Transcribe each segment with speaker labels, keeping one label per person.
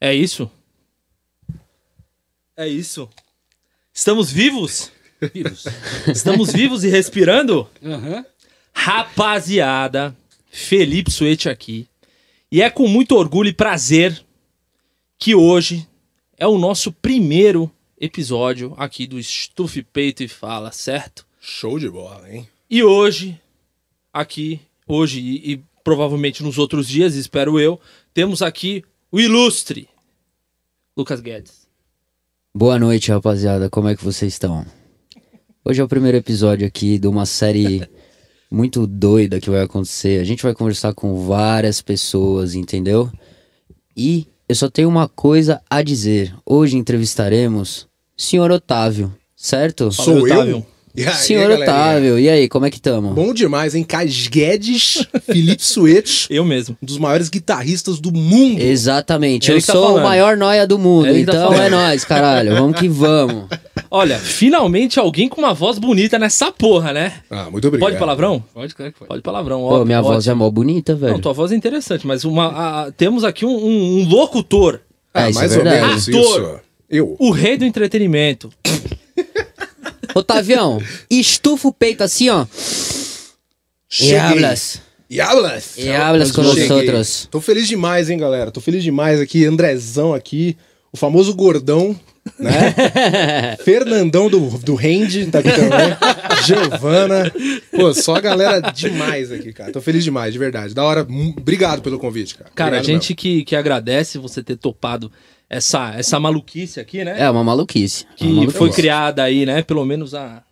Speaker 1: É isso? É isso? Estamos vivos?
Speaker 2: Vírus.
Speaker 1: Estamos vivos e respirando?
Speaker 2: Aham.
Speaker 1: Rapaziada, Felipe Suete aqui. E é com muito orgulho e prazer que hoje é o nosso primeiro episódio aqui do Estufe Peito e Fala, certo?
Speaker 3: Show de bola, hein?
Speaker 1: E hoje, aqui, hoje e, e provavelmente nos outros dias, espero eu, temos aqui o ilustre Lucas Guedes.
Speaker 4: Boa noite, rapaziada. Como é que vocês estão? Hoje é o primeiro episódio aqui de uma série muito doida que vai acontecer. A gente vai conversar com várias pessoas, entendeu? E eu só tenho uma coisa a dizer. Hoje entrevistaremos o senhor Otávio, certo?
Speaker 1: Fala, Otávio.
Speaker 3: E aí,
Speaker 4: Senhor
Speaker 3: galerinha?
Speaker 4: Otávio, e aí, como é que tamo?
Speaker 3: Bom demais, hein? Cais Guedes, Felipe Suete,
Speaker 1: Eu mesmo.
Speaker 3: um dos maiores guitarristas do
Speaker 4: É.
Speaker 3: mundo.
Speaker 4: Exatamente,
Speaker 1: Ele
Speaker 4: eu
Speaker 1: tá
Speaker 4: sou
Speaker 1: falando.
Speaker 4: o maior noia do mundo,
Speaker 1: Ele tá
Speaker 4: então
Speaker 1: falando.
Speaker 4: é nóis, caralho, vamos que vamos.
Speaker 1: Olha, finalmente alguém com uma voz bonita nessa porra, né?
Speaker 3: Ah, muito obrigado.
Speaker 1: Pode palavrão?
Speaker 2: Pode, claro que pode.
Speaker 1: Pode palavrão,
Speaker 4: Pô,
Speaker 1: óbvio.
Speaker 4: minha voz
Speaker 1: ótimo.
Speaker 4: é mó bonita, velho.
Speaker 1: Não, tua voz é interessante, mas uma, a- a- temos aqui um, um- um locutor,
Speaker 3: Ah,
Speaker 4: É, isso é
Speaker 3: mais ou
Speaker 4: verdade.
Speaker 3: menos
Speaker 1: Ator.
Speaker 3: isso. Eu.
Speaker 1: o rei do entretenimento.
Speaker 4: Otavião, estufa o peito assim, ó. E
Speaker 3: Cheguei.
Speaker 4: hablas.
Speaker 3: E hablas.
Speaker 4: E hablas com
Speaker 3: Cheguei.
Speaker 4: nosotros.
Speaker 3: Tô feliz demais, hein, galera? Tô feliz demais aqui. Andrezão aqui, o famoso gordão, né? Fernandão do, do Rende, tá aqui também. Giovana. Pô, só a galera demais aqui, cara. Tô feliz demais, de verdade. Da hora. Mu- Obrigado pelo convite, cara.
Speaker 1: Cara,
Speaker 3: Obrigado
Speaker 1: a gente que, que agradece você ter topado essa, essa maluquice aqui, né?
Speaker 4: É uma maluquice. É uma
Speaker 1: que
Speaker 4: maluquice.
Speaker 1: foi criada aí, né? Pelo menos há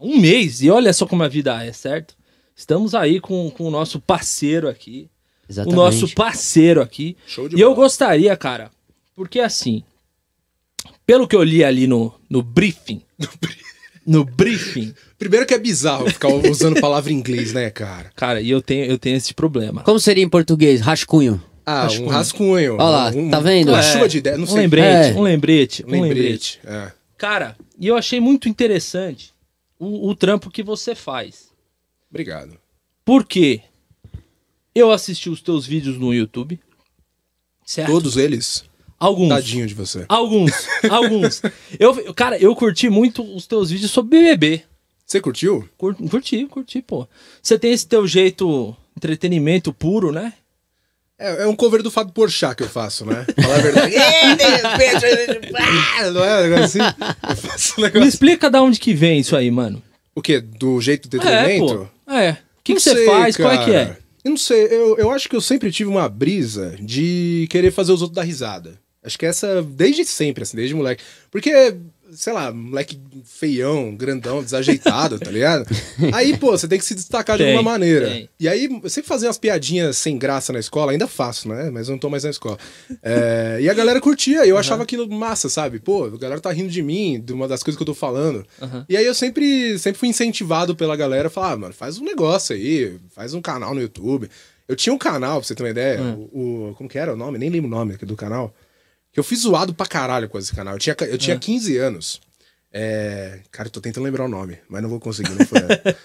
Speaker 1: um mês. E olha só como a vida é, certo? Estamos aí com, com o nosso parceiro aqui.
Speaker 4: Exatamente.
Speaker 1: O nosso parceiro aqui.
Speaker 3: mesmo. Show de
Speaker 1: E eu
Speaker 3: bola.
Speaker 1: gostaria, cara, porque assim, pelo que eu li ali no, no briefing, no briefing,
Speaker 3: Primeiro que é bizarro ficar usando palavra em inglês, né, cara?
Speaker 1: cara, e eu tenho, eu tenho esse problema.
Speaker 4: Como seria em português? Rascunho.
Speaker 3: Ah, um
Speaker 1: Rascunho.
Speaker 3: rascunho.
Speaker 4: Olha lá,
Speaker 3: um-
Speaker 4: tá vendo?
Speaker 3: Uma
Speaker 4: É,
Speaker 3: chuva de ideia, não
Speaker 1: Um
Speaker 3: sei.
Speaker 1: lembrete,
Speaker 4: É.
Speaker 1: um lembrete, um
Speaker 3: Um
Speaker 1: lembrete.
Speaker 3: lembrete. é.
Speaker 1: Cara, e eu achei muito interessante o, o trampo que você faz.
Speaker 3: Obrigado.
Speaker 1: Porque eu assisti os teus vídeos no YouTube, certo?
Speaker 3: Todos eles,
Speaker 1: Alguns.
Speaker 3: tadinho de você.
Speaker 1: Alguns, alguns. Eu, cara, eu curti muito os teus vídeos sobre BBB.
Speaker 3: Você curtiu?
Speaker 1: Cur- Curti, curti, pô. Você tem esse teu jeito entretenimento puro, né?
Speaker 3: É, é um cover do Fábio Porchat que eu faço, né? Falar a verdade. Ei, de repente, ah, Não é um negócio assim? Eu faço um
Speaker 1: Me
Speaker 3: negócio...
Speaker 1: explica da onde que vem isso aí, mano.
Speaker 3: O quê? Do jeito do
Speaker 1: É, pô.
Speaker 3: entretenimento?
Speaker 1: É. O que que
Speaker 3: Não
Speaker 1: você
Speaker 3: sei,
Speaker 1: faz? Qual é que é?
Speaker 3: cara. Eu não sei, eu, eu acho que eu sempre tive uma brisa de querer fazer os outros dar risada. Acho que essa, desde sempre, assim, desde moleque. Porque, sei lá, moleque feião, grandão, desajeitado, tá ligado? Aí, pô, você tem que se destacar de
Speaker 1: Tem,
Speaker 3: alguma maneira.
Speaker 1: tem.
Speaker 3: E aí, eu sempre fazia umas piadinhas sem graça na escola, ainda faço, né? Mas eu não tô mais na escola. É, e a galera curtia, eu achava aquilo massa, sabe? Pô, a galera tá rindo de mim, de uma das coisas que eu tô falando.
Speaker 1: Aham.
Speaker 3: E aí eu sempre, sempre fui incentivado pela galera a falar, ah, mano, faz um negócio aí, faz um canal no YouTube. Eu tinha um canal, pra você ter uma ideia, o, o- Como que era o nome? Nem lembro o nome do canal. Que eu fiz zoado pra caralho com esse canal. Eu tinha, eu tinha 15 anos. É, cara, eu tô tentando lembrar o nome, mas não vou conseguir, não foi. ela.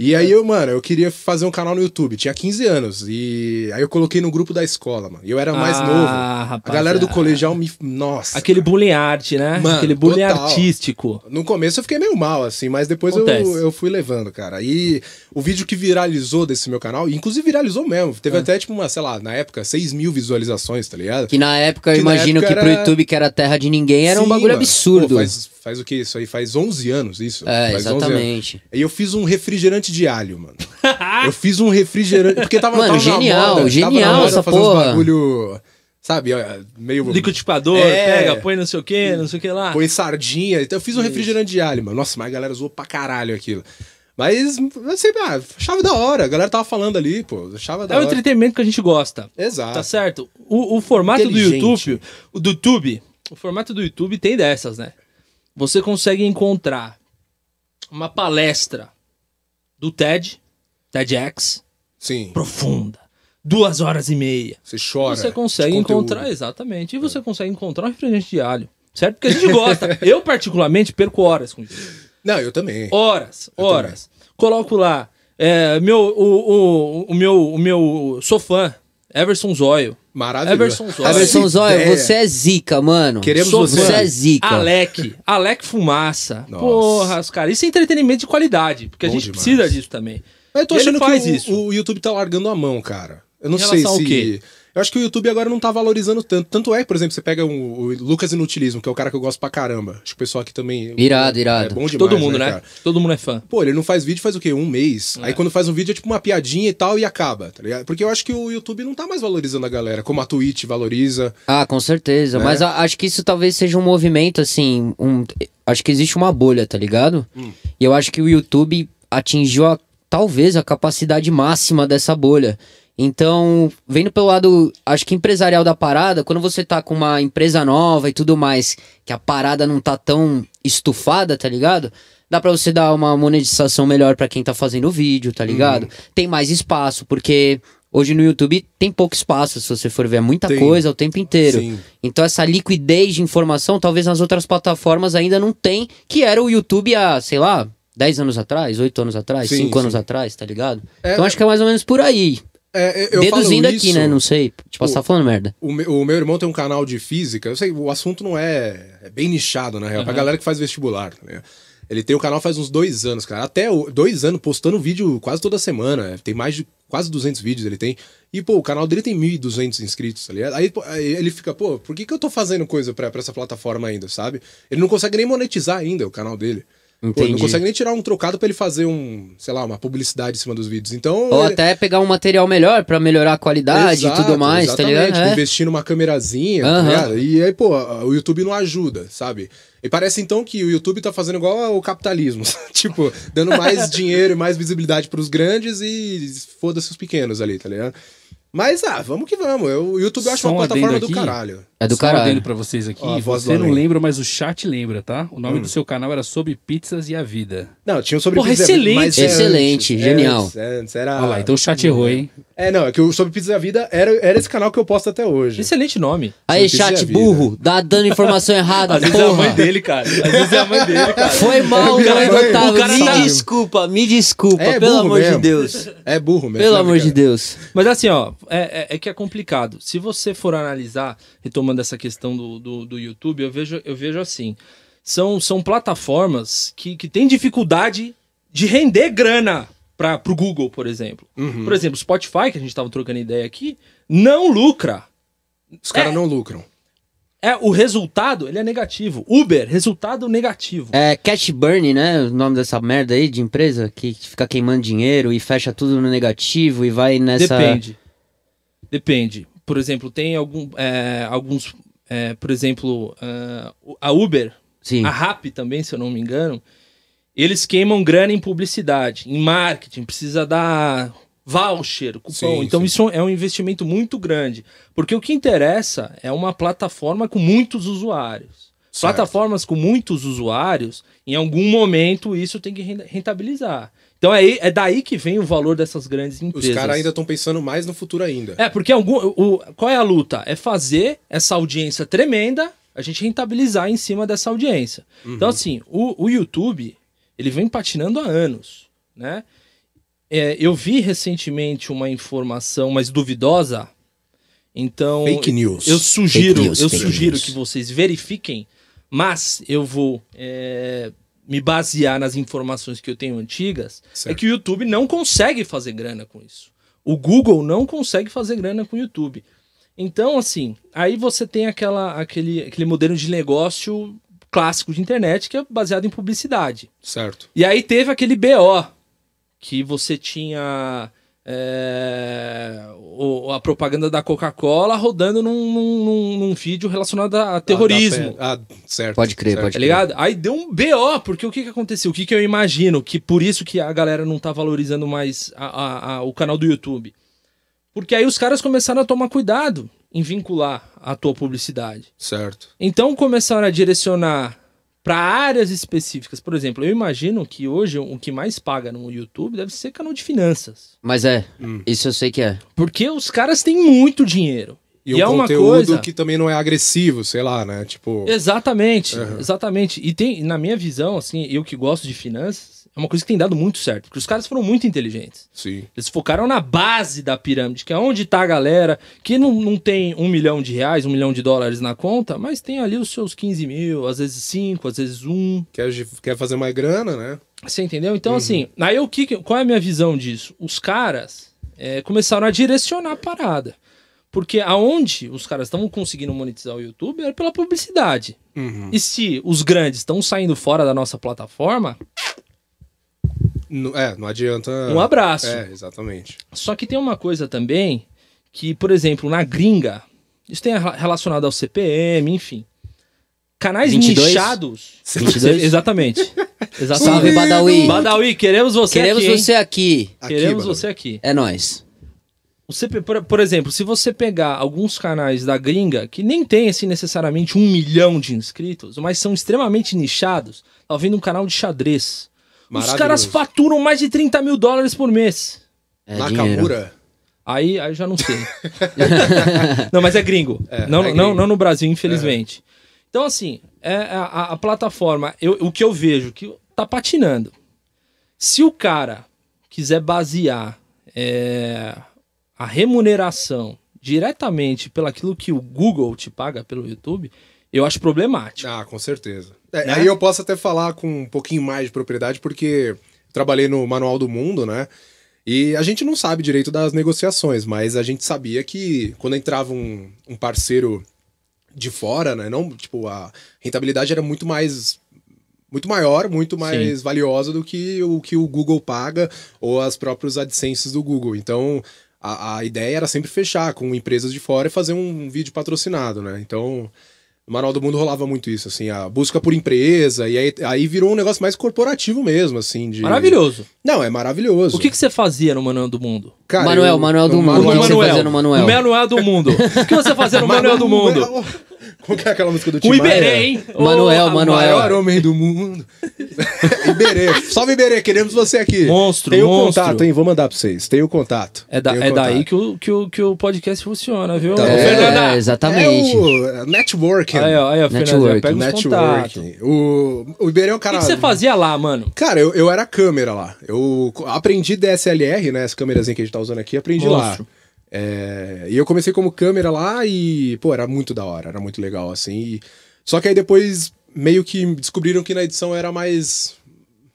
Speaker 3: e aí, eu, mano, eu queria fazer um canal no YouTube. Tinha 15 anos. E aí eu coloquei no grupo da escola, mano. E eu era mais
Speaker 1: Ah,
Speaker 3: novo. A
Speaker 1: rapaziada.
Speaker 3: galera do colegial me. Nossa.
Speaker 1: Aquele bullying art, né?
Speaker 3: Mano,
Speaker 1: Aquele bullying
Speaker 3: total.
Speaker 1: artístico.
Speaker 3: No começo eu fiquei meio mal, assim, mas depois eu,
Speaker 1: Acontece.
Speaker 3: eu fui levando, cara. E o vídeo que viralizou desse meu canal, e inclusive viralizou mesmo.
Speaker 1: É.
Speaker 3: Teve até, tipo, uma, sei lá, na época, 6 mil visualizações, tá ligado?
Speaker 4: Que na época eu
Speaker 3: Que na
Speaker 4: imagino
Speaker 3: época
Speaker 4: que pro
Speaker 3: era-
Speaker 4: YouTube, que era terra de ninguém, era um
Speaker 3: Sim,
Speaker 4: bagulho
Speaker 3: mano. Pô,
Speaker 4: absurdo.
Speaker 3: faz, faz o que isso aí? Faz 11 anos isso?
Speaker 4: É,
Speaker 3: faz 11 anos.
Speaker 4: exatamente.
Speaker 3: E eu fiz um refrigerante de alho, mano. eu fiz um refrigerante. Porque tava,
Speaker 4: Mano,
Speaker 3: tava na
Speaker 4: genial,
Speaker 3: moda. tava
Speaker 4: genial
Speaker 3: na moda
Speaker 4: essa
Speaker 3: fazer uns
Speaker 4: porra.
Speaker 3: bagulho, sabe, ó, meio.
Speaker 1: Liquidificador,
Speaker 3: É.
Speaker 1: pega, põe não sei o que, não sei o que lá.
Speaker 3: Põe sardinha. Então eu fiz um refrigerante de alho, mano. Nossa, mas a galera zoou pra caralho aquilo. Mas eu sempre ah, achava da hora. A galera tava falando ali, pô. Achava da
Speaker 1: É o
Speaker 3: hora.
Speaker 1: entretenimento que a gente gosta.
Speaker 3: Exato.
Speaker 1: Tá certo? O, o formato do
Speaker 3: Inteligente.
Speaker 1: YouTube, o do YouTube, o formato do YouTube tem dessas, né? Você consegue encontrar uma palestra do TED, TEDx,
Speaker 3: Sim.
Speaker 1: profunda, duas horas e meia.
Speaker 3: Você chora.
Speaker 1: você consegue
Speaker 3: de conteúdo. É.
Speaker 1: encontrar, exatamente, e você consegue encontrar um refrigerante de alho, certo? Porque a gente gosta. Eu, particularmente, perco horas com isso.
Speaker 3: Não, eu também.
Speaker 1: Horas, horas. Coloco lá. é, meu, o, o, o meu, o meu. Sou fã. Everson Zóio,
Speaker 3: Maravilhoso.
Speaker 1: Everson Zóio.
Speaker 3: Essa
Speaker 4: Everson Zóio,
Speaker 3: ideia.
Speaker 4: você é zica, mano.
Speaker 3: Queremos
Speaker 4: você.
Speaker 3: você.
Speaker 4: é zica.
Speaker 1: Alec, Alec Fumaça.
Speaker 3: Nossa.
Speaker 1: Porra, os caras. Isso é entretenimento de qualidade, porque a
Speaker 3: Bom
Speaker 1: gente
Speaker 3: demais.
Speaker 1: precisa disso também.
Speaker 3: Mas eu tô
Speaker 1: Ele
Speaker 3: achando
Speaker 1: faz
Speaker 3: que o,
Speaker 1: isso.
Speaker 3: o YouTube tá largando a mão, cara. Eu não
Speaker 1: Em
Speaker 3: sei se.
Speaker 1: relação ao quê?
Speaker 3: Eu acho que o YouTube agora não tá valorizando tanto. Tanto é, que, por exemplo, você pega um- o Lucas Inutilismo, que é o cara que eu gosto pra caramba. Acho que o pessoal aqui também.
Speaker 4: Irado, irado.
Speaker 3: É bom demais,
Speaker 1: Todo mundo, né?
Speaker 3: cara?
Speaker 1: Todo mundo é fã.
Speaker 3: Pô, ele não faz vídeo faz o quê? Um mês. Aí quando faz um vídeo é tipo uma piadinha e tal e acaba, tá ligado? Porque eu acho que o YouTube não tá mais valorizando a galera, como a Twitch valoriza.
Speaker 4: Ah, com certeza. Mas a- acho que isso talvez seja um movimento, assim. um- acho que existe uma bolha, tá ligado? E eu acho que o YouTube atingiu a- talvez a capacidade máxima dessa bolha. Então, vendo pelo lado, acho que empresarial da parada, quando você tá com uma empresa nova e tudo mais, que a parada não tá tão estufada, tá ligado? Dá pra você dar uma monetização melhor pra quem tá fazendo vídeo, tá ligado? Tem mais espaço, porque hoje no YouTube tem pouco espaço, se você for ver, é muita
Speaker 3: Tem.
Speaker 4: coisa o tempo inteiro.
Speaker 3: Sim.
Speaker 4: Então essa liquidez de informação, talvez nas outras plataformas ainda não tem, que era o YouTube há, sei lá, 10 anos atrás, 8 anos atrás,
Speaker 3: Sim,
Speaker 4: 5 anos
Speaker 3: sim.
Speaker 4: atrás, tá ligado?
Speaker 3: É,
Speaker 4: então acho que é mais ou menos por aí.
Speaker 3: É, eu- eu falo
Speaker 4: Deduzindo aqui,
Speaker 3: isso-
Speaker 4: né? Não sei. Tipo, posso estar falando merda.
Speaker 3: O meu, o meu irmão tem um canal de física. Eu sei, o assunto não é, é bem nichado, na real, pra galera que faz vestibular. Tá ligado? Ele tem o canal faz uns dois anos, cara. Até o- dois anos, postando vídeo quase toda semana. é, Tem mais de quase 200 vídeos ele tem. E, pô, o canal dele tem 1.200 inscritos, tá ligado? Aí, pô, aí ele fica, pô, por que, que eu tô fazendo coisa pra, pra essa plataforma ainda, sabe? Ele não consegue nem monetizar ainda o canal dele. Pô, ele não
Speaker 4: Entendi.
Speaker 3: consegue nem tirar um trocado pra ele fazer um, sei lá, uma publicidade em cima dos vídeos. Então.
Speaker 4: Ou
Speaker 3: ele-
Speaker 4: até pegar um material melhor pra melhorar a qualidade
Speaker 3: Exato,
Speaker 4: e tudo mais, tá
Speaker 3: exatamente,
Speaker 4: ligado?
Speaker 3: tipo,
Speaker 4: É.
Speaker 3: Investir numa câmerazinha, tá
Speaker 4: Aham.
Speaker 3: ligado? E aí, pô, o YouTube não ajuda, sabe? E parece então que o YouTube tá fazendo igual o capitalismo, sabe? tipo, dando mais dinheiro e mais visibilidade pros grandes e foda-se os pequenos ali, tá ligado? Mas, ah, vamos que vamos. Eu, o YouTube eu acho
Speaker 2: Só um
Speaker 3: uma plataforma
Speaker 2: adendo
Speaker 3: do
Speaker 2: aqui.
Speaker 3: caralho.
Speaker 4: É do
Speaker 2: Só um adendo
Speaker 4: caralho.
Speaker 2: pra vocês aqui.
Speaker 3: Ó, a voz
Speaker 2: Você
Speaker 3: do
Speaker 2: não
Speaker 3: além. Hum.
Speaker 2: lembra, mas o chat lembra, tá? O nome do seu canal era Sobre Pizzas e a Vida.
Speaker 3: Não, tinha o sobre
Speaker 1: Porra,
Speaker 3: Pizza e a Vida,
Speaker 1: excelente.
Speaker 3: mas é
Speaker 4: Excelente,
Speaker 3: antes,
Speaker 4: genial.
Speaker 3: é antes, é antes, era...
Speaker 2: Olha lá, então o chat errou, hein?
Speaker 3: É, não, é que o Sobre Pizza e a Vida era, era esse canal que eu posto até hoje.
Speaker 1: Excelente nome.
Speaker 4: Aí,
Speaker 3: Isso é
Speaker 4: chat
Speaker 3: vida.
Speaker 4: burro, dá dando informação errada,
Speaker 1: Às vezes é a mãe
Speaker 4: porra.
Speaker 1: dele, cara. Às vezes é a mãe dele, cara.
Speaker 4: Foi mal,
Speaker 3: O cara
Speaker 4: mano,
Speaker 3: tá-
Speaker 4: Otávio.
Speaker 1: o cara
Speaker 4: me
Speaker 1: tá-
Speaker 4: desculpa, me desculpa,
Speaker 3: É
Speaker 4: pelo
Speaker 3: burro
Speaker 4: amor de
Speaker 3: mesmo.
Speaker 4: Deus.
Speaker 3: É burro mesmo.
Speaker 4: Pelo
Speaker 3: né,
Speaker 4: amor de
Speaker 3: cara?
Speaker 4: Deus.
Speaker 1: Mas assim, ó, é, é- é que é complicado. Se você for analisar, retomando essa questão do, do, do YouTube, eu vejo, eu vejo assim: são, são plataformas que, que têm dificuldade de render grana para o Google, por exemplo. Por exemplo, Spotify, que a gente estava trocando ideia aqui, não lucra.
Speaker 3: Os caras
Speaker 1: É.
Speaker 3: não lucram.
Speaker 1: É, o resultado ele é negativo. Uber, resultado negativo.
Speaker 4: É cash burn, né? O nome dessa merda aí de empresa que fica queimando dinheiro e fecha tudo no negativo e vai nessa.
Speaker 1: Depende. Depende. Por exemplo, tem algum, é, alguns. é, por exemplo, ah, a Uber,
Speaker 4: Sim.
Speaker 1: A RAP também, se eu não me engano, eles queimam grana em publicidade, em marketing, precisa dar voucher, cupom.
Speaker 3: Sim,
Speaker 1: então
Speaker 3: sim.
Speaker 1: isso é um investimento muito grande, porque o que interessa é uma plataforma com muitos usuários.
Speaker 3: Certo.
Speaker 1: Plataformas com muitos usuários, em algum momento isso tem que renda- rentabilizar. Então é, aí- é daí que vem o valor dessas grandes empresas.
Speaker 3: Os caras ainda estão pensando mais no futuro ainda.
Speaker 1: É, porque algum, o, qual é a luta? É fazer essa audiência tremenda, a gente rentabilizar em cima dessa audiência. Então, assim, o, o YouTube, ele vem patinando há anos, né? É, eu vi recentemente uma informação, mas duvidosa, então...
Speaker 3: Fake news.
Speaker 1: Eu sugiro,
Speaker 4: Fake news,
Speaker 1: eu
Speaker 4: fake
Speaker 1: sugiro
Speaker 4: news.
Speaker 1: que vocês verifiquem, mas eu vou é, me basear nas informações que eu tenho antigas. É
Speaker 3: Certo.
Speaker 1: que o YouTube não consegue fazer grana com isso. O Google não consegue fazer grana com o YouTube. Então, assim, aí você tem aquela, aquele, aquele modelo de negócio clássico de internet que é baseado em publicidade.
Speaker 3: Certo.
Speaker 1: E aí teve aquele BO que você tinha é, o- a propaganda da Coca-Cola rodando num, num- num- num vídeo relacionado a terrorismo.
Speaker 3: Ah, dá pé. Ah, certo.
Speaker 4: Pode crer,
Speaker 3: certo.
Speaker 4: pode
Speaker 1: Tá ligado? Aí deu um BO, porque o que, que aconteceu? O que, que eu imagino? Que por isso que a galera não tá valorizando mais a- a- a- o canal do YouTube. Porque aí os caras começaram a tomar cuidado em vincular a tua publicidade.
Speaker 3: Certo.
Speaker 1: Então começaram a direcionar para áreas específicas. Por exemplo, eu imagino que hoje o que mais paga no YouTube deve ser canal de finanças.
Speaker 4: Mas é,
Speaker 3: Hum.
Speaker 4: isso eu sei que é.
Speaker 1: Porque os caras têm muito dinheiro.
Speaker 3: E,
Speaker 1: E
Speaker 3: um
Speaker 1: é uma
Speaker 3: conteúdo
Speaker 1: coisa- É.
Speaker 3: que também não é agressivo, sei lá, né? Tipo,
Speaker 1: Exatamente,
Speaker 3: Aham.
Speaker 1: exatamente. E tem, na minha visão, assim, eu que gosto de finanças, é uma coisa que tem dado muito certo, porque os caras foram muito inteligentes.
Speaker 3: Sim.
Speaker 1: Eles focaram na base da pirâmide, que é onde tá a galera que não, não tem um milhão de reais, um milhão de dólares na conta, mas tem ali os seus 15 mil, às vezes 5, às vezes 1.
Speaker 3: Quer, quer fazer mais grana, né?
Speaker 1: Você entendeu? Então, assim, aí o que, que- qual é a minha visão disso? Os caras é, começaram a direcionar a parada. Porque aonde os caras estão conseguindo monetizar o YouTube é pela publicidade.
Speaker 3: Uhum.
Speaker 1: E se os grandes estão saindo fora da nossa plataforma,
Speaker 3: Não- é, não adianta.
Speaker 1: um abraço.
Speaker 3: É, exatamente.
Speaker 1: Só que tem uma coisa também que, por exemplo, na gringa, isso tem a- relacionado ao CPM, enfim. Canais
Speaker 4: 22?
Speaker 1: nichados.
Speaker 4: 22?
Speaker 1: Exatamente. Exatamente.
Speaker 4: Salve, Badawi.
Speaker 1: Badawi, queremos você é
Speaker 4: Queremos
Speaker 1: aqui. hein?
Speaker 4: você aqui.
Speaker 3: Aqui,
Speaker 1: Queremos
Speaker 3: mano.
Speaker 1: você aqui.
Speaker 4: É nós.
Speaker 1: O CP, por, por exemplo, se você pegar alguns canais da gringa que nem tem assim, necessariamente um milhão de inscritos, mas são extremamente nichados, tá vendo um canal de xadrez. Os
Speaker 3: Maravilhoso.
Speaker 1: caras faturam mais de 30 mil dólares por mês.
Speaker 4: É dinheiro.
Speaker 3: Nakamura.
Speaker 1: Aí, aí eu já não sei. não, mas é gringo.
Speaker 3: É,
Speaker 1: não,
Speaker 3: é
Speaker 1: Não,
Speaker 3: gringo.
Speaker 1: não no Brasil, infelizmente. Então, assim, é, a, a- a plataforma, eu- o que eu vejo que tá patinando. Se o cara quiser basear é, a remuneração diretamente pelaquilo que o Google te paga pelo YouTube, eu acho problemático.
Speaker 3: Ah, com certeza. É,
Speaker 1: Né?
Speaker 3: Aí eu posso até falar com um pouquinho mais de propriedade, porque trabalhei no Manual do Mundo, né? E a gente não sabe direito das negociações, mas a gente sabia que quando entrava um, um parceiro de fora, né? Não, tipo, a rentabilidade era muito mais. Muito maior, muito mais valiosa do que o que o Google paga ou as próprias AdSenses do Google. Então, a, a ideia era sempre fechar com empresas de fora e fazer um vídeo patrocinado, né? Então, no Manual do Mundo rolava muito isso, assim, a busca por empresa, e aí, aí virou um negócio mais corporativo mesmo, assim. De...
Speaker 1: Maravilhoso.
Speaker 3: Não, é maravilhoso.
Speaker 1: O que, que você fazia no Manual do Mundo?
Speaker 3: Cara,
Speaker 4: Manuel,
Speaker 3: eu-
Speaker 4: Manuel do
Speaker 3: no
Speaker 4: Mundo. O que você fazia no Manuel?
Speaker 1: No Manuel do Mundo. O que você fazia no Manuel do Mundo?
Speaker 3: Como que é aquela música do
Speaker 1: Com o
Speaker 3: Tim Maia?
Speaker 1: Iberê, hein?
Speaker 4: Manuel,
Speaker 1: Ô,
Speaker 4: Manuel.
Speaker 3: O maior homem do mundo. Iberê. Salve, Iberê. Queremos você aqui.
Speaker 1: Monstro,
Speaker 3: Tem o
Speaker 1: monstro.
Speaker 3: contato, hein? Vou mandar pra vocês. Tem o contato.
Speaker 1: É, da-
Speaker 3: Tem o
Speaker 1: é
Speaker 3: contato.
Speaker 1: daí que o, que, o, que o podcast funciona, viu?
Speaker 3: Tá.
Speaker 1: Ô,
Speaker 4: É,
Speaker 1: Fernanda!
Speaker 4: exatamente.
Speaker 3: É o networking.
Speaker 1: Aí, ó, aí, ó, Fernanda,
Speaker 4: Networking.
Speaker 1: pega os contatos. O
Speaker 3: networking. O, o Iberê é um
Speaker 1: que
Speaker 3: cara...
Speaker 1: que você fazia lá, mano?
Speaker 3: Cara, eu, eu era câmera lá. Eu co- aprendi DSLR, né? Essa câmerazinha que a gente tá usando aqui, aprendi
Speaker 1: Monstro.
Speaker 3: lá. É, e eu comecei como câmera lá e, pô, era muito da hora, era muito legal, assim. e- Só que aí depois meio que descobriram que na edição era mais.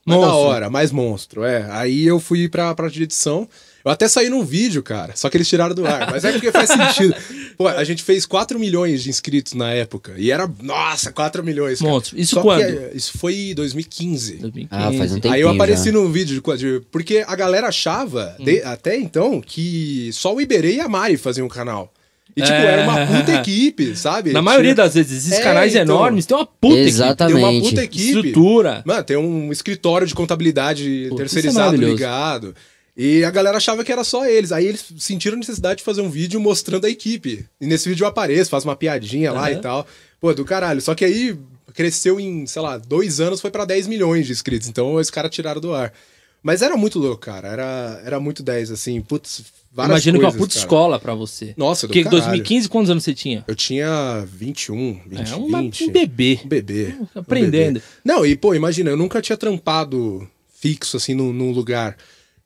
Speaker 3: mais da
Speaker 1: Monstro.
Speaker 3: hora, mais monstro, é. Aí eu fui pra parte de edição. Eu até saí num vídeo, cara, só que eles tiraram do ar. Mas é porque faz sentido. Pô, a gente fez 4 milhões de inscritos na época. E era, nossa, 4 milhões. cara.
Speaker 1: Monstro. Isso
Speaker 3: Só que,
Speaker 1: quando?
Speaker 3: é, isso foi em 2015.
Speaker 4: Ah, faz um
Speaker 1: 2015.
Speaker 4: tempinho
Speaker 3: Aí eu apareci
Speaker 4: já.
Speaker 3: no vídeo de, qua- de- Porque a galera achava,
Speaker 1: Hum.
Speaker 3: de- até então, que só o Iberê e a Mari faziam o canal. E, tipo,
Speaker 1: É.
Speaker 3: era uma puta equipe, sabe?
Speaker 1: Na
Speaker 3: Tinha-
Speaker 1: maioria das vezes, esses
Speaker 3: É,
Speaker 1: canais
Speaker 3: então.
Speaker 1: enormes tem uma puta equipe,
Speaker 4: Exatamente.
Speaker 3: Tem uma puta equipe.
Speaker 1: estrutura.
Speaker 3: Mano, tem um escritório de contabilidade
Speaker 1: Puta, isso é
Speaker 3: terceirizado
Speaker 1: maravilhoso.
Speaker 3: ligado. E a galera achava que era só eles. Aí eles sentiram a necessidade de fazer um vídeo mostrando a equipe. E nesse vídeo eu apareço, faço uma piadinha lá
Speaker 1: Aham.
Speaker 3: e tal. Pô, do caralho. Só que aí cresceu em, sei lá, dois anos, foi pra 10 milhões de inscritos. Então os caras tiraram do ar. Mas era muito louco, cara. Era, era muito 10, assim. Putz, várias
Speaker 1: Imagino que é uma
Speaker 3: coisas,
Speaker 1: puta
Speaker 3: cara.
Speaker 1: escola pra você.
Speaker 3: Nossa, do
Speaker 1: Porque em
Speaker 3: caralho.
Speaker 1: 2015, quantos anos você tinha?
Speaker 3: Eu tinha 21, 20,
Speaker 1: é uma-
Speaker 3: 20.
Speaker 1: um bebê.
Speaker 3: Um bebê. um
Speaker 1: Aprendendo.
Speaker 3: bebê. Não, e pô, imagina, eu nunca tinha trampado fixo assim num, num lugar.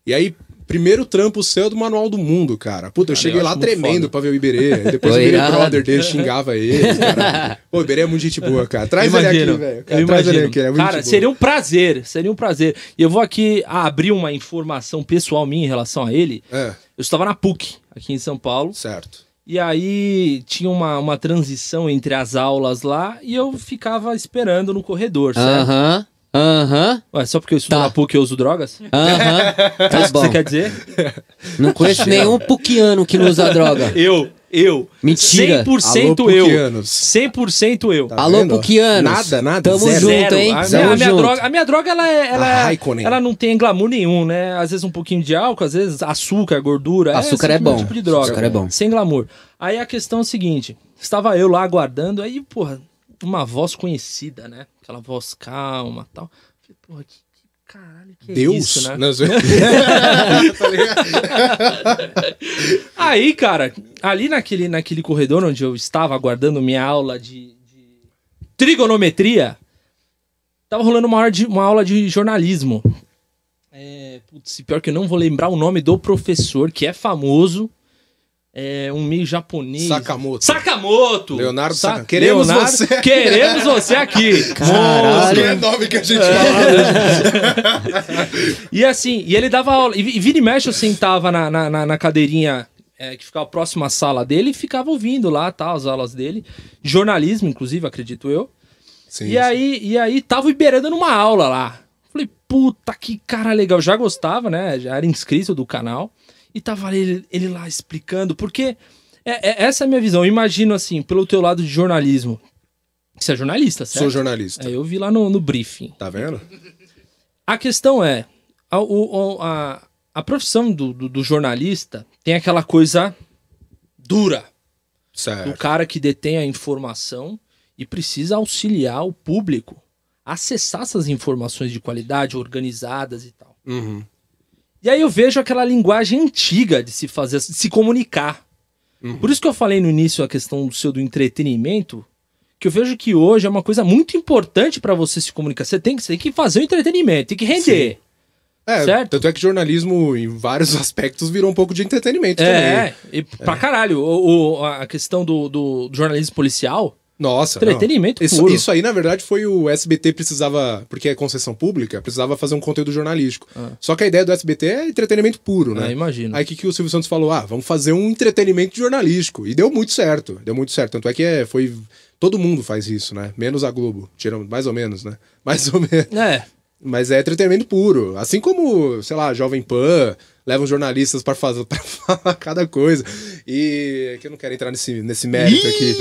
Speaker 3: E aí, primeiro trampo seu é do Manual do Mundo, cara. Puta, eu
Speaker 1: Cara,
Speaker 3: cheguei
Speaker 1: eu
Speaker 3: lá
Speaker 1: acho muito
Speaker 3: tremendo
Speaker 1: foda.
Speaker 3: pra ver o Iberê. Aí Depois o
Speaker 4: Foi
Speaker 3: Iberê
Speaker 4: irado.
Speaker 3: brother dele xingava ele. Cara. Pô, o Iberê é muito gente boa, cara. Traz ele
Speaker 1: imagino,
Speaker 3: aqui, velho.
Speaker 1: Eu
Speaker 3: Cara, Traz ele
Speaker 1: imagino.
Speaker 3: aqui, ele é muito
Speaker 1: Cara,
Speaker 3: gente boa.
Speaker 1: seria um prazer, seria um prazer. E eu vou aqui abrir uma informação pessoal minha em relação a ele.
Speaker 3: É,
Speaker 1: Eu estava na PUC, aqui em São Paulo.
Speaker 3: certo.
Speaker 1: E aí tinha uma, uma transição entre as aulas lá e eu ficava esperando no corredor, certo?
Speaker 4: Aham, aham,
Speaker 1: Ué, só porque eu estudo
Speaker 4: Tá.
Speaker 1: na PUC eu uso drogas?
Speaker 4: aham.
Speaker 1: É
Speaker 4: Tá
Speaker 1: isso que você
Speaker 4: bom.
Speaker 1: quer dizer?
Speaker 4: Não conheço nenhum puquiano que não usa droga.
Speaker 1: Eu, eu.
Speaker 4: Mentira.
Speaker 1: 100%
Speaker 3: Alô,
Speaker 1: eu.
Speaker 3: puquianos.
Speaker 1: 100% eu.
Speaker 3: Tá
Speaker 4: Alô,
Speaker 3: vendo?
Speaker 4: puquianos.
Speaker 3: Nada, nada,
Speaker 4: Tamo
Speaker 3: zero.
Speaker 4: junto, hein?
Speaker 1: A Ah, minha,
Speaker 4: Tamo
Speaker 1: a minha
Speaker 4: junto.
Speaker 1: droga, a minha droga, ela, é-
Speaker 3: A
Speaker 1: ela, é-
Speaker 3: Raikkonen.
Speaker 1: ela não tem glamour nenhum, né? Às vezes um pouquinho de álcool, às vezes açúcar, gordura.
Speaker 4: Açúcar
Speaker 1: esse
Speaker 4: é bom.
Speaker 1: Tipo de droga.
Speaker 4: Açúcar é bom.
Speaker 1: Sem glamour. Aí a questão é o seguinte: estava eu lá aguardando, aí, porra, uma voz conhecida, né? Aquela voz calma tal. Falei, porra, que, que caralho que é
Speaker 3: Deus.
Speaker 1: isso, né?
Speaker 3: Não, zoe- Tá ligado?
Speaker 1: Aí, cara, ali naquele, naquele corredor onde eu estava aguardando minha aula de, de trigonometria, tava rolando uma, hora de- uma aula de jornalismo. É, putz, pior que eu não vou lembrar o nome do professor, que é famoso. É um meio japonês.
Speaker 3: Sakamoto.
Speaker 1: Sakamoto!
Speaker 3: Leonardo
Speaker 1: Sa-
Speaker 3: Saka- queremos
Speaker 1: Leonardo-
Speaker 3: você.
Speaker 1: Queremos você aqui!
Speaker 4: Caralho.
Speaker 1: É.
Speaker 3: Que É nome que a gente fala. né?
Speaker 1: E assim, e ele dava aula. E vi- e vira e mexe, eu sentava na, na, na- na cadeirinha é, que ficava próxima à sala dele e ficava ouvindo lá, tá, as aulas dele. De jornalismo, inclusive, acredito eu.
Speaker 3: Sim,
Speaker 1: E aí, e aí tava o Iberanda numa aula lá. Falei, puta que cara legal. Já gostava, né? Já era inscrito do canal. E tava ele, ele lá explicando, porque é- é- essa é a minha visão. Eu imagino assim, pelo teu lado de jornalismo. Você é jornalista, certo?
Speaker 3: Sou jornalista.
Speaker 1: É, eu vi lá no, no briefing.
Speaker 3: Tá vendo?
Speaker 1: A questão é, a, o- o- a- a profissão do, do- do jornalista tem aquela coisa dura do
Speaker 3: Certo.
Speaker 1: cara que detém a informação e precisa auxiliar o público a acessar essas informações de qualidade organizadas e tal.
Speaker 3: Uhum.
Speaker 1: E aí eu vejo aquela linguagem antiga de se fazer, de se comunicar.
Speaker 3: Uhum.
Speaker 1: Por isso que eu falei no início a questão do seu do entretenimento, que eu vejo que hoje é uma coisa muito importante para você se comunicar. Você tem que, você tem que fazer o entretenimento, tem que render.
Speaker 3: É,
Speaker 1: Certo.
Speaker 3: Tanto é que jornalismo, em vários aspectos, virou um pouco de entretenimento também. né?
Speaker 1: É, e pra caralho. O, o- a questão do, do jornalismo policial,
Speaker 3: Nossa. não.
Speaker 1: entretenimento
Speaker 3: Tá. Isso,
Speaker 1: puro.
Speaker 3: isso aí, na verdade, foi o SBT precisava, porque é concessão pública, precisava fazer um conteúdo jornalístico.
Speaker 1: Ah.
Speaker 3: Só que a ideia do SBT é entretenimento puro, né?
Speaker 1: É, imagino.
Speaker 3: Aí o que, que o Silvio Santos falou? Ah, vamos fazer um entretenimento jornalístico. E deu muito certo. Deu muito certo. Tanto é que é, foi. Todo mundo faz isso, né? Menos a Globo. Tiramos, mais ou menos, né? Mais ou menos.
Speaker 1: É,
Speaker 3: Mas é entretenimento puro. Assim como, sei lá, Jovem Pan levam jornalistas para fazer pra falar cada coisa. E que eu não quero entrar nesse, nesse mérito aqui.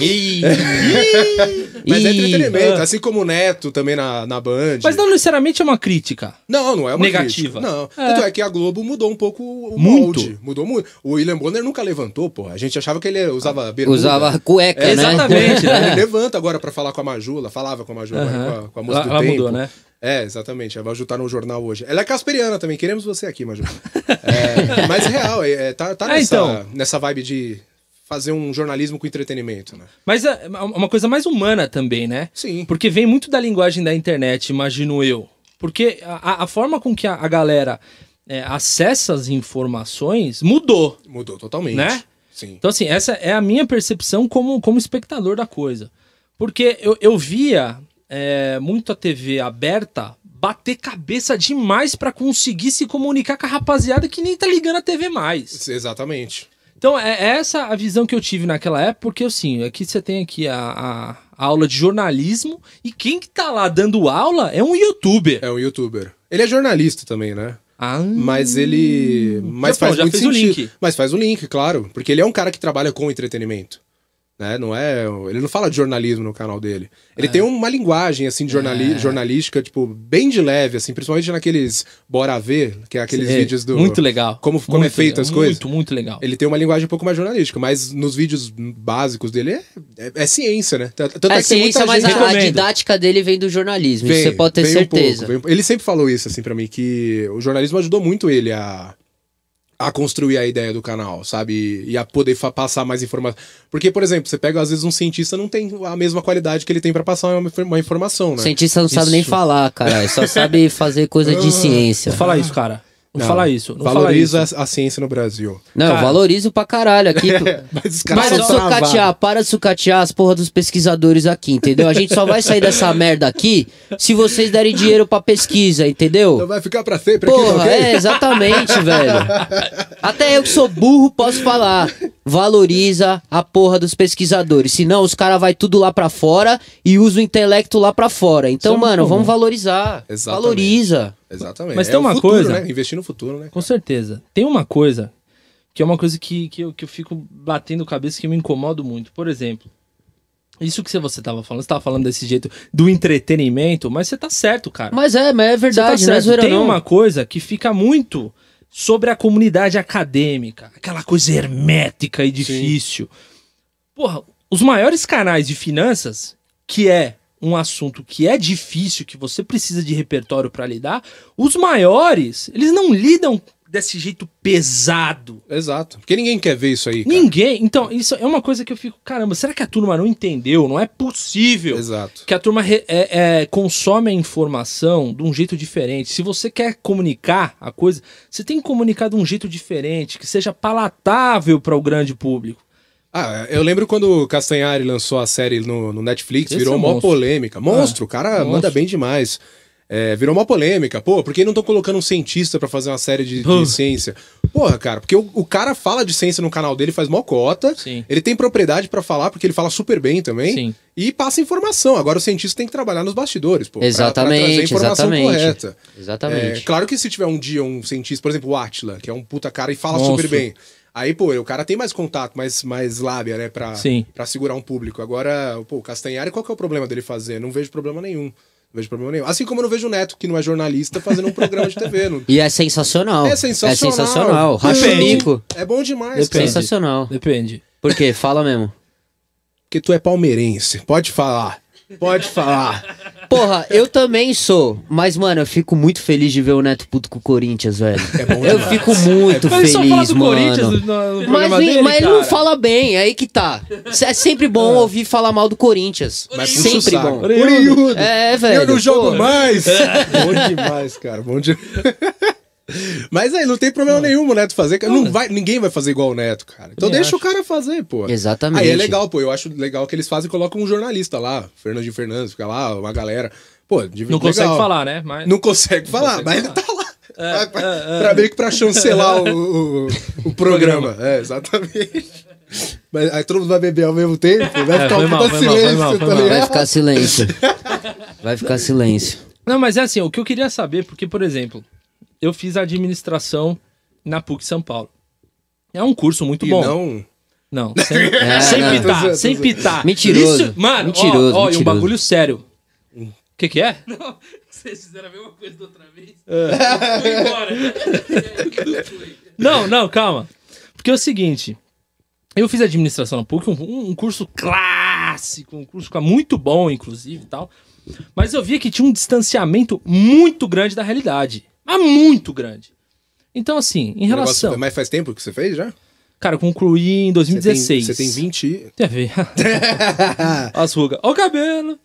Speaker 3: Mas é
Speaker 4: Ih,
Speaker 3: entretenimento,
Speaker 1: ah.
Speaker 3: assim como o Neto também na, na Band.
Speaker 1: mas não necessariamente é uma crítica.
Speaker 3: Não, não é uma
Speaker 1: Negativa.
Speaker 3: crítica. Não.
Speaker 1: É.
Speaker 3: Tanto é que a Globo mudou um pouco o
Speaker 1: Muito.
Speaker 3: molde. Mudou muito. O William Bonner nunca levantou, pô. A gente achava que ele usava bermuda.
Speaker 4: Ah,
Speaker 3: É,
Speaker 4: Usava cueca, né?
Speaker 1: Exatamente, né?
Speaker 3: Ele levanta agora pra falar com a Majula, falava com a Majula,
Speaker 1: Aham.
Speaker 3: com, a, com a moça
Speaker 1: Ela-
Speaker 3: do
Speaker 1: ela
Speaker 3: tempo.
Speaker 1: mudou, né?
Speaker 3: É, exatamente. Ela vai juntar no jornal hoje. Ela é casperiana também, queremos você aqui, Majula. É, mas é real, é, é, tá, tá
Speaker 1: É,
Speaker 3: nessa,
Speaker 1: então.
Speaker 3: nessa vibe de fazer um jornalismo com entretenimento, né?
Speaker 1: Mas é é uma coisa mais humana também, né?
Speaker 3: Sim.
Speaker 1: Porque vem muito da linguagem da internet, imagino eu. Porque a, a forma com que a, a galera é, acessa as informações mudou.
Speaker 3: Mudou totalmente.
Speaker 1: Né?
Speaker 3: Sim.
Speaker 1: Então, assim, essa é a minha percepção como, como espectador da coisa. Porque eu, eu via é, muito a TV aberta bater cabeça demais pra conseguir se comunicar com a rapaziada que nem tá ligando a TV mais.
Speaker 3: Exatamente.
Speaker 1: Então, é é essa a visão que eu tive naquela época, porque, assim, aqui você tem aqui a, a- a aula de jornalismo e quem que tá lá dando aula é um youtuber.
Speaker 3: É um youtuber. Ele é jornalista também, né?
Speaker 1: Ah,
Speaker 3: Mas ele. Mas
Speaker 1: Hum. Já
Speaker 3: faz
Speaker 1: falou, já
Speaker 3: muito
Speaker 1: fez o
Speaker 3: sentido.
Speaker 1: link.
Speaker 3: Mas faz o link, claro. Porque ele é um cara que trabalha com entretenimento. Né? Não é, ele não fala de jornalismo no canal dele.
Speaker 1: É.
Speaker 3: Ele tem uma linguagem assim de jornali- jornalística, tipo, bem de leve, assim, principalmente naqueles Bora Ver, que é aqueles
Speaker 1: é,
Speaker 3: vídeos do.
Speaker 1: Muito legal.
Speaker 3: Como, como é
Speaker 1: Muito
Speaker 3: feito
Speaker 1: legal,
Speaker 3: as coisas.
Speaker 1: Muito, muito legal.
Speaker 3: Ele tem uma linguagem um pouco mais jornalística, mas nos vídeos básicos dele é, é- é ciência, né? Tanto que
Speaker 4: É
Speaker 3: tem muita
Speaker 4: ciência, mas
Speaker 3: gente-
Speaker 4: a, a
Speaker 1: Recomendo.
Speaker 4: didática dele vem do jornalismo, isso
Speaker 3: Vem,
Speaker 4: você pode ter
Speaker 3: vem um
Speaker 4: certeza.
Speaker 3: pouco, vem- ele sempre falou isso, assim, pra mim, que o jornalismo ajudou muito ele a, a construir a ideia do canal, sabe? E a poder fa- passar mais informação. Porque, por exemplo, você pega, às vezes, um cientista não tem a mesma qualidade que ele tem pra passar uma, infor- uma informação,
Speaker 4: o
Speaker 3: né?
Speaker 4: cientista não sabe nem
Speaker 1: Isso.
Speaker 4: falar, cara, só sabe fazer coisa de ciência.
Speaker 1: Não fala isso, cara. Não, fala isso. Não fala isso.
Speaker 3: valoriza a- a ciência no Brasil.
Speaker 4: Não, eu
Speaker 1: Cara.
Speaker 4: valorizo pra caralho aqui.
Speaker 3: Mas os caras "Ah,
Speaker 4: Para de
Speaker 3: são travados.
Speaker 4: sucatear, para de sucatear as porra dos pesquisadores aqui, entendeu? A gente só vai sair dessa merda aqui se vocês derem dinheiro pra pesquisa,
Speaker 3: Então
Speaker 4: entendeu?
Speaker 3: vai ficar pra sempre aqui, tá
Speaker 4: Porra,
Speaker 3: ok?
Speaker 4: é, exatamente, velho. Até eu que sou burro posso falar. Valoriza a porra dos pesquisadores. Senão os caras vai tudo lá pra fora e usa o intelecto lá pra fora. Então,
Speaker 1: Isso é muito
Speaker 4: mano,
Speaker 1: comum.
Speaker 4: vamos valorizar.
Speaker 3: Exatamente.
Speaker 4: Valoriza.
Speaker 3: Exatamente.
Speaker 1: Mas
Speaker 3: É
Speaker 1: tem
Speaker 3: o
Speaker 1: uma
Speaker 3: futuro,
Speaker 1: coisa-
Speaker 3: Né? Investir no futuro, né?
Speaker 1: Com certeza. Tem uma coisa que é uma coisa que, que, eu, que eu fico batendo cabeça que eu me incomodo muito. Por exemplo, isso que você tava falando, você tava falando desse jeito do entretenimento, mas você tá certo, cara.
Speaker 4: Mas é, mas
Speaker 1: Você
Speaker 4: é
Speaker 1: tá
Speaker 4: verdade, não é
Speaker 1: certo.
Speaker 4: zoeira
Speaker 1: Tem
Speaker 4: não.
Speaker 1: uma coisa que fica muito sobre a comunidade acadêmica, aquela coisa hermética e difícil. Porra, os maiores canais de finanças, que é um assunto que é difícil, que você precisa de repertório pra lidar, os maiores, eles não lidam desse jeito pesado.
Speaker 3: Exato. Porque ninguém quer ver isso aí. cara.
Speaker 1: Ninguém. Então, isso é uma coisa que eu fico, caramba, será que a turma não entendeu? Não é possível
Speaker 3: Exato.
Speaker 1: que a turma re- é- é, consome a informação de um jeito diferente. Se você quer comunicar a coisa, você tem que comunicar de um jeito diferente, que seja palatável para o grande público.
Speaker 3: Ah, eu lembro quando o Castanhari lançou a série no, no Netflix,
Speaker 1: Esse
Speaker 3: virou
Speaker 1: é um
Speaker 3: mó
Speaker 1: monstro. Ah,
Speaker 3: polêmica. Monstro, o cara
Speaker 1: monstro.
Speaker 3: manda bem demais. É, virou mó polêmica. Pô, por que não estão colocando um cientista pra fazer uma série de, de
Speaker 1: Puh.
Speaker 3: ciência? Porra, cara, porque o, o cara fala de ciência no canal dele, faz mó cota.
Speaker 1: Sim.
Speaker 3: Ele tem propriedade pra falar, porque ele fala super bem também.
Speaker 1: Sim.
Speaker 3: E passa informação. Agora o cientista tem que trabalhar nos bastidores, pô. pra- pra trazer a
Speaker 4: Exatamente,
Speaker 3: informação
Speaker 4: exatamente.
Speaker 3: correta. É,
Speaker 4: Exatamente.
Speaker 3: claro que se tiver um dia um cientista, por exemplo, o Atila, que é um puta cara e fala
Speaker 1: Monstro.
Speaker 3: super bem. Aí, pô, o cara tem mais contato, mais, mais lábia, né, pra,
Speaker 1: Sim.
Speaker 3: pra segurar um público. Agora, pô, o Castanhari, qual que é o problema dele fazer? Não vejo problema nenhum. Não vejo problema nenhum. Assim como eu não vejo o Neto, que não é jornalista, fazendo um programa de TV. Não...
Speaker 4: E é sensacional.
Speaker 3: É sensacional.
Speaker 4: É sensacional. Racha o
Speaker 1: Depende.
Speaker 4: bico.
Speaker 3: É bom demais,
Speaker 1: Depende.
Speaker 3: cara.
Speaker 4: Sensacional.
Speaker 1: Depende.
Speaker 4: Por quê? Fala mesmo.
Speaker 3: Porque tu é palmeirense. Pode falar. Pode falar.
Speaker 4: Porra, eu também sou. Mas, mano, eu fico muito feliz de ver o Neto puto com o Corinthians, velho.
Speaker 3: É bom
Speaker 4: eu
Speaker 3: demais.
Speaker 4: fico muito
Speaker 1: É Mas ele só fala
Speaker 4: feliz,
Speaker 1: do Corinthians no,
Speaker 4: mano.
Speaker 1: no
Speaker 4: Mas,
Speaker 1: programa dele,
Speaker 4: mas ele não
Speaker 1: cara.
Speaker 4: fala bem, aí que tá. É sempre bom ouvir falar mal do Corinthians.
Speaker 3: Mas puxa o
Speaker 4: sempre
Speaker 3: saco.
Speaker 4: bom.
Speaker 1: Oriundo.
Speaker 3: Oriundo.
Speaker 4: É, velho.
Speaker 3: Eu não jogo
Speaker 4: pô.
Speaker 3: mais! bom demais, cara. Bom de... Mas aí, não tem problema nenhum o Neto fazer. cara. Não vai, ninguém vai fazer igual o Neto, cara. Então
Speaker 1: Também
Speaker 3: deixa
Speaker 1: acho.
Speaker 3: o cara fazer, pô.
Speaker 4: Exatamente.
Speaker 3: Aí é legal, pô. Eu acho legal que eles fazem e colocam um jornalista lá. Fernandinho Fernandes, fica lá, uma galera. Pô, de-
Speaker 1: Não consegue
Speaker 3: legal.
Speaker 1: falar, né? Mas...
Speaker 3: Não consegue falar,
Speaker 1: consegue É,
Speaker 3: mas ele tá lá. Vai pra, pra meio que pra chancelar o, o- o programa. É, exatamente. Mas aí todo mundo vai beber ao mesmo tempo, vai
Speaker 1: É,
Speaker 3: ficar
Speaker 1: foi
Speaker 3: um
Speaker 1: mal,
Speaker 3: puta
Speaker 1: foi mal, foi
Speaker 3: silêncio,
Speaker 1: mal, foi
Speaker 3: tá
Speaker 1: mal.
Speaker 3: ligado?
Speaker 4: Vai ficar silêncio. Vai ficar silêncio.
Speaker 1: Não, mas é assim, o que eu queria saber, porque, por exemplo, eu fiz administração na PUC São Paulo. É um curso muito
Speaker 3: E
Speaker 1: bom.
Speaker 3: não...
Speaker 1: Não, sem,
Speaker 4: É,
Speaker 1: sem
Speaker 4: não.
Speaker 1: pitar,
Speaker 3: Tô zoando,
Speaker 1: sem
Speaker 3: tô zoando.
Speaker 1: pitar.
Speaker 4: Mentiroso,
Speaker 1: Isso, mano,
Speaker 4: mentiroso,
Speaker 1: ó, ó, e um
Speaker 4: mentiroso.
Speaker 1: bagulho sério.
Speaker 3: Hum.
Speaker 1: O que que é?
Speaker 2: Não, vocês fizeram a mesma coisa da outra vez. Fui embora.
Speaker 1: Não, não, calma. Porque é o seguinte, eu fiz administração na PUC, um, um curso clássico, um curso muito bom, inclusive, e tal. Mas eu via que tinha um distanciamento muito grande da realidade. Mas muito grande. Então, assim, em
Speaker 3: O negócio-
Speaker 1: relação...
Speaker 3: mas faz tempo que você fez já?
Speaker 1: Cara, eu concluí em 2016.
Speaker 3: Você tem, você tem 20.
Speaker 1: Tem a ver. As rugas. Ó o cabelo.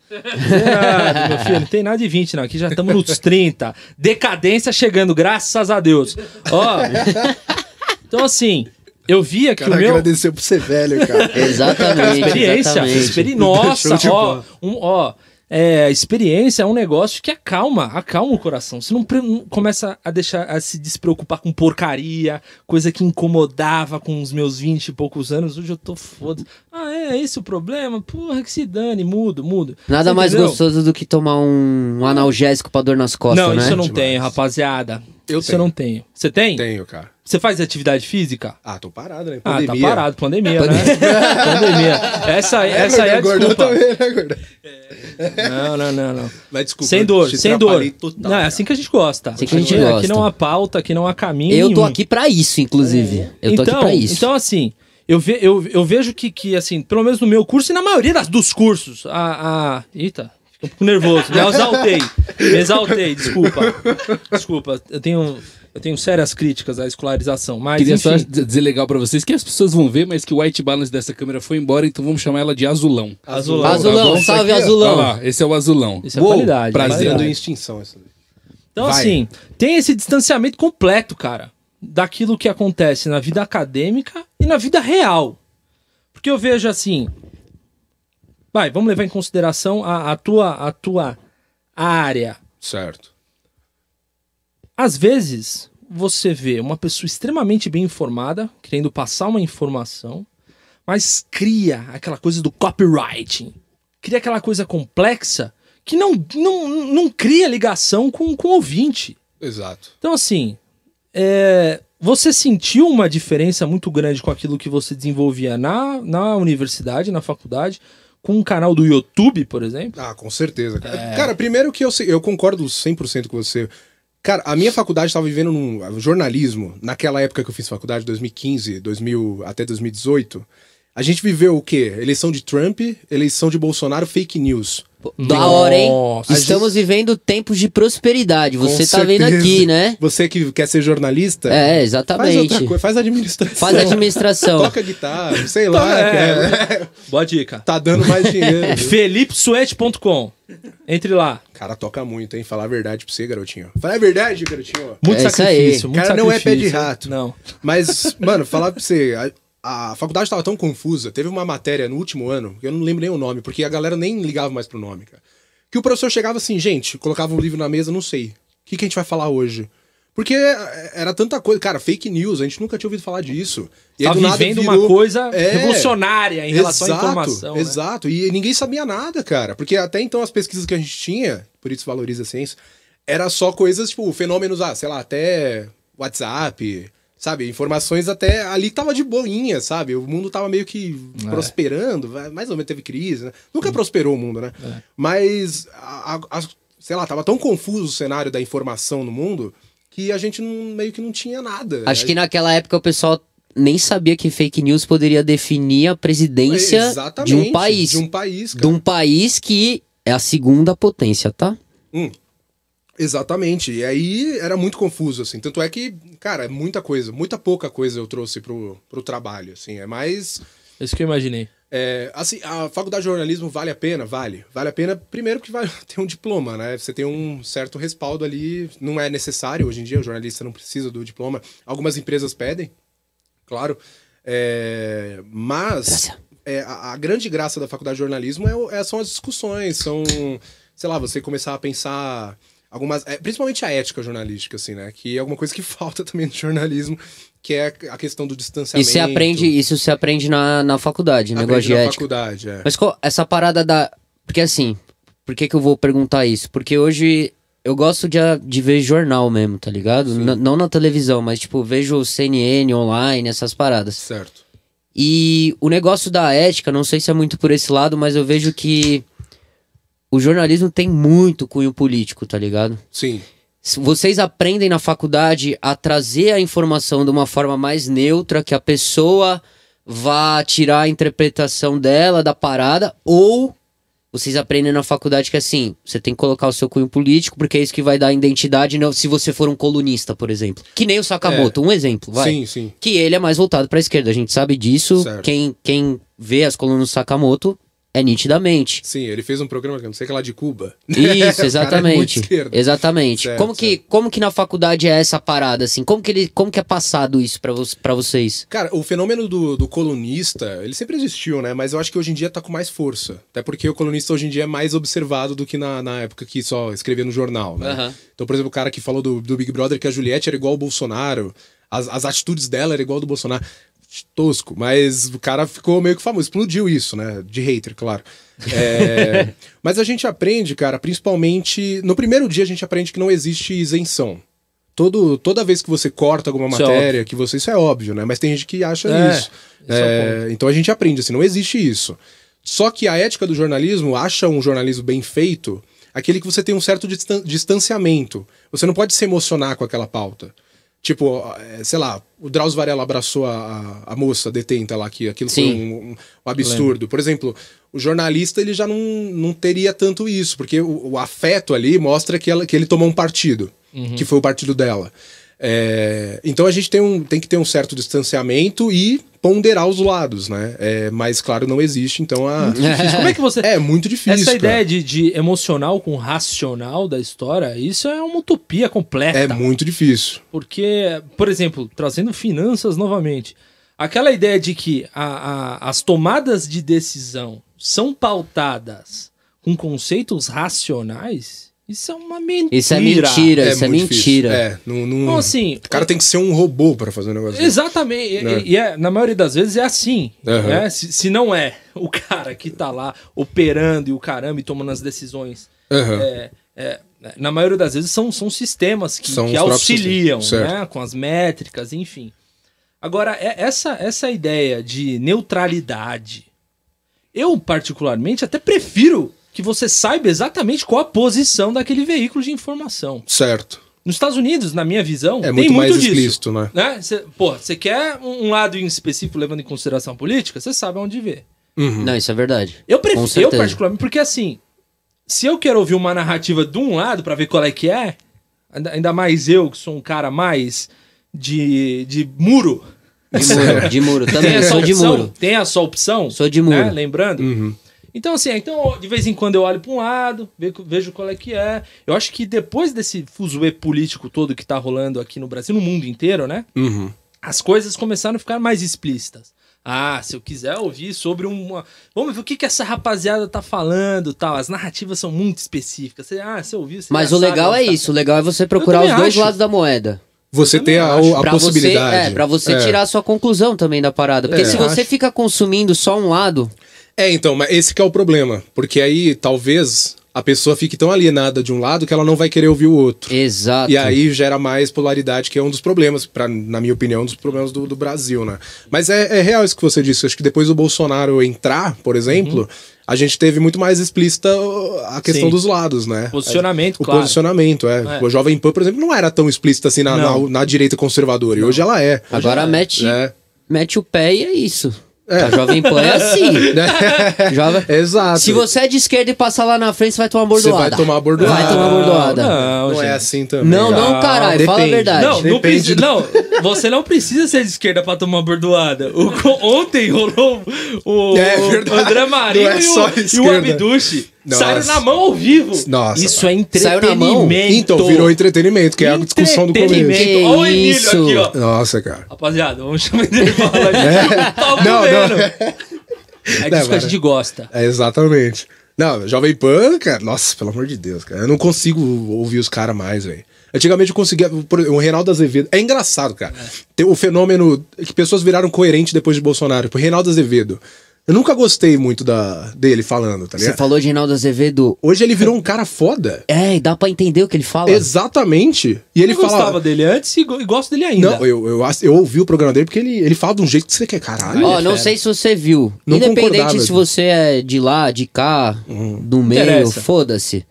Speaker 1: Zerado, meu filho. Não tem nada de 20, não. Aqui já estamos nos 30. Decadência chegando, graças a Deus. Ó. Então, assim, eu via que
Speaker 3: Cara,
Speaker 1: o meu.
Speaker 3: agradeceu por ser velho, cara.
Speaker 4: Exatamente.
Speaker 1: Experiência.
Speaker 4: exatamente.
Speaker 1: Experi...
Speaker 3: Show
Speaker 1: Nossa,
Speaker 3: de
Speaker 1: ó.
Speaker 3: bola.
Speaker 1: um- ó é, experiência é um negócio que acalma, acalma o coração. Você não pre- não começa a deixar a se despreocupar com porcaria, coisa que incomodava com os meus 20 e poucos anos. Hoje eu tô foda. Ah, é, é esse o problema? Porra, que se dane, mudo, mudo.
Speaker 4: Nada
Speaker 1: Você
Speaker 4: mais
Speaker 1: entendeu?
Speaker 4: gostoso do que tomar um, um analgésico pra dor nas costas,
Speaker 1: Não,
Speaker 4: né?
Speaker 1: isso eu não
Speaker 3: Demais.
Speaker 1: tenho, rapaziada.
Speaker 3: Eu
Speaker 1: isso
Speaker 3: tenho.
Speaker 1: eu não tenho. Você tem?
Speaker 3: Tenho, cara.
Speaker 1: Você faz atividade física?
Speaker 3: Ah, tô parado, né?
Speaker 1: Ah,
Speaker 3: Pandemia.
Speaker 1: tá parado, pandemia, né? pandemia. Essa,
Speaker 3: É,
Speaker 1: essa aí é a
Speaker 3: gordão
Speaker 1: desculpa.
Speaker 3: também, né, gordão?
Speaker 1: Não, não, não, não.
Speaker 3: Mas desculpa.
Speaker 1: sem dor,
Speaker 3: te
Speaker 1: sem dor.
Speaker 3: atrapalhei total,
Speaker 1: não, é
Speaker 3: cara.
Speaker 1: assim que a gente gosta.
Speaker 4: Assim que a gente
Speaker 1: aqui,
Speaker 4: gosta.
Speaker 1: Aqui não há pauta, aqui não há caminho.
Speaker 4: Eu tô
Speaker 1: nenhum.
Speaker 4: aqui pra isso, inclusive. Eu tô
Speaker 1: então,
Speaker 4: aqui pra isso.
Speaker 1: Então, assim, eu, ve- eu, eu vejo que, que, assim, pelo menos no meu curso e na maioria das- dos cursos, a. a... Eita, fiquei um pouco nervoso. Me exaltei. Me exaltei, desculpa. Desculpa, eu tenho. Eu tenho sérias críticas à escolarização, mas
Speaker 2: Queria só
Speaker 1: enfim,
Speaker 2: d- dizer legal pra vocês que as pessoas vão ver, mas que o white balance dessa câmera foi embora, então vamos chamar ela de azulão.
Speaker 1: azulão.
Speaker 4: Azulão,
Speaker 3: Tá bom,
Speaker 4: salve
Speaker 3: isso aqui, ó.
Speaker 2: Olha
Speaker 4: Azulão.
Speaker 2: lá, esse é o azulão.
Speaker 1: Isso é
Speaker 4: Uou,
Speaker 1: qualidade.
Speaker 2: prazer
Speaker 1: qualidade.
Speaker 3: Entrando em extinção isso. daí.
Speaker 1: Então,
Speaker 3: Vai.
Speaker 1: assim, tem esse distanciamento completo, cara, daquilo que acontece na vida acadêmica e na vida real. Porque eu vejo assim. Vai, vamos levar em consideração a, a tua, a tua área.
Speaker 3: Certo.
Speaker 1: Às vezes, você vê uma pessoa extremamente bem informada, querendo passar uma informação, mas cria aquela coisa do copywriting. Cria aquela coisa complexa que não, não, não cria ligação com, com o ouvinte.
Speaker 3: Exato.
Speaker 1: Então, assim, é, você sentiu uma diferença muito grande com aquilo que você desenvolvia na, na universidade, na faculdade, com um canal do YouTube, por exemplo?
Speaker 3: Ah, com certeza, cara.
Speaker 4: É.
Speaker 3: Cara, primeiro que eu, sei- eu concordo 100% com você. Cara, a minha faculdade estava vivendo num jornalismo, naquela época que eu fiz faculdade, 2015, 2000 até 2018. A gente viveu o quê? Eleição de Trump, eleição de Bolsonaro, fake news.
Speaker 4: Pô, Da hora, hein?
Speaker 1: Nossa.
Speaker 4: Estamos vivendo tempos de prosperidade. Você
Speaker 3: Com
Speaker 4: tá vendo
Speaker 3: certeza.
Speaker 4: aqui, né?
Speaker 3: Você que quer ser jornalista,
Speaker 4: É,
Speaker 3: faz outra
Speaker 4: exatamente.
Speaker 3: coisa, faz administração.
Speaker 4: Faz administração.
Speaker 3: Toca guitarra, sei lá.
Speaker 1: Tá, é.
Speaker 3: quer-
Speaker 1: Boa dica.
Speaker 3: tá dando mais dinheiro. viu?
Speaker 1: FelipeSuete.com. Entre lá.
Speaker 3: cara toca muito, hein? Falar a verdade pra você, garotinho. Falar a verdade, garotinho.
Speaker 1: Muito
Speaker 4: É isso
Speaker 1: sacrifício.
Speaker 4: aí.
Speaker 1: Muito
Speaker 3: Cara, não é
Speaker 1: sacrifício.
Speaker 3: pé de rato.
Speaker 1: Não.
Speaker 3: Mas, mano, falar pra você, a, a faculdade tava tão confusa. Teve uma matéria no último ano, que eu não lembro nem o nome, porque a galera nem ligava mais pro nome, cara. Que o professor chegava assim, gente, colocava um livro na mesa, não sei. O que, que a gente vai falar hoje? Porque é, era tanta coisa, cara, fake news, a gente nunca tinha ouvido falar disso. E aí,
Speaker 1: Tá
Speaker 3: do nada,
Speaker 1: vivendo
Speaker 3: virou-
Speaker 1: uma coisa
Speaker 3: É.
Speaker 1: revolucionária em relação à informação. né?
Speaker 3: Exato, e ninguém sabia nada, cara. Porque até então as pesquisas que a gente tinha, por isso valoriza a ciência, era só coisas, tipo, fenômenos, ah, sei lá, até WhatsApp, sabe? Informações até ali tava de boinha, sabe? O mundo tava meio que
Speaker 1: É.
Speaker 3: prosperando, vai- mais ou menos teve crise, né?
Speaker 1: Hum.
Speaker 3: Nunca prosperou o mundo, né?
Speaker 1: É.
Speaker 3: Mas, a- a- as- sei lá, tava tão confuso o cenário da informação no mundo que a gente não- meio que não tinha nada. É,
Speaker 4: Acho
Speaker 3: A
Speaker 4: que naquela época o pessoal nem sabia que fake news poderia definir a presidência de um
Speaker 3: tipo, Exatamente,
Speaker 4: país.
Speaker 3: De um país, cara.
Speaker 4: de um país que é a segunda potência, tá?
Speaker 3: Exatamente. E aí era muito confuso, assim. Tanto é que, cara, é muita coisa, muita pouca coisa eu trouxe pro, pro trabalho, assim. É mais.
Speaker 1: Isso que eu imaginei.
Speaker 3: é, assim, a faculdade de jornalismo vale a pena? Vale. Vale a pena, primeiro, porque vai ter um diploma, né? Você tem um certo respaldo ali. Não é necessário hoje em dia, o jornalista não precisa do diploma. Algumas empresas pedem, claro. É, mas
Speaker 4: Graça.
Speaker 3: é, a, a grande graça da faculdade de jornalismo é, o- é- são as discussões, são, sei lá, você começar a pensar algumas, é, principalmente a ética jornalística, assim, né? Que é alguma coisa que falta também no jornalismo, que é a questão do distanciamento.
Speaker 4: Isso você aprende, isso você aprende na, na faculdade,
Speaker 3: aprende
Speaker 4: negócio de
Speaker 3: na
Speaker 4: ética.
Speaker 3: faculdade, é.
Speaker 4: Mas qual- essa parada da. Porque assim, por que, que eu vou perguntar isso? Porque hoje eu gosto de, a- de ver jornal mesmo, tá ligado? N- não na televisão, mas tipo, vejo CNN online, essas paradas.
Speaker 3: Certo.
Speaker 4: E o negócio da ética, não sei se é muito por esse lado, mas eu vejo que o jornalismo tem muito cunho político, tá ligado?
Speaker 3: Sim.
Speaker 4: Se Vocês aprendem na faculdade a trazer a informação de uma forma mais neutra, que a pessoa vá tirar a interpretação dela da parada, ou vocês aprendem na faculdade que assim, você tem que colocar o seu cunho político, porque é isso que vai dar identidade não- se você for um colunista, por exemplo. Que nem o Sakamoto, um exemplo, vai.
Speaker 3: É. Sim, sim.
Speaker 4: Que ele é mais voltado pra esquerda, a gente sabe disso.
Speaker 3: Certo.
Speaker 4: Quem, quem vê as colunas do Sakamoto é nitidamente.
Speaker 3: Sim, ele fez um programa que eu não sei que é lá de Cuba.
Speaker 4: Isso,
Speaker 3: Cara, é muito
Speaker 4: exatamente.
Speaker 3: esquerdo.
Speaker 4: exatamente.
Speaker 3: Certo,
Speaker 4: como que como que na faculdade é essa parada assim? Como que ele como que é passado isso pra vo para vocês?
Speaker 3: Cara, o fenômeno do, do colunista, ele sempre existiu, né? Mas eu acho que hoje em dia tá com mais força. Até porque o colunista hoje em dia é mais observado do que na, na época que só escrevia no jornal, né?
Speaker 4: Aham.
Speaker 3: Então, por exemplo, o cara que falou do, do Big Brother que a Juliette era igual ao Bolsonaro, as, as atitudes dela eram igual ao do Bolsonaro. Tosco, mas o cara ficou meio que famoso, explodiu isso, né? De hater, claro. É, mas a gente aprende, cara, principalmente. No primeiro dia a gente aprende que não existe isenção. Todo, toda vez que você corta alguma
Speaker 1: Isso é
Speaker 3: matéria, que você. Isso é óbvio, né? Mas tem gente que acha
Speaker 1: É,
Speaker 3: isso.
Speaker 1: esse é o
Speaker 3: É, então a gente aprende, assim, não existe isso. Só que a ética do jornalismo acha um jornalismo bem feito aquele que você tem um certo distan- distanciamento. Você não pode se emocionar com aquela pauta. Tipo, eh, sei lá, o Drauzio Varela abraçou a, a- a moça detenta lá, que aquilo foi
Speaker 4: Sim.
Speaker 3: um, um- um absurdo. Por exemplo, o jornalista ele já não, não teria tanto isso, porque o, o afeto ali mostra que, ela, que ele tomou um partido,
Speaker 1: Uhum.
Speaker 3: que foi o partido dela. É, então a gente tem, um, tem que ter um certo distanciamento e ponderar os lados, né? É, mas claro, não existe, então a.
Speaker 1: Difícil. Como é que você.
Speaker 3: É muito difícil.
Speaker 1: Essa
Speaker 3: cara.
Speaker 1: ideia de, de emocional com racional da história, isso é uma utopia completa.
Speaker 3: É muito difícil.
Speaker 1: Porque, por exemplo, trazendo finanças novamente, aquela ideia de que a- a- as tomadas de decisão são pautadas com conceitos racionais, isso é uma mentira.
Speaker 4: Isso é mentira, Hum. isso é,
Speaker 3: muito
Speaker 4: mentira.
Speaker 3: difícil. É, não, não-
Speaker 1: Então, assim,
Speaker 3: O cara tem que ser um robô pra fazer um negócio desse.
Speaker 1: Exatamente. E-
Speaker 3: Né?
Speaker 1: E, é- na maioria das vezes é assim.
Speaker 3: Aham.
Speaker 1: né? Se, se não é o cara que tá lá operando e o caramba e tomando as decisões.
Speaker 3: Aham.
Speaker 1: é, é, na maioria das vezes são, são sistemas que,
Speaker 3: São
Speaker 1: que
Speaker 3: os próprios
Speaker 1: auxiliam,
Speaker 3: sistemas,
Speaker 1: né? Com as métricas, enfim. Agora, é- essa, essa ideia de neutralidade, eu particularmente até prefiro que você saiba exatamente qual a posição daquele veículo de informação.
Speaker 3: Certo.
Speaker 1: Nos Estados Unidos, na minha visão,
Speaker 3: É
Speaker 1: tem
Speaker 3: muito
Speaker 1: muito,
Speaker 3: mais
Speaker 1: disso
Speaker 3: explícito, né?
Speaker 1: né? Cê, pô, você quer um, um lado em específico levando em consideração a política, você sabe aonde ver.
Speaker 3: Uhum.
Speaker 4: Não, isso é verdade.
Speaker 1: Eu
Speaker 4: Com
Speaker 1: prefiro, eu
Speaker 4: certeza.
Speaker 1: particularmente, porque assim, se eu quero ouvir uma narrativa de um lado pra ver qual é que é, ainda, ainda mais eu, que sou um cara mais de, de muro.
Speaker 4: De muro, de muro. Também
Speaker 1: tem
Speaker 4: eu
Speaker 1: essa
Speaker 4: sou de
Speaker 1: opção,
Speaker 4: muro.
Speaker 1: Tem essa opção.
Speaker 4: Sou de
Speaker 1: né,
Speaker 4: muro. Uhum.
Speaker 1: Lembrando? Então, assim, então, de vez em quando eu olho pra um lado, ve- vejo qual é que é. Eu acho que depois desse fuzuê político todo que tá rolando aqui no Brasil, no mundo inteiro, né?
Speaker 3: Uhum.
Speaker 1: as coisas começaram a ficar mais explícitas. Ah, se eu quiser ouvir sobre um, uma. Vamos ver o que, que essa rapaziada tá falando tal. As narrativas são muito específicas. Você- ah, você ouviu. Você
Speaker 4: Mas
Speaker 1: já
Speaker 4: o
Speaker 1: sabe
Speaker 4: legal
Speaker 1: onde
Speaker 4: é
Speaker 1: tá.
Speaker 4: isso. O legal é você procurar os
Speaker 1: também
Speaker 4: dois
Speaker 1: acho.
Speaker 4: lados da moeda.
Speaker 3: Você tem a,
Speaker 1: acho.
Speaker 3: a
Speaker 4: Pra você,
Speaker 3: possibilidade.
Speaker 4: é, pra você
Speaker 3: É.
Speaker 4: tirar a sua conclusão também da parada. Porque
Speaker 3: É,
Speaker 4: se você
Speaker 3: acho.
Speaker 4: fica consumindo só um lado,
Speaker 3: É, então, mas esse que é o problema. Porque aí, talvez, a pessoa fique tão alienada de um lado que ela não vai querer ouvir o outro.
Speaker 4: exato.
Speaker 3: E aí gera mais polaridade, que é um dos problemas, pra, na minha opinião, um dos problemas do, do Brasil, né? Mas é, é real isso que você disse. Acho que depois do Bolsonaro entrar, por
Speaker 4: Uhum.
Speaker 3: exemplo, a gente teve muito mais explícita uh, a questão
Speaker 1: Sim.
Speaker 3: dos lados, né?
Speaker 1: Posicionamento,
Speaker 3: O
Speaker 1: claro.
Speaker 3: posicionamento, é.
Speaker 1: É.
Speaker 3: O Jovem Pan, por exemplo, não era tão explícita assim na, na,
Speaker 1: Não.
Speaker 3: na direita conservadora. E hoje ela é.
Speaker 4: Agora mete,
Speaker 3: É.
Speaker 4: mete o pé e é isso. A Jovem Pan é assim.
Speaker 3: Né? É.
Speaker 4: Jovem...
Speaker 3: Exato.
Speaker 4: Se você é de esquerda e passar lá na frente, você vai tomar um
Speaker 3: Você vai
Speaker 4: bordoada.
Speaker 3: tomar bordoada.
Speaker 4: Vai tomar bordoada.
Speaker 1: Não,
Speaker 3: Não é
Speaker 1: gente.
Speaker 3: assim também.
Speaker 4: Não,
Speaker 3: cara.
Speaker 4: não, caralho, fala a
Speaker 3: Depende.
Speaker 4: verdade.
Speaker 1: Não, não,
Speaker 3: Depende
Speaker 1: preci- não, você não precisa ser de esquerda pra tomar bordoada. O co- ontem rolou o,
Speaker 3: É
Speaker 1: o
Speaker 3: verdade.
Speaker 1: André Marinho
Speaker 3: Não é
Speaker 1: e,
Speaker 3: só
Speaker 1: o, e o
Speaker 3: esquerda.
Speaker 1: Abduche.
Speaker 3: Nossa.
Speaker 1: Saíram na mão ao vivo.
Speaker 3: Nossa,
Speaker 1: Isso é
Speaker 4: Saiu
Speaker 1: entretenimento.
Speaker 4: na mão?
Speaker 3: Então, virou entretenimento, que é a discussão do começo.
Speaker 1: Entretenimento. Olha o Emílio
Speaker 4: Que
Speaker 1: aqui,
Speaker 4: isso.
Speaker 1: ó.
Speaker 3: Nossa, cara.
Speaker 1: Rapaziada, vamos chamar de nervola.
Speaker 3: É. Não,
Speaker 1: Não,
Speaker 3: não.
Speaker 1: não. É disso que a gente gosta.
Speaker 3: É, exatamente. Não, Jovem Pan, cara, nossa, pelo amor de Deus, cara. Eu não consigo ouvir os caras mais, velho. Antigamente eu conseguia. por- O Reinaldo Azevedo. É engraçado, cara. Tem o fenômeno que pessoas viraram coerentes depois de Bolsonaro. Tipo, Reinaldo Azevedo. Eu nunca gostei muito da, dele falando, tá
Speaker 4: Você
Speaker 3: ligado?
Speaker 4: falou de Reinaldo Azevedo.
Speaker 3: Hoje ele virou um cara foda.
Speaker 4: É, e dá pra entender o que ele fala.
Speaker 3: Exatamente. E ele
Speaker 1: eu gostava
Speaker 3: fala.
Speaker 1: dele antes e, go- e gosto dele ainda.
Speaker 3: Não, eu, eu, acho- eu ouvi o programa dele porque ele, ele fala de um jeito que você quer, caralho.
Speaker 4: Ó, não sei se você viu.
Speaker 3: Não concordava,
Speaker 4: Independente se
Speaker 3: Edu. Hum.
Speaker 4: você é de lá, de cá, do meio,
Speaker 1: interessa.
Speaker 4: foda-se.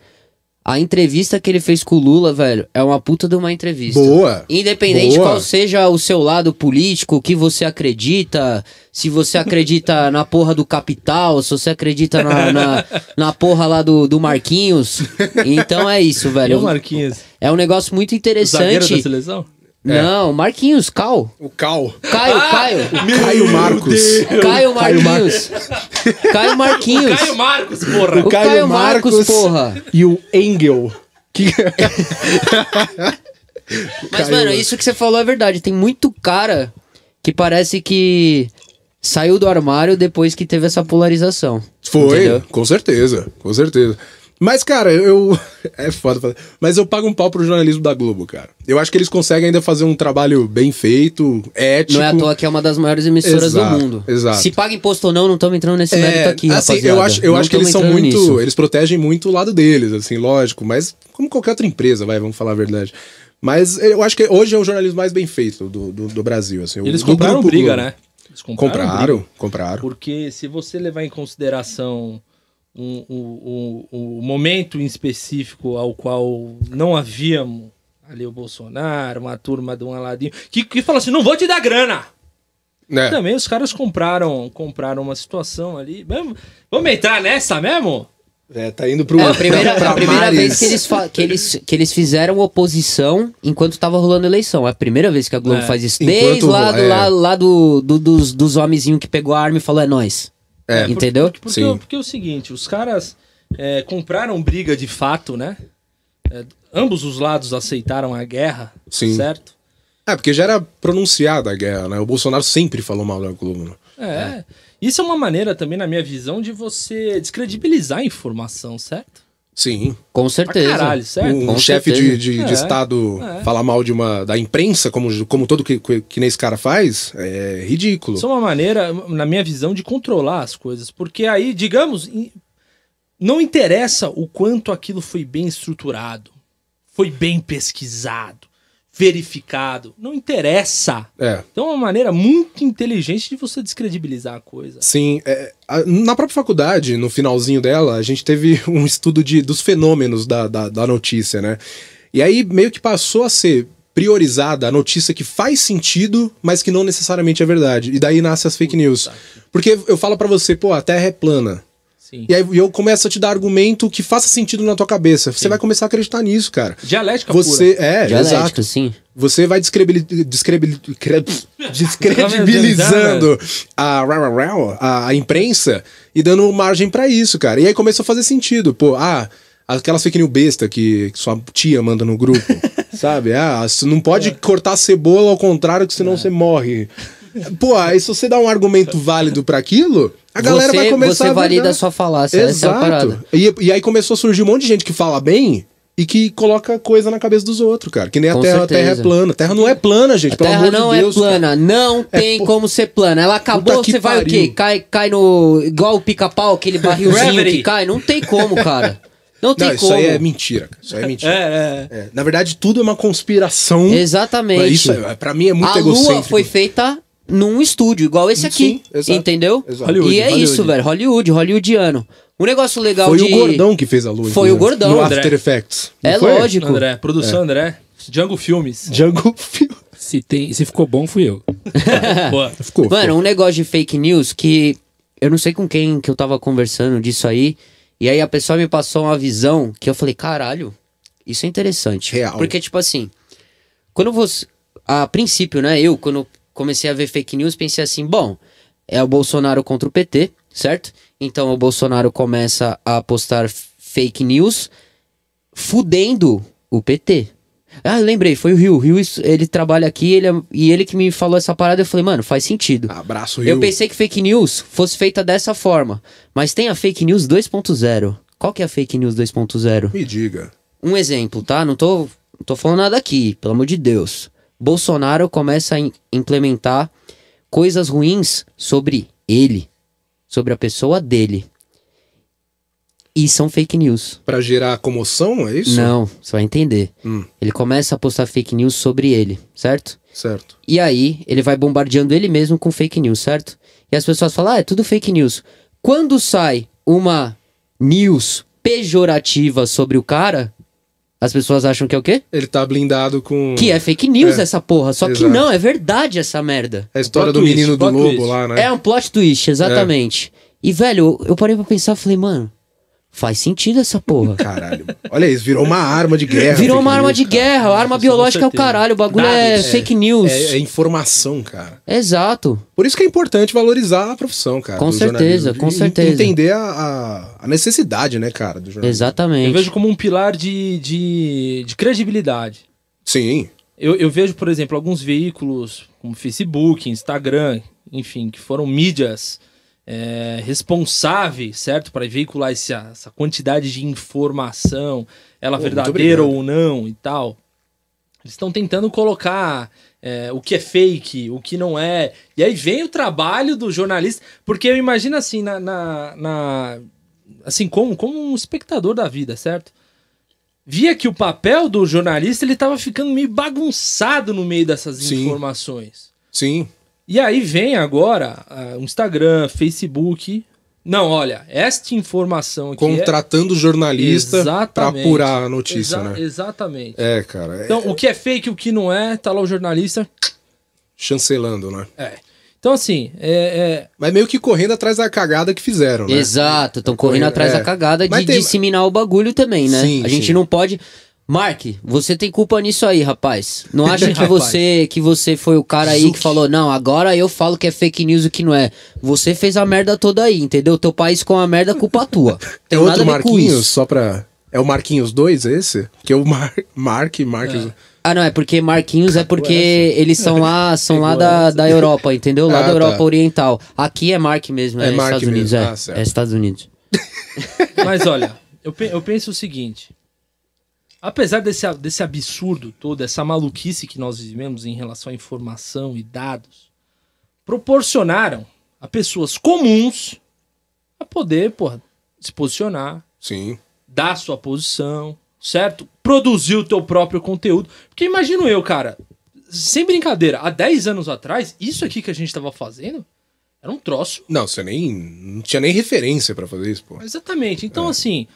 Speaker 4: A entrevista que ele fez com o Lula, velho, é uma puta de uma entrevista.
Speaker 3: Boa.
Speaker 4: Independente
Speaker 3: Boa.
Speaker 4: qual seja o seu lado político, o que você acredita, se você acredita na porra do capital, se você acredita na, na, na porra lá do, do Marquinhos. Então é isso,
Speaker 1: E o
Speaker 4: velho.
Speaker 1: Marquinhos,
Speaker 4: É um negócio muito
Speaker 1: zagueiro tá da
Speaker 4: interessante.
Speaker 1: seleção? É.
Speaker 4: Não, Marquinhos, Cal.
Speaker 3: O Cal.
Speaker 4: Caio,
Speaker 1: Ah!
Speaker 4: Caio.
Speaker 3: Caio Marcos.
Speaker 4: Caio
Speaker 3: Caio Mar-
Speaker 4: Marquinhos. Caio Marquinhos.
Speaker 1: Caio Marcos, porra.
Speaker 4: O Caio Marcos, porra.
Speaker 3: E o Engel. Que...
Speaker 4: Mas,
Speaker 3: Caio
Speaker 4: mano,
Speaker 3: Marcos.
Speaker 4: isso que você falou é verdade. Tem muito cara que parece que saiu do armário depois que teve essa polarização.
Speaker 3: Foi,
Speaker 4: Entendeu?
Speaker 3: com certeza, com certeza. Mas, cara, eu. É foda falar. Mas eu pago um pau pro jornalismo da Globo, cara. Eu acho que eles conseguem ainda fazer um trabalho bem feito, ético.
Speaker 4: Não é à toa que é uma das maiores emissoras
Speaker 3: Tipo, Exato,
Speaker 4: do mundo.
Speaker 3: exato.
Speaker 4: Se paga imposto ou não, não estamos entrando nesse
Speaker 3: É,
Speaker 4: mérito Né? tá aqui,
Speaker 3: assim,
Speaker 4: rapaziada.
Speaker 3: eu acho, eu
Speaker 4: Não
Speaker 3: acho que eles
Speaker 4: tamo
Speaker 3: são
Speaker 4: entrando
Speaker 3: muito.
Speaker 4: nisso.
Speaker 3: Eles protegem muito o lado deles, assim, lógico. Mas, como qualquer outra empresa, vai, vamos falar a verdade. Mas eu acho que hoje é o jornalismo mais bem feito do, do, do Brasil, assim. o-
Speaker 1: Eles
Speaker 3: do
Speaker 1: compraram
Speaker 3: grupo
Speaker 1: briga,
Speaker 3: Globo.
Speaker 1: né? Eles briga.
Speaker 3: Compraram, compraram.
Speaker 1: Porque se você levar em consideração um, um- um- um momento em específico ao qual não havíamos ali o Bolsonaro, uma turma de um aladinho, que, que falou assim, não vou te dar grana.
Speaker 3: né?
Speaker 1: Também os caras compraram, compraram uma situação ali. Mesmo- Vamos entrar nessa mesmo?
Speaker 3: É, tá indo pro.
Speaker 4: É a primeira,
Speaker 3: pra
Speaker 4: a primeira
Speaker 3: mares.
Speaker 4: vez que eles, fa- que, eles, que eles fizeram oposição enquanto tava rolando eleição. É a primeira vez que a Globo
Speaker 1: É.
Speaker 4: faz isso.
Speaker 3: Enquanto-
Speaker 4: Desde lá, do,
Speaker 3: é.
Speaker 4: lá, lá do, do- dos, dos homenzinhos que pegou a arma e falou, é nós.
Speaker 3: É.
Speaker 4: Entendeu?
Speaker 1: Porque,
Speaker 3: Sim.
Speaker 1: porque é o seguinte, os caras é, compraram briga de fato, né? É, ambos os lados aceitaram a guerra,
Speaker 3: Sim.
Speaker 1: certo?
Speaker 3: É, porque já era pronunciada a guerra, né? O Bolsonaro sempre falou mal da Globo. né?
Speaker 1: É. Isso é uma maneira também, na minha visão, de você descredibilizar a informação, certo?
Speaker 3: Sim.
Speaker 4: Com
Speaker 1: Pra
Speaker 4: certeza.
Speaker 1: caralho, certo?
Speaker 3: Um
Speaker 4: com
Speaker 3: chefe de,
Speaker 4: certeza.
Speaker 3: de, de
Speaker 1: É,
Speaker 3: Estado
Speaker 1: é.
Speaker 3: falar mal de uma, da imprensa, como, como todo que, que nem esse cara faz, é ridículo.
Speaker 1: Isso é uma maneira, na minha visão, de controlar as coisas. Porque aí, digamos, in- não interessa o quanto aquilo foi bem estruturado, foi bem pesquisado, verificado. Não interessa.
Speaker 3: É.
Speaker 1: Então é uma maneira muito inteligente de você descredibilizar a coisa.
Speaker 3: Sim, é, a- na própria faculdade, no finalzinho dela, a gente teve um estudo de, dos fenômenos da, da, da notícia, né? E aí meio que passou a ser priorizada a notícia que faz sentido, mas que não
Speaker 1: Tá
Speaker 3: necessariamente é verdade. E daí nasce as fake news. Porque eu falo pra você, pô, a Terra é plana.
Speaker 1: Sim.
Speaker 3: E aí eu começo a te dar argumento que faça sentido na tua cabeça. Você vai começar a acreditar nisso, cara.
Speaker 1: Dialética
Speaker 3: Você é, exato.
Speaker 4: Dialético, sim.
Speaker 3: Você vai descrebili- descrebili- cre-
Speaker 4: Tá
Speaker 3: descredibilizando a, ra- ra- ra- a, a imprensa e dando margem pra isso, cara. E aí começou a fazer sentido. Pô, ah, aquelas fake news besta que sua tia manda no grupo, sabe? Ah, você não pode cortar cebola ao contrário, que
Speaker 4: É.
Speaker 3: senão você morre. Pô, aí se você dá um argumento válido pra aquilo, a galera
Speaker 4: você,
Speaker 3: vai começar
Speaker 4: Você
Speaker 3: a
Speaker 4: valida
Speaker 3: verdade.
Speaker 4: a sua falácia, essa é a
Speaker 3: Exato.
Speaker 4: parada.
Speaker 3: E, e aí começou a surgir um monte de gente que fala bem e que coloca coisa na cabeça dos outros, cara. Que nem a
Speaker 4: Com
Speaker 3: terra, a
Speaker 4: certeza.
Speaker 3: terra é plana. A terra não é plana, gente.
Speaker 4: A
Speaker 3: pelo
Speaker 4: Terra
Speaker 3: amor
Speaker 4: não
Speaker 3: de Deus,
Speaker 4: é plana, não tem como ser plana. Ela acabou,
Speaker 3: Puta que
Speaker 4: você vai o
Speaker 3: pariu.
Speaker 4: quê? Cai, cai no. igual o pica-pau, aquele barrilzinho
Speaker 1: Gravity.
Speaker 4: que cai. Não tem como, cara.
Speaker 3: Cara.
Speaker 4: Não tem
Speaker 3: Não, isso
Speaker 4: como.
Speaker 3: aí é mentira. cara. Isso aí é mentira.
Speaker 1: É, é.
Speaker 3: É, Na verdade, tudo é uma conspiração.
Speaker 4: Exatamente.
Speaker 3: Isso é, pra mim é muito
Speaker 4: a lua
Speaker 3: egocêntrico.
Speaker 4: foi feita num estúdio, igual esse aqui.
Speaker 3: Sim, exato.
Speaker 4: entendeu?
Speaker 3: Exato.
Speaker 1: Hollywood,
Speaker 4: e é
Speaker 1: Hollywood.
Speaker 4: isso, velho. Hollywood, hollywoodiano. Um negócio legal
Speaker 3: Foi
Speaker 4: de.
Speaker 3: o gordão que fez a lua.
Speaker 4: Foi o
Speaker 3: inclusive,
Speaker 4: Gordão,
Speaker 3: No
Speaker 1: André.
Speaker 3: After Effects. não
Speaker 4: É
Speaker 3: foi?
Speaker 4: lógico.
Speaker 1: André, produção André. Django Filmes.
Speaker 3: Django Fio.
Speaker 2: Se, tem, se ficou bom, fui eu.
Speaker 1: Boa.
Speaker 3: Ficou.
Speaker 4: Mano, um negócio de fake news que eu não sei com quem que eu tava conversando disso aí. E aí a pessoa me passou uma visão que eu falei, caralho, isso é interessante.
Speaker 3: Real.
Speaker 4: Porque, tipo assim, quando você. A princípio, né? Eu, quando comecei a ver fake news, pensei assim, bom, é o Bolsonaro contra o PT, certo? Então o Bolsonaro começa a postar fake news fudendo o PT. Ah, eu lembrei, foi o Rio. O Rio, isso- ele trabalha aqui ele é- e ele que me falou essa parada. Eu falei, mano, faz sentido.
Speaker 3: Abraço, Rio.
Speaker 4: eu pensei que fake news fosse feita dessa forma. Mas tem a fake news 2.0. Qual que é a fake news 2.0?
Speaker 3: Me diga.
Speaker 4: Um exemplo, tá? Não tô, não tô falando nada aqui, pelo amor de Deus. Bolsonaro começa a im- implementar coisas ruins sobre ele, sobre a pessoa dele. E são fake news.
Speaker 3: Pra gerar comoção, é isso?
Speaker 4: Não, você vai entender.
Speaker 3: Hum.
Speaker 4: Ele começa a postar fake news sobre ele, certo?
Speaker 3: Certo.
Speaker 4: E aí, ele vai bombardeando ele mesmo com fake news, certo? E as pessoas falam, ah, é tudo fake news. Quando sai uma news pejorativa sobre o cara, as pessoas acham que é o quê?
Speaker 3: Ele tá blindado com.
Speaker 4: Que é fake news
Speaker 3: É.
Speaker 4: essa porra. Só que
Speaker 3: Exato.
Speaker 4: não, é verdade essa merda.
Speaker 3: É A história do
Speaker 1: Plot twist,
Speaker 3: menino do
Speaker 1: plot
Speaker 3: lobo
Speaker 1: twist.
Speaker 3: lá, né?
Speaker 4: É um plot twist, exatamente. E, velho, eu- eu parei pra pensar e falei, mano, faz sentido essa porra.
Speaker 3: Caralho. mano. Olha isso, virou uma arma de guerra.
Speaker 4: Virou
Speaker 3: É, fake
Speaker 4: uma arma
Speaker 3: news,
Speaker 4: de guerra, arma
Speaker 1: com
Speaker 4: biológica é o
Speaker 1: certeza.
Speaker 4: caralho, o bagulho
Speaker 1: Dados.
Speaker 4: é,
Speaker 1: É,
Speaker 4: fake news.
Speaker 3: É, é informação, cara.
Speaker 4: Exato.
Speaker 3: Por isso que é importante valorizar a profissão, cara.
Speaker 4: Com
Speaker 3: do
Speaker 4: certeza,
Speaker 3: jornalismo.
Speaker 4: com
Speaker 3: E
Speaker 4: certeza.
Speaker 3: Entender a, a, a necessidade, né, cara, do jornalismo.
Speaker 4: Exatamente.
Speaker 1: Eu vejo como um pilar de, de, de credibilidade.
Speaker 3: Sim.
Speaker 1: Eu, eu vejo, por exemplo, alguns veículos como Facebook, Instagram, enfim, que foram mídias é, responsáveis, certo? Para veicular esse- essa quantidade de informação, ela
Speaker 3: Pô, muito
Speaker 1: verdadeira
Speaker 3: obrigado.
Speaker 1: ou não e tal. Eles estão tentando colocar é, o que é fake, o que não é. E aí vem o trabalho do jornalista. Porque eu imagino assim, na. na- na- assim, como, como um espectador da vida, certo? Via que o papel do jornalista ele tava ficando meio bagunçado no meio dessas
Speaker 3: Sim.
Speaker 1: informações.
Speaker 3: Sim.
Speaker 1: E aí vem agora ah, o Instagram, Facebook. Não, olha, esta informação aqui.
Speaker 3: Contratando jornalista pra
Speaker 1: é Exatamente.
Speaker 3: apurar a
Speaker 1: é...
Speaker 3: notícia,
Speaker 1: Exa-
Speaker 3: né?
Speaker 1: Exatamente.
Speaker 3: É, cara. é
Speaker 1: Então, o que é fake, o que não é, tá lá o jornalista.
Speaker 3: chancelando, né?
Speaker 1: É. Então, assim, é, é,
Speaker 3: Mas meio que correndo atrás da cagada que fizeram, né?
Speaker 4: Exato, estão correndo
Speaker 3: correndo,
Speaker 4: atrás
Speaker 3: é.
Speaker 4: da cagada de
Speaker 3: Mas tem-
Speaker 4: disseminar o bagulho também, né?
Speaker 3: Sim,
Speaker 4: a gente
Speaker 3: sim.
Speaker 4: não pode. Mark, você tem culpa nisso aí, rapaz. Não acha que
Speaker 1: Rapaz.
Speaker 4: você que você foi o cara aí que falou, não, agora eu falo que é fake news e que não é. Você fez a merda toda aí, entendeu? Teu país com a merda, culpa tua.
Speaker 3: É
Speaker 4: Tem nada
Speaker 3: outro
Speaker 4: a ver com
Speaker 3: Marquinhos,
Speaker 4: isso.
Speaker 3: só pra. É o Marquinhos 2 esse? Que é o Mar... Mark, Marquinhos.
Speaker 4: Ah, não, é porque Marquinhos é porque eles são lá, são lá da, da Europa, entendeu? Lá
Speaker 3: assim. Ah,
Speaker 4: da Europa
Speaker 3: tá.
Speaker 4: Oriental. Aqui é Mark mesmo, é,
Speaker 3: É Mark
Speaker 4: Estados
Speaker 3: mesmo.
Speaker 4: Unidos, é.
Speaker 3: Ah, certo.
Speaker 4: é Estados Unidos.
Speaker 1: é, Mas olha, eu, pe- eu penso o seguinte. Apesar desse, a- desse absurdo todo, essa maluquice que nós vivemos em relação à informação e dados, proporcionaram a pessoas comuns a poder, porra, se posicionar,
Speaker 3: Sim.
Speaker 1: dar sua posição, certo? Produzir o teu próprio conteúdo. Porque imagino eu, cara, sem brincadeira, há 10 anos atrás, isso aqui que a gente tava fazendo era um troço
Speaker 3: Não, você nem. Não tinha nem referência pra fazer isso, pô.
Speaker 1: Exatamente. Então, assim,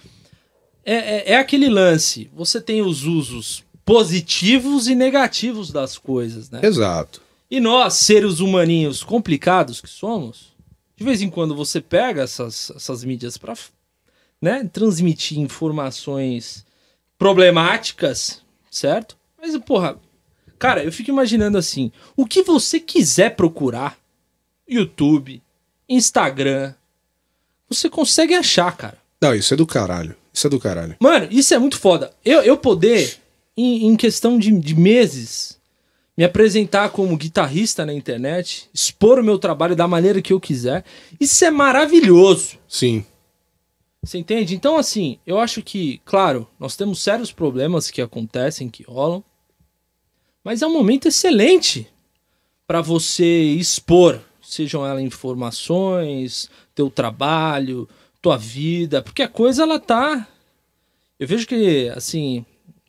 Speaker 1: é, é, é aquele lance. Você tem os usos positivos e negativos das coisas, né?
Speaker 3: Exato.
Speaker 1: E nós, seres humaninhos complicados que somos, De vez em quando você pega essas, essas mídias para né, transmitir informações problemáticas, certo? Mas, porra, cara, eu fico imaginando assim: o que você quiser procurar, YouTube, Instagram, você consegue achar, cara.
Speaker 3: Não, isso é do caralho. Isso é do caralho.
Speaker 1: Mano, isso é muito foda. Eu, eu poder, em, em questão de, de meses, me apresentar como guitarrista na internet, expor o meu trabalho da maneira que eu quiser, isso é maravilhoso.
Speaker 3: Sim.
Speaker 1: Você entende? Então, assim, eu acho que, claro, nós temos sérios problemas que acontecem, que rolam, mas é um momento excelente para você expor, sejam elas informações, teu trabalho, tua vida, porque a coisa ela tá. Eu vejo que, assim,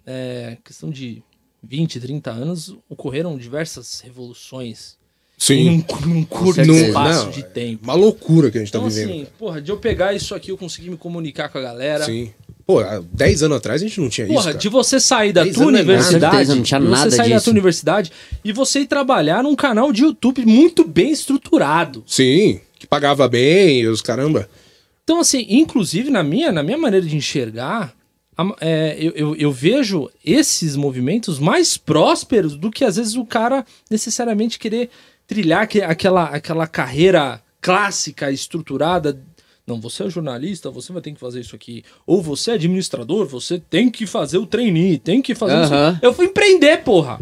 Speaker 1: é, questão de 20, 30 anos, ocorreram diversas revoluções em um,
Speaker 3: Sim.
Speaker 1: cu- num curto
Speaker 4: certeza.
Speaker 1: espaço
Speaker 3: Não,
Speaker 1: de
Speaker 3: é
Speaker 1: tempo.
Speaker 3: Uma loucura que a gente tá
Speaker 1: Então,
Speaker 3: vivendo.
Speaker 1: assim, porra, de eu pegar isso aqui, eu conseguir me comunicar com a galera.
Speaker 3: Sim. Pô, há 10 anos atrás a gente não tinha
Speaker 1: Porra,
Speaker 3: isso. Cara.
Speaker 1: de você sair da
Speaker 3: Dez
Speaker 1: tua
Speaker 3: anos é nada.
Speaker 1: universidade,
Speaker 4: Com certeza, não tinha
Speaker 1: de você
Speaker 4: nada
Speaker 1: sair da
Speaker 4: disso.
Speaker 1: tua universidade e você ir trabalhar num canal de YouTube muito bem estruturado.
Speaker 3: Sim, que pagava bem e os caramba.
Speaker 1: Então, assim, inclusive na minha, na minha maneira de enxergar, a- é, eu, eu- eu vejo esses movimentos mais prósperos do que às vezes o cara necessariamente querer trilhar que- aquela, aquela carreira clássica, estruturada. Não, você é jornalista, você vai ter que fazer isso aqui. Ou você é administrador, você tem que fazer o trainee, tem que fazer isso.
Speaker 4: Aham.
Speaker 1: Eu fui empreender, porra.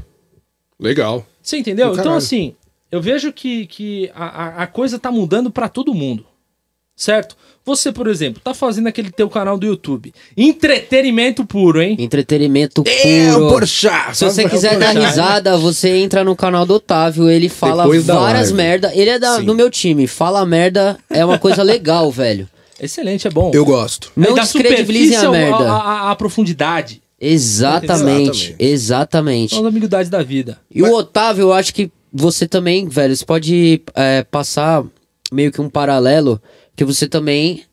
Speaker 3: Legal.
Speaker 1: Você entendeu?
Speaker 3: Do
Speaker 1: Então,
Speaker 3: caralho.
Speaker 1: assim, eu vejo que, que a, a- a coisa tá mudando pra todo mundo. Certo? Você, por exemplo, tá fazendo aquele teu canal do YouTube. Entretenimento puro, hein?
Speaker 4: Entretenimento
Speaker 3: É o
Speaker 4: puro.
Speaker 3: Porchat!
Speaker 4: Se você
Speaker 3: Sabe-
Speaker 4: quiser dar
Speaker 1: Porchat, né?
Speaker 4: risada, você entra no canal do Otávio, ele fala
Speaker 3: Depois da
Speaker 4: várias
Speaker 3: live.
Speaker 4: merda. Ele é da-
Speaker 3: Sim.
Speaker 4: do meu time, fala merda, é uma coisa legal, velho.
Speaker 1: Excelente, é bom.
Speaker 3: Eu gosto.
Speaker 1: Aí
Speaker 4: Não
Speaker 1: da
Speaker 4: descredibilizem
Speaker 1: superfície
Speaker 4: a
Speaker 1: ao-
Speaker 4: merda.
Speaker 1: A, a- a profundidade.
Speaker 4: Exatamente,
Speaker 3: Exatamente.
Speaker 4: exatamente.
Speaker 1: São as amiguidades da vida.
Speaker 4: E o Otávio, eu acho que você também, velho, você pode é, passar meio que um paralelo, que você também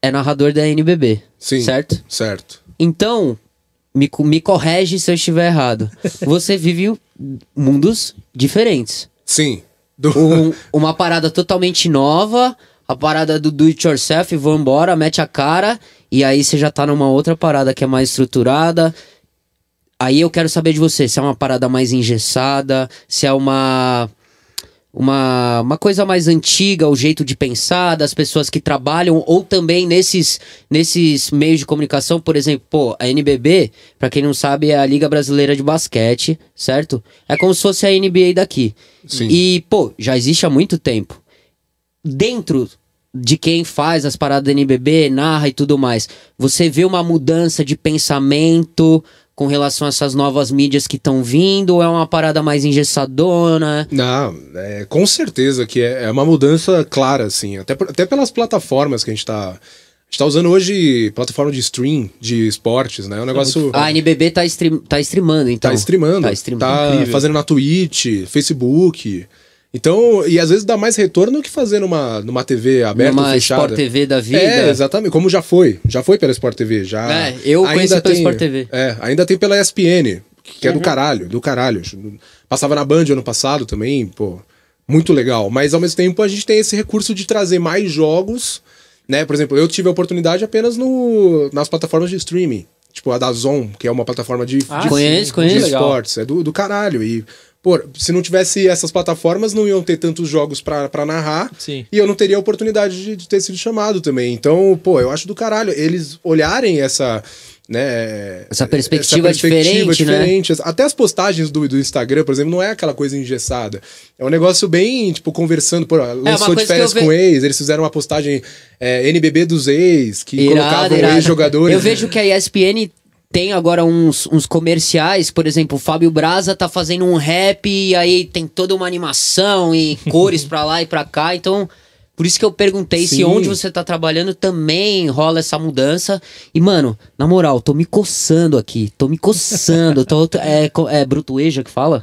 Speaker 4: é narrador da NBB,
Speaker 3: Sim.
Speaker 4: certo?
Speaker 3: Certo.
Speaker 4: Então, me, co- me correge se eu estiver errado. Você vive o- mundos diferentes.
Speaker 3: Sim. Do...
Speaker 4: Um- uma parada totalmente nova, a parada do do it yourself, vou embora, mete a cara, e aí você já tá numa outra parada que é mais estruturada. Aí eu quero saber de você, se é uma parada mais engessada, se é uma uma, uma coisa mais antiga, o jeito de pensar das pessoas que trabalham, ou também nesses, nesses meios de comunicação, por exemplo, pô, a NBB, pra quem não sabe, é a Liga Brasileira de Basquete, certo? É como se fosse a NBA daqui.
Speaker 3: Sim.
Speaker 4: E, pô, já existe há muito tempo. Dentro de quem faz as paradas da NBB, narra e tudo mais, você vê uma mudança de pensamento com relação a essas novas mídias que estão vindo, ou é uma parada mais engessadona?
Speaker 3: Não, é, com certeza que é, é uma mudança clara, assim. Até, por- até pelas plataformas que a gente tá. A gente tá usando hoje plataforma de stream de esportes, né? É um negócio.
Speaker 4: A NBB tá, stream, tá streamando, então.
Speaker 3: Tá streamando.
Speaker 4: Tá
Speaker 3: Tá,
Speaker 4: streamando.
Speaker 1: Incrível.
Speaker 3: fazendo na Twitch, Facebook. Então, e às vezes dá mais retorno que fazer numa, numa TV aberta ou
Speaker 4: Uma
Speaker 3: fechada.
Speaker 4: Sport TV da vida.
Speaker 3: É, exatamente. Como já foi. Já foi pela Sport TV. Já,
Speaker 4: É, eu conheci pela Sport TV.
Speaker 3: É, ainda tem pela ESPN, que é do caralho, do caralho. Passava na Band ano passado também, pô. Muito legal. Mas ao mesmo tempo a gente tem esse recurso de trazer mais jogos, né? Por exemplo, eu tive a oportunidade apenas no, nas plataformas de streaming. Tipo, a da Zon, que é uma plataforma de,
Speaker 1: Ah,
Speaker 3: de
Speaker 4: conheço,
Speaker 1: sim,
Speaker 4: conheço.
Speaker 1: muito
Speaker 3: de
Speaker 1: Legal.
Speaker 3: esportes. É do, do caralho. E, pô, se não tivesse essas plataformas, não iam ter tantos jogos pra pra narrar.
Speaker 1: Sim.
Speaker 3: E eu não teria a oportunidade de, de ter sido chamado também. Então, pô, eu acho do caralho eles olharem essa. Né,
Speaker 4: Essa perspectiva diferente, né?
Speaker 3: né? Até as postagens do, do Instagram, por exemplo, não é aquela coisa engessada. É um negócio bem, tipo, conversando. Pô, lançou
Speaker 4: É, coisa
Speaker 3: de
Speaker 4: que
Speaker 3: férias
Speaker 4: eu ve-
Speaker 3: com ex, eles fizeram uma postagem é, NBB dos ex, que colocavam ex-jogadores.
Speaker 4: Eu vejo que a ESPN tem agora uns, uns comerciais, por exemplo, o Fábio Braza tá fazendo um rap e aí tem toda uma animação e cores pra lá e pra cá, então... Por isso que eu perguntei se
Speaker 3: Sim.
Speaker 4: onde você tá trabalhando também rola essa mudança. E, mano, na moral, tô me coçando aqui. Tô me coçando. tô, é, co- é brutoeja que fala?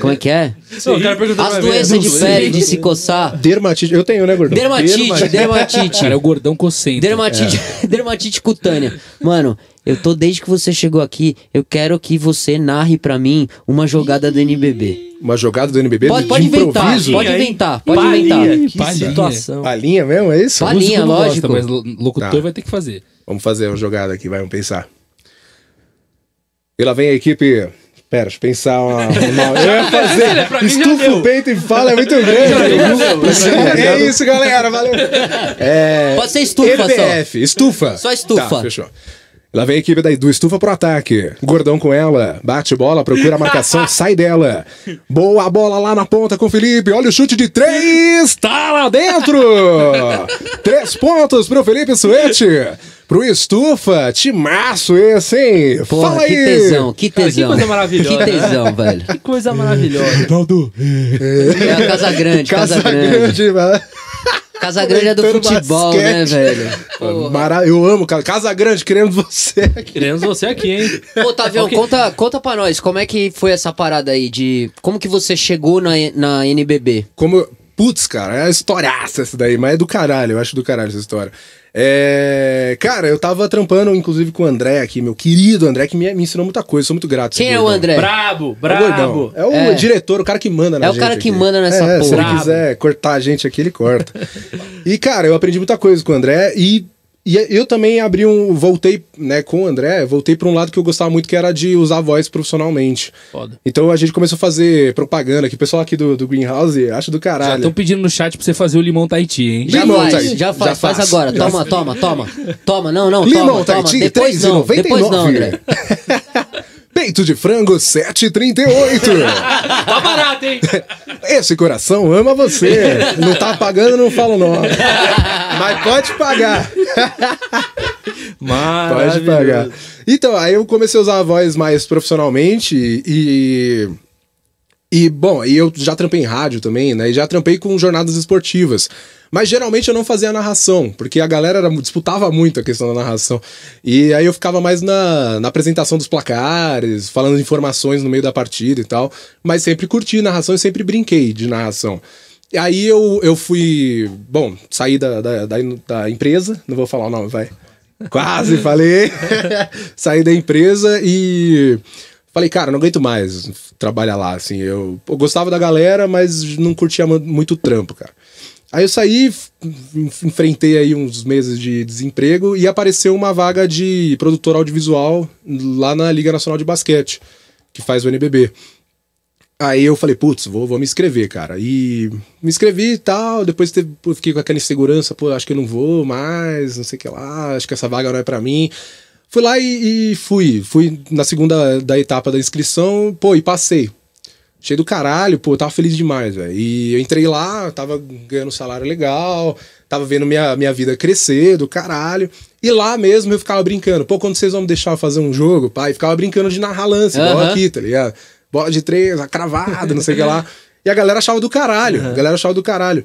Speaker 4: Como é que é?
Speaker 1: Não, eu quero perguntar pra
Speaker 4: As
Speaker 1: ver.
Speaker 4: doenças de
Speaker 1: Não sei.
Speaker 4: pele, de se coçar.
Speaker 3: Dermatite. Eu tenho, né, gordão?
Speaker 4: Dermatite, dermatite.
Speaker 2: Cara, é o gordão cocente.
Speaker 4: Dermatite,
Speaker 1: É.
Speaker 4: dermatite cutânea. Mano, eu tô desde que você chegou aqui, eu quero que você narre pra mim uma jogada do NBB.
Speaker 3: Uma jogada do NBB
Speaker 4: Pode,
Speaker 3: de
Speaker 4: pode inventar,
Speaker 3: improviso?
Speaker 4: pode
Speaker 1: Ih, aí,
Speaker 4: inventar, pode
Speaker 1: palhinha,
Speaker 4: inventar.
Speaker 1: Que
Speaker 2: Palhinha.
Speaker 1: situação.
Speaker 3: Palhinha mesmo, é isso?
Speaker 4: Palhinha.
Speaker 2: Músico não
Speaker 4: lógico.
Speaker 2: Gosta, mas lo- locutor
Speaker 3: Tá.
Speaker 2: vai ter que fazer.
Speaker 3: Vamos fazer uma jogada aqui, vai, vamos pensar. E lá vem a equipe. Pera, deixa eu pensar uma. uma- Eu ia
Speaker 1: Olha, pra
Speaker 3: fazer.
Speaker 1: mim já
Speaker 3: Estufa o
Speaker 1: deu.
Speaker 3: peito e fala, é muito grande. É isso, galera, valeu. É,
Speaker 4: Pode ser estufa só.
Speaker 3: EBF, estufa.
Speaker 4: Só estufa.
Speaker 3: Tá, fechou. Lá vem a equipe da- do estufa pro ataque. Gordão com ela. Bate bola, procura a marcação, sai dela. Boa bola lá na ponta com o Felipe. Olha o chute de três. Tá lá dentro. três pontos pro Felipe Suete. Pro estufa. Timaço esse, hein?
Speaker 4: Porra,
Speaker 3: Fala
Speaker 4: que
Speaker 3: aí.
Speaker 4: tesão, que
Speaker 1: Cara, que
Speaker 4: tesão.
Speaker 1: coisa maravilhosa,
Speaker 4: Que
Speaker 1: né?
Speaker 4: tesão, velho.
Speaker 1: Que coisa maravilhosa.
Speaker 3: Ronaldo.
Speaker 4: É a Casa Grande, Casa,
Speaker 3: Casa
Speaker 4: Grande.
Speaker 3: grande, mano.
Speaker 4: Casa Grande é do
Speaker 3: Comentando
Speaker 4: futebol, né,
Speaker 3: basquete.
Speaker 4: velho? Porra.
Speaker 3: Mara- Eu amo, cara. Casa Grande, queremos você aqui.
Speaker 1: Queremos você aqui, hein?
Speaker 4: Ô, Otavião,
Speaker 1: Ok.
Speaker 4: conta, conta pra nós, como é que foi essa parada aí de... Como que você chegou na, na NBB?
Speaker 3: como. eu- Putz, cara, é uma historiaça essa daí, mas é do caralho, eu acho do caralho essa história. É, Cara, eu tava trampando, inclusive, com o André aqui, meu querido André, que me, me ensinou muita coisa, sou muito grato.
Speaker 4: Quem
Speaker 3: esse
Speaker 4: é o
Speaker 3: gordão.
Speaker 4: André?
Speaker 1: Brabo,
Speaker 3: É o gordão.
Speaker 1: brabo.
Speaker 3: É o
Speaker 4: É.
Speaker 3: diretor, o cara que manda na
Speaker 4: É o
Speaker 3: gente
Speaker 4: cara que
Speaker 3: aqui.
Speaker 4: messa nessa
Speaker 3: é, Se
Speaker 4: porra.
Speaker 3: ele quiser cortar a gente aqui, ele corta. e, cara, eu aprendi muita coisa com o André e. E eu também abri um. Voltei, né, com o André, voltei pra um lado que eu gostava muito, que era de usar a voz profissionalmente.
Speaker 1: Foda.
Speaker 3: Então a gente começou a fazer propaganda aqui. O pessoal aqui do, do Greenhouse acha do
Speaker 2: Já
Speaker 3: caralho.
Speaker 2: estão pedindo no chat pra você fazer o limão Tahiti, hein?
Speaker 4: Já
Speaker 3: Limão,
Speaker 4: faz,
Speaker 3: Taiti,
Speaker 4: já faz,
Speaker 3: já
Speaker 4: faz
Speaker 3: faz.
Speaker 4: agora.
Speaker 3: Já
Speaker 4: Toma, toma, toma. Toma, não, não,
Speaker 3: Limão,
Speaker 4: toma, toma.
Speaker 3: Tahiti,
Speaker 4: Depois não, depois não, André.
Speaker 3: Peito de frango, 7,38.
Speaker 1: Tá barato, hein?
Speaker 3: Esse coração ama você. Não tá pagando, não falo nome. Mas pode pagar. Pode
Speaker 1: Maravilhoso.
Speaker 3: pagar. Então, aí eu comecei a usar a voz mais profissionalmente e. E, bom, e eu já trampei em rádio também, né? E já trampei com jornadas esportivas. Mas geralmente eu não fazia narração, porque a galera era- disputava muito a questão da narração. E aí eu ficava mais na, na apresentação dos placares, falando informações no meio da partida e tal. Mas sempre curti narração e sempre brinquei de narração. E aí eu, eu fui. Bom, saí da, da, da, da empresa, não vou falar o nome, vai. Quase falei. Saí da empresa e falei, cara, não aguento mais trabalhar lá. Assim, eu, eu gostava da galera, mas não curtia mu- muito o trampo, cara. Aí eu saí, f- enf- enfrentei aí uns meses de desemprego e apareceu uma vaga de produtor audiovisual lá na Liga Nacional de Basquete, que faz o NBB. Aí eu falei, putz, vou, vou me inscrever, cara. E me inscrevi e tal. Depois teve, pô, fiquei com aquela insegurança, pô, acho que eu não vou mais, não sei o que lá, acho que essa vaga não é pra mim. Fui lá e, e fui. Fui na segunda da etapa da inscrição, pô, e passei. Cheio do caralho, pô, eu tava feliz demais, velho. E eu entrei lá, eu tava ganhando um salário legal, tava vendo minha, minha vida crescer do caralho. E lá mesmo eu ficava brincando, pô, quando vocês vão me deixar fazer um jogo, pai? Ficava brincando de narrar lance, igual
Speaker 4: Aham.
Speaker 3: aqui, tá ligado? Bola de três, a cravada, não sei o que lá. E a galera achava do caralho, a galera achava do caralho.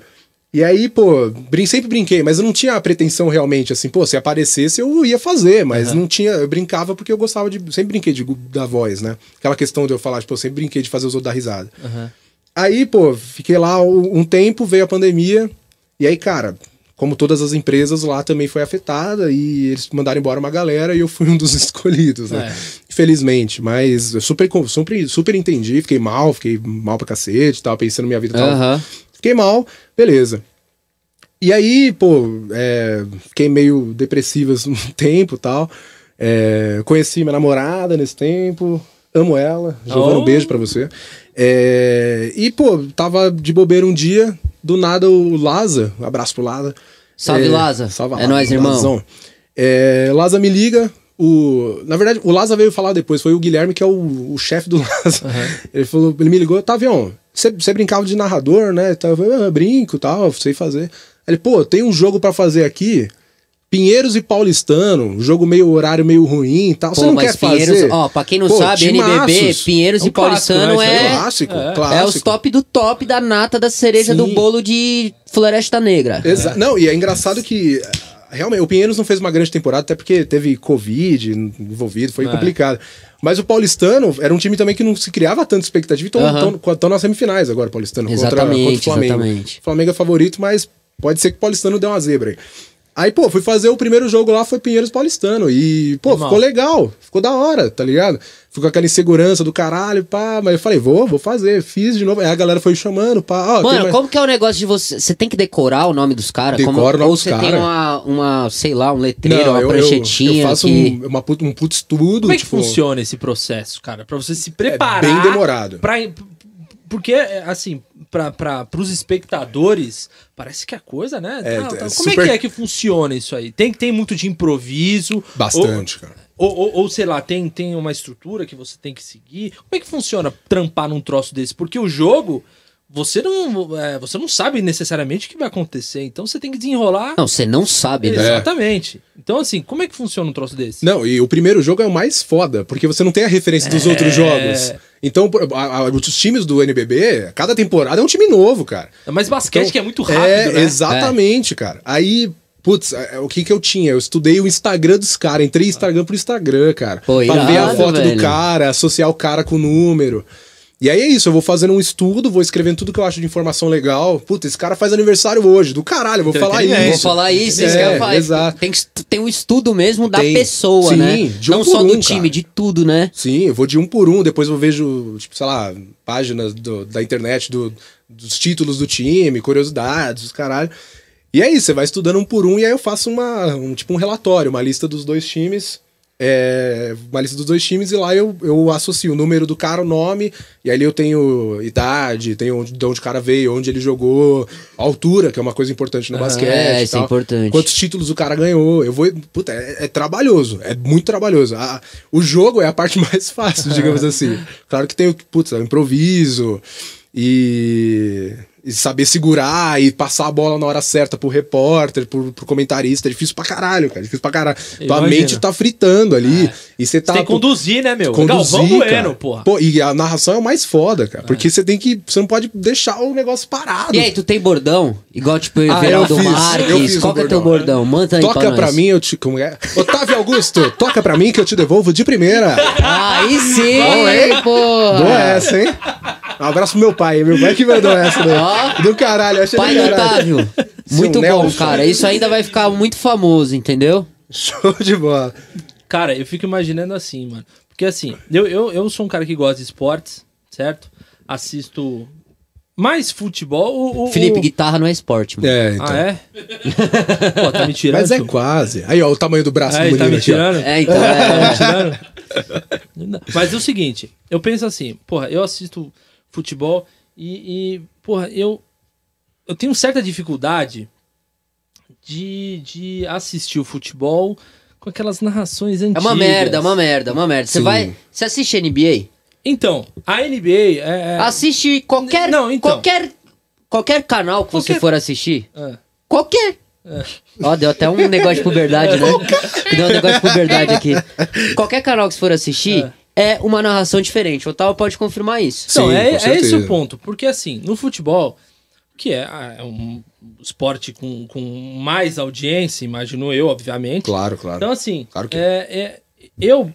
Speaker 3: E aí, pô, brin sempre brinquei, mas eu não tinha a pretensão realmente, assim, pô, se aparecesse eu ia fazer, mas não tinha, eu brincava porque eu gostava de, sempre brinquei de, da voz, né? Aquela questão de eu falar, tipo, eu sempre brinquei de fazer os outros dar risada. Aí, pô, fiquei lá um um tempo, veio a pandemia, e aí, cara, como todas as empresas lá também foi afetada, e eles mandaram embora uma galera e eu fui um dos escolhidos, né? Infelizmente, mas eu super, con- super, super entendi, fiquei mal, fiquei mal pra cacete, tava pensando minha vida tava
Speaker 4: Aham.
Speaker 3: Fiquei mal, beleza. E aí, pô, é, fiquei meio depressivo assim, um tempo e tal. É, conheci minha namorada nesse tempo. Amo ela. Giovana,
Speaker 1: Oh.
Speaker 3: um beijo pra você. É, e, pô, tava de bobeira um dia. Do nada o Laza, um abraço pro Laza.
Speaker 4: Salve, Laza. É nóis, irmão.
Speaker 3: Lazão. É, Laza me liga. O, na verdade, o Laza veio falar depois. Foi o Guilherme, que é o, o chefe do Laza. Ele, falou, ele me ligou: Tavião, você você brincava de narrador, né? Tá, Eu falei, "Ah, brinco tal, sei fazer. Ele, pô, tem um jogo pra fazer aqui. Pinheiros e Paulistano, um jogo meio horário meio ruim e tal. Você
Speaker 4: Pô,
Speaker 3: não
Speaker 4: mas
Speaker 3: quer
Speaker 4: Pinheiros...
Speaker 3: fazer?
Speaker 4: Ó, pra quem não
Speaker 3: Pô,
Speaker 4: sabe, NBB,
Speaker 3: timaços.
Speaker 4: Pinheiros
Speaker 1: É um
Speaker 4: e Paulistano
Speaker 1: clássico, né? Isso aí
Speaker 4: é...
Speaker 1: um
Speaker 3: Clássico,
Speaker 1: É.
Speaker 3: clássico.
Speaker 4: É os top do top da nata da cereja
Speaker 3: Sim.
Speaker 4: do bolo de Floresta Negra.
Speaker 3: Exa- Não, e é engraçado que ah, realmente o Pinheiros não fez uma grande temporada, até porque teve Covid envolvido, foi
Speaker 1: É.
Speaker 3: complicado. Mas o Paulistano era um time também que não se criava tanta expectativa, então
Speaker 4: Aham.
Speaker 3: estão nas semifinais agora, o Paulistano, contra, contra o
Speaker 4: Exatamente,
Speaker 3: Flamengo.
Speaker 4: exatamente.
Speaker 3: O Flamengo é favorito, mas pode ser que o Paulistano dê uma zebra aí. Aí, pô, fui fazer o primeiro jogo lá, foi Pinheiros Paulistano. E, pô,
Speaker 1: Irmão.
Speaker 3: ficou legal, ficou da hora, tá ligado? Ficou com aquela insegurança do caralho, pá. Mas eu falei, vou, vou fazer, fiz de novo. Aí a galera foi chamando, pá. Ó, tem
Speaker 4: Mano,
Speaker 3: mais-
Speaker 4: como que é o negócio de você. Você tem que decorar o nome dos caras? Como-
Speaker 3: Decora o nome
Speaker 4: Ou
Speaker 3: dos
Speaker 4: você
Speaker 3: cara.
Speaker 4: tem uma, uma, sei lá, um letreiro, uma
Speaker 3: eu- eu-
Speaker 4: pranchetinha.
Speaker 3: Eu, faço
Speaker 4: que...
Speaker 3: um, uma puta- um puto estudo.
Speaker 1: Como é que
Speaker 3: tipo,
Speaker 1: funciona esse processo, cara? Pra você se
Speaker 3: É
Speaker 1: preparar.
Speaker 3: bem demorado.
Speaker 1: Pra, porque, assim, para os espectadores, parece que a coisa, né?
Speaker 3: É,
Speaker 1: tá-
Speaker 3: é
Speaker 1: tá- como
Speaker 3: super-
Speaker 1: é que é que funciona isso aí? Tem, tem muito de improviso?
Speaker 3: Bastante, cara.
Speaker 1: Ou, ou, ou, sei lá, tem, tem uma estrutura que você tem que seguir? Como é que funciona trampar num troço desse? Porque o jogo, você não, é, você não sabe necessariamente o que vai acontecer. Então você tem que desenrolar.
Speaker 4: Não, você não sabe,
Speaker 3: É,
Speaker 4: né?
Speaker 1: Exatamente. Então, assim, como é que funciona um troço desse?
Speaker 3: Não, e o primeiro jogo é o mais foda, porque você não tem a referência
Speaker 4: É.
Speaker 3: dos outros jogos. Então, por- a- a- os times do NBB, cada temporada é um time novo, cara.
Speaker 1: Mas basquete
Speaker 3: Então,
Speaker 1: que é muito rápido,
Speaker 3: é,
Speaker 1: né?
Speaker 3: exatamente, cara. Aí, putz, é, o que que eu tinha? Eu estudei o Instagram dos caras, entrei Instagram por Instagram, cara.
Speaker 4: Pô,
Speaker 3: pra ver a
Speaker 4: irado,
Speaker 3: foto
Speaker 4: velho.
Speaker 3: do cara, associar o cara com o número. E aí é isso, eu vou fazendo um estudo, vou escrevendo tudo que eu acho de informação legal. Puta, esse cara faz aniversário hoje, do caralho, eu
Speaker 1: Então,
Speaker 3: vou
Speaker 1: é
Speaker 3: falar isso.
Speaker 1: Entretenimento.
Speaker 4: Vou falar isso, isso
Speaker 3: É,
Speaker 4: que eu ia falar.
Speaker 3: exato.
Speaker 4: Tem, que est- tem um estudo mesmo da
Speaker 3: Tem.
Speaker 4: pessoa,
Speaker 3: Sim,
Speaker 4: né?
Speaker 3: de um
Speaker 4: não
Speaker 3: por
Speaker 4: só do
Speaker 3: um,
Speaker 4: time,
Speaker 3: cara.
Speaker 4: de tudo, né?
Speaker 3: Sim, eu vou de um por um, depois eu vejo, tipo, sei lá, páginas do- da internet do- dos títulos do time, curiosidades, os caralho. E é isso, você vai estudando um por um e aí eu faço uma, um, tipo, um relatório, uma lista dos dois times, é, uma lista dos dois times e lá eu, eu associo o número do cara, o nome, e ali eu tenho idade, tenho onde, de onde o cara veio, onde ele jogou, altura, que é uma coisa importante no basquete.
Speaker 4: é,
Speaker 3: e
Speaker 4: isso é
Speaker 3: tal.
Speaker 4: importante.
Speaker 3: Quantos títulos o cara ganhou. Eu vou. Puta, é, é trabalhoso. É muito trabalhoso. A- o jogo é a parte mais fácil, digamos assim. Claro que tem o que, putz, é o improviso e, e saber segurar e passar a bola na hora certa pro repórter, pro, pro comentarista. É difícil pra caralho, cara. Difícil pra caralho. Tua
Speaker 1: Imagina. É.
Speaker 3: mente tá fritando ali. E você
Speaker 1: Você
Speaker 3: tá.
Speaker 1: tem que conduzir, né, meu?
Speaker 3: conduzir,
Speaker 1: Galvão
Speaker 3: cara.
Speaker 1: Bueno, porra.
Speaker 3: Pô, e a narração é o mais foda, cara. Porque você tem que. Você não pode deixar o negócio parado.
Speaker 4: E é aí, tu tem bordão? Igual, tipo, o
Speaker 3: Ah,
Speaker 4: Everaldo
Speaker 3: eu fiz, eu
Speaker 4: Marques.
Speaker 3: fiz
Speaker 4: Qual
Speaker 3: o
Speaker 4: que é teu
Speaker 3: bordão.
Speaker 4: bordão? Manda aí
Speaker 3: Toca
Speaker 4: pra
Speaker 3: pra,
Speaker 4: nós.
Speaker 3: mim, eu te. Como é? Otávio Augusto, toca pra mim que eu te devolvo de primeira.
Speaker 4: Aí sim,
Speaker 3: Bom, hein?
Speaker 4: porra.
Speaker 3: Boa essa, hein? Um abraço pro meu pai, meu pai que mandou essa, né?
Speaker 4: Ó.
Speaker 3: Do caralho, eu achei
Speaker 4: Pai
Speaker 3: do
Speaker 4: do
Speaker 3: caralho.
Speaker 4: Otávio.
Speaker 3: Seu
Speaker 4: Muito bom,
Speaker 3: Nelson.
Speaker 4: cara. Isso ainda vai ficar muito famoso, entendeu?
Speaker 3: Show de bola.
Speaker 1: Cara, eu fico imaginando assim, mano. Porque assim, eu, eu, eu sou um cara que gosta de esportes, certo? Assisto mais futebol. O, o-
Speaker 4: Felipe,
Speaker 1: o...
Speaker 4: guitarra não é esporte, mano.
Speaker 3: É, então.
Speaker 1: Ah, é? Pô, tá me tirando.
Speaker 3: Mas é quase. Aí, ó, o tamanho do braço
Speaker 1: Aí,
Speaker 3: do
Speaker 1: tá
Speaker 3: menino
Speaker 1: me
Speaker 3: aqui, ó.
Speaker 1: tirando?
Speaker 4: É, então, é.
Speaker 1: Tá me tirando? Mas é o seguinte, eu penso assim, porra, eu assisto futebol e, e, porra, eu, eu tenho certa dificuldade de, de assistir o futebol com aquelas narrações
Speaker 4: É
Speaker 1: antigas.
Speaker 4: uma merda, é uma merda, é uma merda. Você
Speaker 3: Sim.
Speaker 4: vai. Você assiste NBA?
Speaker 1: Então, a NBA é.
Speaker 4: Ah, Assiste qualquer.
Speaker 1: Não, então.
Speaker 4: Qualquer, qualquer canal que você
Speaker 1: Qualquer-
Speaker 4: for assistir.
Speaker 1: é-
Speaker 4: Qualquer. É. Ó, deu até um negócio de puberdade, né? Deu um negócio de puberdade aqui. Qualquer canal que você for assistir é, uma narração diferente. O Otávio pode confirmar isso.
Speaker 1: Então,
Speaker 3: Sim,
Speaker 1: é,
Speaker 3: com
Speaker 1: é
Speaker 3: certeza.
Speaker 1: esse o ponto. Porque, assim, no futebol, que é, ah, é um esporte com, com mais audiência, imagino eu, obviamente.
Speaker 3: Claro, claro.
Speaker 1: Então, assim,
Speaker 3: Claro que-
Speaker 1: é- é- eu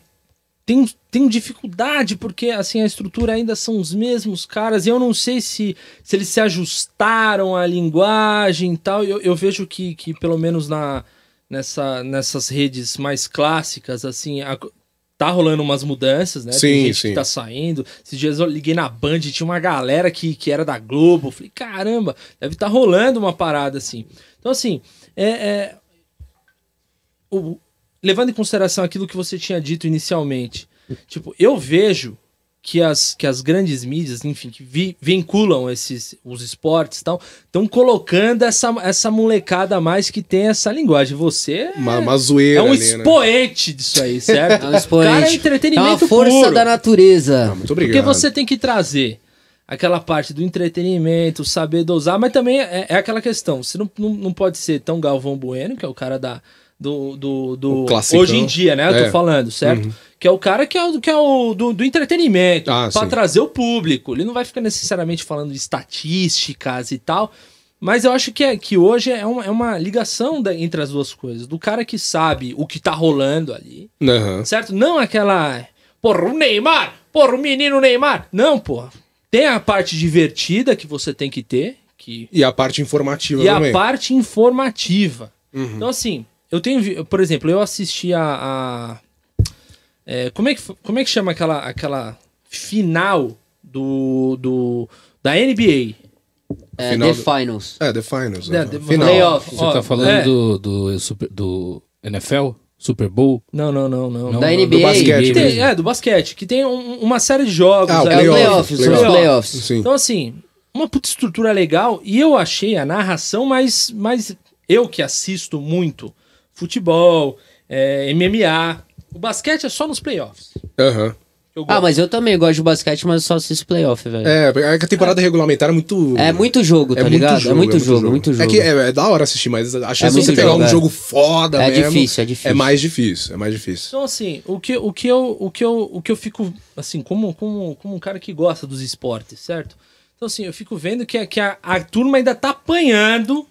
Speaker 1: tenho, tenho dificuldade, porque assim, a estrutura ainda são os mesmos caras, e eu não sei se, se eles se ajustaram à linguagem e tal. e Eu, eu vejo que, que, pelo menos na, nessa, nessas redes mais clássicas, assim. a co- Tá rolando umas mudanças, né?
Speaker 3: Sim,
Speaker 1: Tem gente
Speaker 3: sim.
Speaker 1: que tá saindo. Esses dias eu liguei na Band, e tinha uma galera que, que era da Globo. Eu falei, caramba, deve estar rolando uma parada assim. Então, assim, é, é, o- levando em consideração aquilo que você tinha dito inicialmente, tipo, eu vejo que as, que as grandes mídias, enfim, que vi- vinculam esses os esportes e tal, estão colocando essa, essa molecada a mais que tem essa linguagem. Você é-
Speaker 3: Uma, uma
Speaker 1: é
Speaker 3: zoeira
Speaker 1: um
Speaker 3: ali, né?
Speaker 1: expoente disso aí, certo?
Speaker 4: É um expoente.
Speaker 1: Cara, é
Speaker 4: É uma
Speaker 1: entretenimento
Speaker 4: força
Speaker 1: puro.
Speaker 4: da natureza.
Speaker 3: Ah, muito obrigado.
Speaker 1: Porque você tem que trazer aquela parte do entretenimento, saber dosar, mas também é, é aquela questão. Você não, não, não pode ser tão Galvão Bueno, que é o cara da. Do, do, do-
Speaker 3: O classicão.
Speaker 1: hoje em dia, né? Eu
Speaker 3: É.
Speaker 1: tô falando, certo? Que é o cara que é o, que é o do, do entretenimento,
Speaker 3: Ah,
Speaker 1: pra
Speaker 3: sim.
Speaker 1: trazer o público. Ele não vai ficar necessariamente falando de estatísticas e tal, mas eu acho que, é, que hoje é uma, é uma ligação da- entre as duas coisas. Do cara que sabe o que tá rolando ali,
Speaker 3: Aham.
Speaker 1: Certo? Não aquela. Porra, o Neymar! Porra, o menino Neymar! Não, porra. Tem a parte divertida que você tem que ter, que...
Speaker 3: E a parte informativa
Speaker 1: e a
Speaker 3: também.
Speaker 1: parte informativa.
Speaker 3: Uhum.
Speaker 1: Então, assim, eu tenho. vi- Por exemplo, eu assisti a. a- é, como, é que, fo- como é que chama aquela, aquela final do, do, da NBA?
Speaker 4: É,
Speaker 3: Final do-
Speaker 4: The Finals.
Speaker 3: É, The Finals.
Speaker 1: Da-
Speaker 3: né?
Speaker 1: da-
Speaker 3: Final.
Speaker 4: Playoff.
Speaker 2: Você
Speaker 1: Ó,
Speaker 2: tá falando
Speaker 1: é.
Speaker 2: do, do, super- do NFL? Super Bowl?
Speaker 1: Não, não, não, não.
Speaker 2: Não,
Speaker 4: Da
Speaker 2: não, do
Speaker 4: NBA.
Speaker 1: Que
Speaker 3: basquete
Speaker 1: tem-
Speaker 2: mesmo.
Speaker 1: é, do basquete, que tem um- uma série de jogos.
Speaker 3: Ah, o
Speaker 1: ali.
Speaker 4: É o
Speaker 3: Playoff,
Speaker 4: playoffs, são os
Speaker 1: playoff.
Speaker 4: playoffs.
Speaker 3: Sim.
Speaker 1: Então, assim, uma puta estrutura legal. E eu achei a narração mais. mais eu que assisto muito futebol, é, MMA. O basquete é só nos playoffs.
Speaker 3: Aham.
Speaker 1: Eu gosto.
Speaker 4: Ah, mas eu também gosto de basquete, mas só assisto playoff, velho. É,
Speaker 3: É, é que a temporada regulamentar é muito.
Speaker 4: muito jogo, tá
Speaker 3: é
Speaker 4: ligado? é muito jogo, muito jogo.
Speaker 3: É que é, é da hora assistir, mas a chance de
Speaker 4: muito
Speaker 3: você pegar
Speaker 4: jogo,
Speaker 3: um
Speaker 4: é.
Speaker 3: jogo foda
Speaker 4: É
Speaker 3: mesmo
Speaker 4: difícil, é difícil.
Speaker 3: É mais difícil, é mais difícil.
Speaker 1: Então, assim, o que, o que, eu, o que, eu, o que eu fico, assim, como, como, como um cara que gosta dos esportes, certo? Então, assim, eu fico vendo que, a- que a, a turma ainda tá apanhando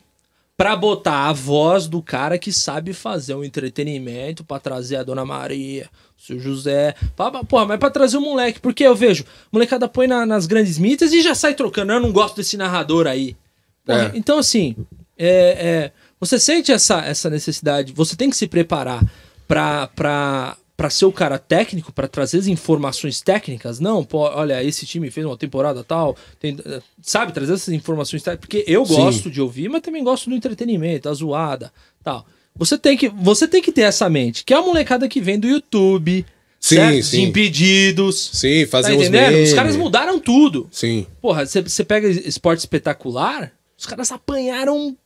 Speaker 1: pra botar a voz do cara que sabe fazer um entretenimento, pra trazer a Dona Maria, o seu José, pra, pra- porra, mas pra trazer o moleque, porque eu vejo, molecada põe na- nas grandes mídias e já sai trocando, "Ah, eu não gosto desse narrador aí. Porra,
Speaker 3: É.
Speaker 1: Então, assim, é, é, você sente essa, essa necessidade, você tem que se preparar pra- pra pra ser o cara técnico, pra trazer as informações técnicas. Não, pô, olha, esse time fez uma temporada tal, tem- eh, sabe, trazer essas informações técnicas, porque eu
Speaker 4: Sim.
Speaker 1: gosto de ouvir, mas também gosto do entretenimento, a zoada, tal. Você tem que, você tem que ter essa mente, que é a molecada que vem do YouTube,
Speaker 3: Sim,
Speaker 1: certo?
Speaker 3: sim.
Speaker 1: de impedidos,
Speaker 3: Sim, fazer
Speaker 1: tá
Speaker 3: uns
Speaker 1: entendendo?
Speaker 3: memes.
Speaker 1: Os caras mudaram tudo.
Speaker 3: Sim.
Speaker 1: Porra, você- você pega esporte espetacular, os caras apanharam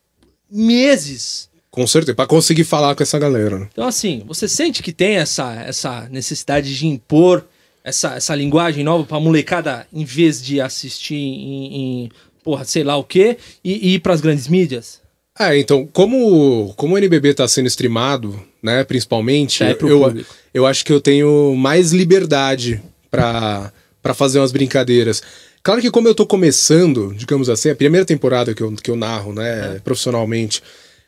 Speaker 1: meses.
Speaker 3: Com certeza, pra conseguir falar com essa galera. né?
Speaker 1: Então, assim, você sente que tem essa, essa necessidade de impor essa, essa linguagem nova pra molecada, em vez de assistir em, em- porra, sei lá o quê, e, e ir pras grandes mídias?
Speaker 3: É, então, como, como o NBB tá sendo streamado, né, principalmente,
Speaker 1: É, pro
Speaker 3: eu,
Speaker 1: público.
Speaker 3: eu acho que eu tenho mais liberdade pra pra fazer umas brincadeiras. Claro que como eu tô começando, digamos assim, a primeira temporada que eu, que eu narro, né, profissionalmente,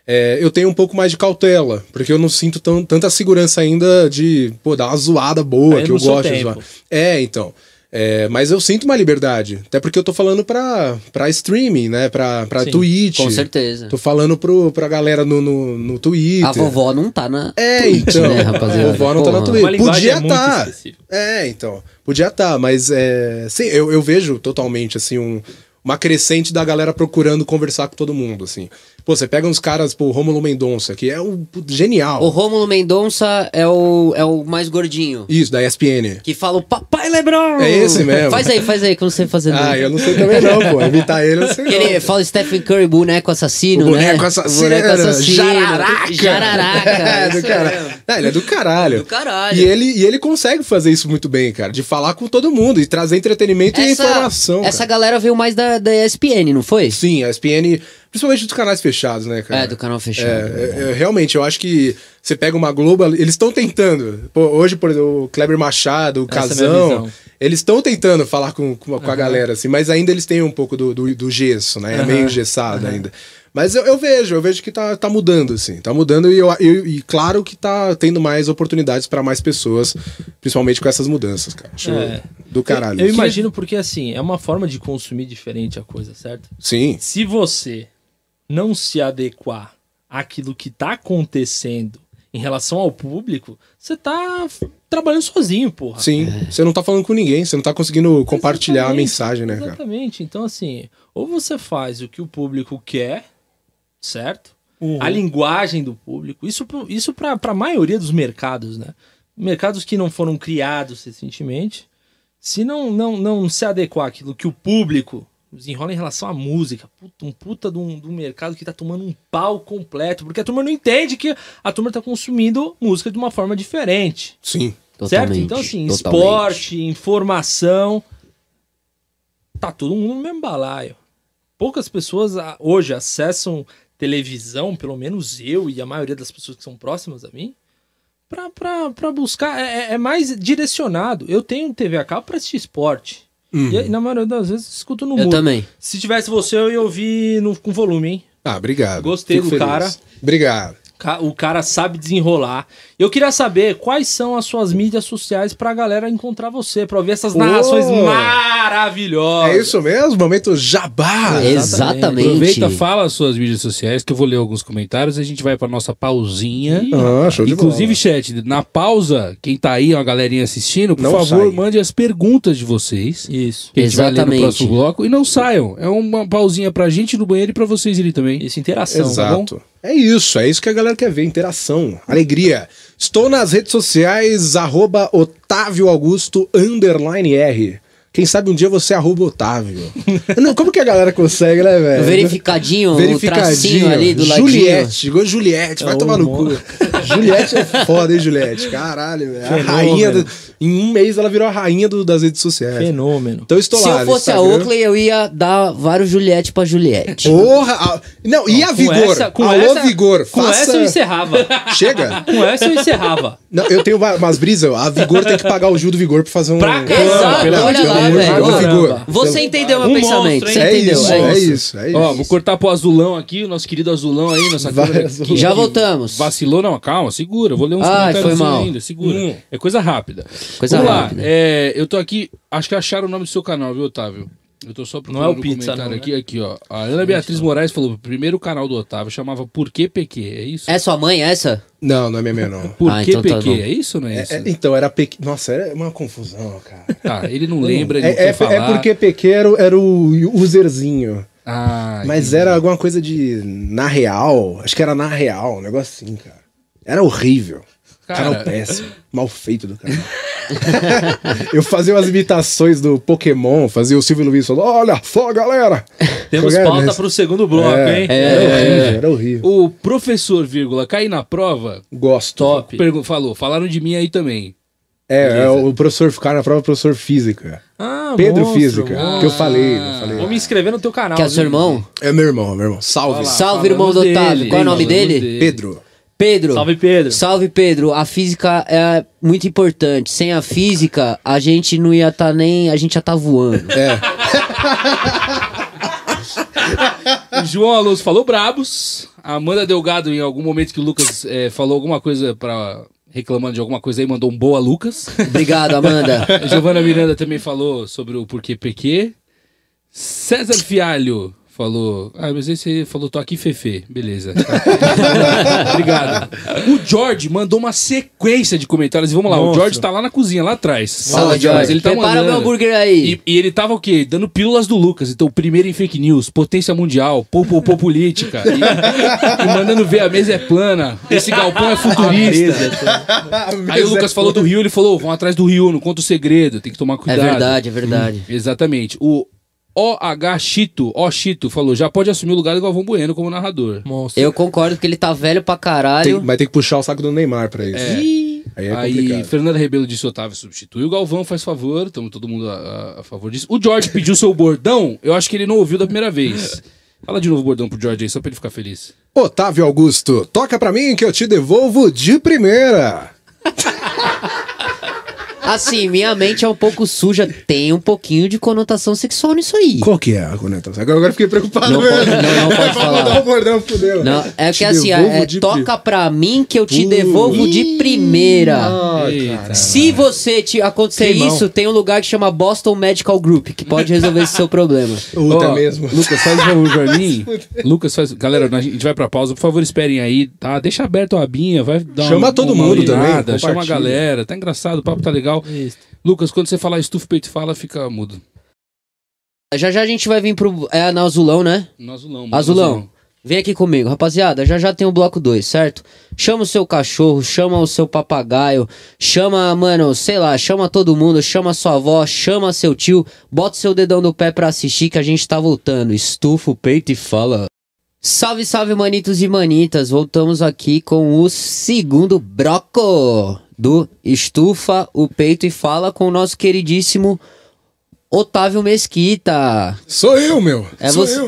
Speaker 3: é, eu tenho um pouco mais de cautela, porque eu não sinto tão, tanta segurança ainda de, pô, dar uma zoada boa,
Speaker 1: Aí
Speaker 3: que
Speaker 1: no
Speaker 3: eu
Speaker 1: seu
Speaker 3: gosto de
Speaker 1: tempo.
Speaker 3: zoar. É, então. É, mas eu sinto uma liberdade, até porque eu tô falando pra, pra streaming, né, pra, pra
Speaker 1: Sim,
Speaker 3: Twitch.
Speaker 4: Com certeza.
Speaker 3: Tô falando pro, pra galera no, no, no Twitter.
Speaker 4: A vovó não tá na.
Speaker 3: É, então.
Speaker 4: É, rapaziada,
Speaker 3: a vovó não tá
Speaker 4: porra.
Speaker 1: Uma
Speaker 3: na Twitter.
Speaker 1: linguagem
Speaker 3: Podia
Speaker 1: é muito
Speaker 3: tá.
Speaker 1: específica.
Speaker 3: É, então. Podia tá, mas é. Sim, eu, eu vejo totalmente, assim, um, uma crescente da galera procurando conversar com todo mundo, assim. Pô, você pega uns caras, pô, Rômulo Mendonça, que é um puto genial.
Speaker 4: O Rômulo Mendonça é o, é o mais gordinho.
Speaker 3: Isso, da ESPN.
Speaker 4: Que fala o Papai Lebron!
Speaker 3: É esse mesmo.
Speaker 4: Faz aí, faz aí, que eu não sei fazer nada.
Speaker 3: Ah, eu não sei também não, pô. Imitar ele, eu não sei.
Speaker 4: Que
Speaker 3: não.
Speaker 1: é
Speaker 4: ele fala Stephen Curry, boneco assassino,
Speaker 3: O boneco
Speaker 4: né?
Speaker 3: assassino,
Speaker 4: O boneco assassino.
Speaker 3: jararaca.
Speaker 4: Jararaca.
Speaker 3: É, do
Speaker 4: isso
Speaker 3: caralho.
Speaker 4: mesmo.
Speaker 3: É, ele é do caralho.
Speaker 4: Do caralho.
Speaker 3: E ele, e ele consegue fazer isso muito bem, cara. De falar com todo mundo e trazer entretenimento e informação.
Speaker 4: essa
Speaker 3: cara.
Speaker 4: galera veio mais da, da ESPN, não foi?
Speaker 3: Sim, a ESPN, principalmente dos canais fechados, né, cara?
Speaker 4: É, do canal fechado.
Speaker 1: né?
Speaker 3: É, é, é, realmente, eu acho que você pega uma Globo, eles estão tentando. Pô, hoje, por exemplo, o Kleber Machado, o
Speaker 1: Essa é a minha
Speaker 3: Casão,
Speaker 1: visão.
Speaker 3: eles estão tentando falar com, com, a- com a galera, assim, mas ainda eles têm um pouco do, do, do gesso, né? É meio engessado ainda. Mas eu, eu vejo, eu vejo que tá, tá mudando, assim, tá mudando e, eu, eu- e claro que tá tendo mais oportunidades pra mais pessoas, principalmente com essas mudanças, cara. Acho
Speaker 1: É.
Speaker 3: do caralho.
Speaker 1: Eu, eu imagino porque, assim, é uma forma de consumir diferente a coisa, certo?
Speaker 3: Sim,
Speaker 1: Se você não se adequar àquilo que tá acontecendo em relação ao público, você tá f- trabalhando sozinho, porra.
Speaker 3: sim. Você não tá falando com ninguém, você não tá conseguindo compartilhar a
Speaker 1: Exatamente,
Speaker 3: mensagem, né, cara?
Speaker 1: Exatamente. Então, assim, ou você faz o que o público quer, certo? A linguagem do público. Isso, pro- isso para a maioria dos mercados, né? Mercados que não foram criados recentemente. Se não, não, não se adequar àquilo que o público desenrola em relação à música, puta, um puta de um, de um mercado que tá tomando um pau completo, porque a turma não entende que a turma tá consumindo música de uma forma diferente.
Speaker 3: Sim.
Speaker 4: Totalmente.
Speaker 1: Certo? Então, assim,
Speaker 4: totalmente.
Speaker 1: esporte, informação. Tá todo mundo no mesmo balaio. Poucas pessoas ah, hoje acessam televisão, pelo menos eu e a maioria das pessoas que são próximas a mim, pra, pra, pra buscar. É, é- é mais direcionado. Eu tenho TV a cabo pra assistir esporte. E aí, na maioria das vezes escuto no
Speaker 4: Eu
Speaker 1: mundo.
Speaker 4: também.
Speaker 1: Se tivesse você, eu ia ouvir no, com volume, hein?
Speaker 3: Ah, obrigado.
Speaker 1: Gostei do cara.
Speaker 3: Obrigado.
Speaker 1: Ca- O cara sabe desenrolar. Eu queria saber quais são as suas mídias sociais pra galera encontrar você, pra ouvir essas
Speaker 3: Pô!
Speaker 1: narrações maravilhosas.
Speaker 3: É isso mesmo? Momento jabá.
Speaker 4: É, Exatamente.
Speaker 2: Aproveita, fala as suas mídias sociais, que eu vou ler alguns comentários, a gente vai pra nossa pausinha.
Speaker 3: Ah, show de
Speaker 2: Inclusive,
Speaker 3: bola.
Speaker 2: chat, na pausa, quem tá aí, ó, a galerinha assistindo, por
Speaker 3: Não
Speaker 2: favor,
Speaker 3: sai.
Speaker 2: mande as perguntas de vocês.
Speaker 1: Isso.
Speaker 2: Que a gente vai ler no
Speaker 4: Exatamente.
Speaker 2: próximo bloco. E não saiam. É uma pausinha pra gente no banheiro e pra vocês irem também.
Speaker 1: Isso, interação, tá bom?
Speaker 3: Exato. é isso, é isso que a galera quer ver, interação, alegria. Estou nas redes sociais, arroba Otávio Augusto, underline R. Quem sabe um dia você arroba Otávio. Não, como que a galera consegue, né, velho?
Speaker 4: Verificadinho, o tracinho
Speaker 3: Verificadinho.
Speaker 4: ali do ladinho.
Speaker 3: Juliette, chegou Juliette, vai
Speaker 1: É,
Speaker 3: tomar no
Speaker 1: ô,
Speaker 3: cu. Juliette é foda, hein, Juliette? Caralho, velho. A
Speaker 1: Fenômeno.
Speaker 3: rainha. do- Em um mês ela virou a rainha do- das redes sociais.
Speaker 1: Fenômeno.
Speaker 3: Então eu estou
Speaker 4: Se
Speaker 3: lá.
Speaker 4: eu
Speaker 3: no
Speaker 4: fosse a
Speaker 3: Instagram.
Speaker 4: Oakley, eu ia dar vários Juliette pra Juliette.
Speaker 3: Porra! a- Não, e a Ah, Vigor?
Speaker 1: essa- com
Speaker 3: Alô,
Speaker 1: essa-
Speaker 3: Vigor,
Speaker 1: Com
Speaker 3: faça.
Speaker 1: essa eu encerrava.
Speaker 3: Chega!
Speaker 1: com essa eu encerrava.
Speaker 3: Não, eu tenho uma- umas brisas. A Vigor tem que pagar o Gil do Vigor pra fazer um.
Speaker 1: Pra caramba,
Speaker 4: Exato,
Speaker 2: pelo
Speaker 4: olha lá,
Speaker 2: amor de
Speaker 1: Deus.
Speaker 4: velho. Ó,
Speaker 1: Caramba.
Speaker 4: Você
Speaker 3: Ah,
Speaker 4: entendeu meu
Speaker 1: Um
Speaker 4: pensamento,
Speaker 1: monstro,
Speaker 4: você
Speaker 1: hein?
Speaker 3: É
Speaker 4: entendeu.
Speaker 3: isso,
Speaker 4: é
Speaker 3: é
Speaker 4: isso.
Speaker 3: isso, é isso.
Speaker 2: Ó, vou cortar pro azulão aqui, o nosso querido azulão aí, nossa
Speaker 3: Vai,
Speaker 2: câmera.
Speaker 3: Azulão.
Speaker 2: que-
Speaker 4: Já
Speaker 2: que
Speaker 4: voltamos.
Speaker 2: Vacilou, não, calma, segura. Vou ler uns
Speaker 4: Ai,
Speaker 2: comentários
Speaker 4: foi mal.
Speaker 2: ainda, segura.
Speaker 1: Hum.
Speaker 2: É coisa rápida.
Speaker 4: Coisa
Speaker 2: Vamos
Speaker 4: rápida.
Speaker 2: lá, é, eu tô aqui, acho que acharam o nome do seu canal, viu, Otávio? Eu tô só procurando
Speaker 1: Não é o
Speaker 2: um
Speaker 1: Pizza,
Speaker 2: comentário
Speaker 1: não, né?
Speaker 2: aqui, aqui, ó. A Ana Beatriz Moraes falou, o primeiro canal do Otávio chamava Por que PQ, é isso?
Speaker 4: É sua mãe essa?
Speaker 3: Não, não é minha mãe, não.
Speaker 2: Por
Speaker 4: Ah,
Speaker 2: que
Speaker 4: então tá
Speaker 2: PQ,
Speaker 4: bom.
Speaker 2: é isso ou não é isso?
Speaker 3: É- é- então, era pequeno. Nossa, era uma confusão, cara.
Speaker 2: Tá, ele não lembra, ele não
Speaker 3: É, é,
Speaker 2: quer falar.
Speaker 3: é porque pequeno era o userzinho.
Speaker 2: Ah,
Speaker 3: Mas
Speaker 2: entendi.
Speaker 3: era alguma coisa de na real. Acho que era na real, um negócio assim, cara. Era horrível.
Speaker 2: Cara.
Speaker 3: Canal péssimo. Mal feito do canal. eu fazia umas imitações do Pokémon, fazia o Silvio Luiz falando: Olha só, galera!
Speaker 1: Temos
Speaker 3: Qualquer
Speaker 1: pauta
Speaker 3: vez.
Speaker 1: pro segundo bloco,
Speaker 3: É,
Speaker 1: hein?
Speaker 3: Era horrível, era horrível.
Speaker 2: O professor, vírgula, cair na prova,
Speaker 3: Gosto.
Speaker 1: Top.
Speaker 2: pergun- falou, falaram de mim aí também.
Speaker 3: É, é, o professor ficar na prova, professor física.
Speaker 1: Ah,
Speaker 3: Pedro
Speaker 1: monstro,
Speaker 3: Física,
Speaker 1: monstro.
Speaker 3: que eu falei, eu falei.
Speaker 1: Vou me inscrever no teu canal.
Speaker 4: Que é seu
Speaker 1: viu?
Speaker 4: irmão?
Speaker 3: É meu irmão, meu irmão. Salve.
Speaker 2: Olha lá,
Speaker 4: Salve,
Speaker 2: falando
Speaker 4: irmão do Otávio. Qual é o nome
Speaker 2: falando
Speaker 4: dele?
Speaker 3: Pedro.
Speaker 4: Pedro.
Speaker 1: Salve, Pedro.
Speaker 4: Salve, Pedro. A física é muito importante. Sem a física, a gente não ia estar nem. A gente já tá voando.
Speaker 2: O João Alonso falou brabos. A Amanda Delgado, em algum momento que o Lucas eh, falou alguma coisa pra. reclamando de alguma coisa aí, mandou um boa, Lucas.
Speaker 4: Obrigado, Amanda.
Speaker 2: A Giovana Miranda também falou sobre o porquê PQ. César Fialho falou. Ah, mas esse falou, tô aqui Fefe. Beleza. Obrigado. O George mandou uma sequência de comentários. E vamos lá, o
Speaker 1: Monstro.
Speaker 2: George tá lá na cozinha, lá atrás.
Speaker 4: Salve,
Speaker 2: Mas
Speaker 4: Jorge.
Speaker 2: Ele tá
Speaker 4: Prepara
Speaker 2: mandando.
Speaker 4: meu hambúrguer aí. É
Speaker 2: E, e ele tava o quê? Dando pílulas do Lucas. Então, primeiro em fake news, potência mundial, popopó política. E, e mandando ver a mesa é plana, esse galpão é futurista. Aí o Lucas falou do Rio, ele falou: vão atrás do Rio, não conta o segredo, tem que tomar
Speaker 4: É
Speaker 2: cuidado. Hum.
Speaker 4: verdade, é verdade.
Speaker 2: Exatamente. O OH Chito, O Chito, falou: já pode assumir o lugar do Galvão Bueno como narrador.
Speaker 1: Monstro.
Speaker 4: Eu concordo que ele tá velho pra
Speaker 3: Tem,
Speaker 4: caralho.
Speaker 3: mas tem que puxar o saco do Neymar pra isso. Aí é
Speaker 2: Aí,
Speaker 3: complicado.
Speaker 2: Fernanda Rebelo disse: Otávio, substitui o Galvão, faz favor. Estamos todo mundo a, a- a favor disso. O George pediu seu bordão, eu acho que ele não ouviu da primeira vez. Fala de novo o bordão pro George aí, só pra ele ficar feliz.
Speaker 3: Otávio Augusto, toca pra mim que eu te devolvo de primeira.
Speaker 4: Assim, minha mente é um pouco suja. Tem um pouquinho de conotação sexual nisso aí.
Speaker 3: Qual que é a conectação? Agora agora eu fiquei preocupado
Speaker 4: Não
Speaker 3: mesmo.
Speaker 4: pode- não, não pode
Speaker 3: Vai
Speaker 4: falar.
Speaker 3: mandar o bordão, fudeu.
Speaker 4: Não, é
Speaker 3: Te
Speaker 4: que assim,
Speaker 3: devolvo
Speaker 4: é,
Speaker 3: de
Speaker 4: toca pra mim que eu te devolvo de primeira.
Speaker 3: Ah,
Speaker 2: Eita.
Speaker 4: Se você te acontecer
Speaker 2: Climão.
Speaker 4: isso, tem um lugar que chama Boston Medical Group, que pode resolver esse seu problema.
Speaker 3: Puta
Speaker 2: Ó,
Speaker 3: mesmo.
Speaker 2: Lucas, faz o favor pra mim. Lucas, faz. Galera, a gente vai pra pausa. Por favor, esperem aí, tá? Deixa aberto a abinha, vai dar uma-
Speaker 3: Chama todo
Speaker 2: uma
Speaker 3: mundo
Speaker 2: olhada,
Speaker 3: também,
Speaker 2: Chama a
Speaker 3: compartilha.
Speaker 2: galera. Tá engraçado, o papo tá legal.
Speaker 1: Isso.
Speaker 2: Lucas, quando você falar estufa o peito e fala, fica mudo.
Speaker 4: Já já a gente vai vir pro. É na Azulão, né?
Speaker 2: No azulão. mano,
Speaker 4: Azulão. Vem aqui comigo, rapaziada. Já já tem o bloco 2, certo? Chama o seu cachorro, chama o seu papagaio, chama, mano, sei lá, chama todo mundo, chama sua avó, chama seu tio, bota o seu dedão do pé pra assistir que a gente tá voltando. Estufa o peito e fala. Salve, salve, manitos e manitas! Voltamos aqui com o segundo broco do Estufa o Peito e Fala com o nosso queridíssimo Otávio Mesquita.
Speaker 3: Sou eu, meu.
Speaker 4: É
Speaker 3: Sou
Speaker 4: você.
Speaker 3: eu.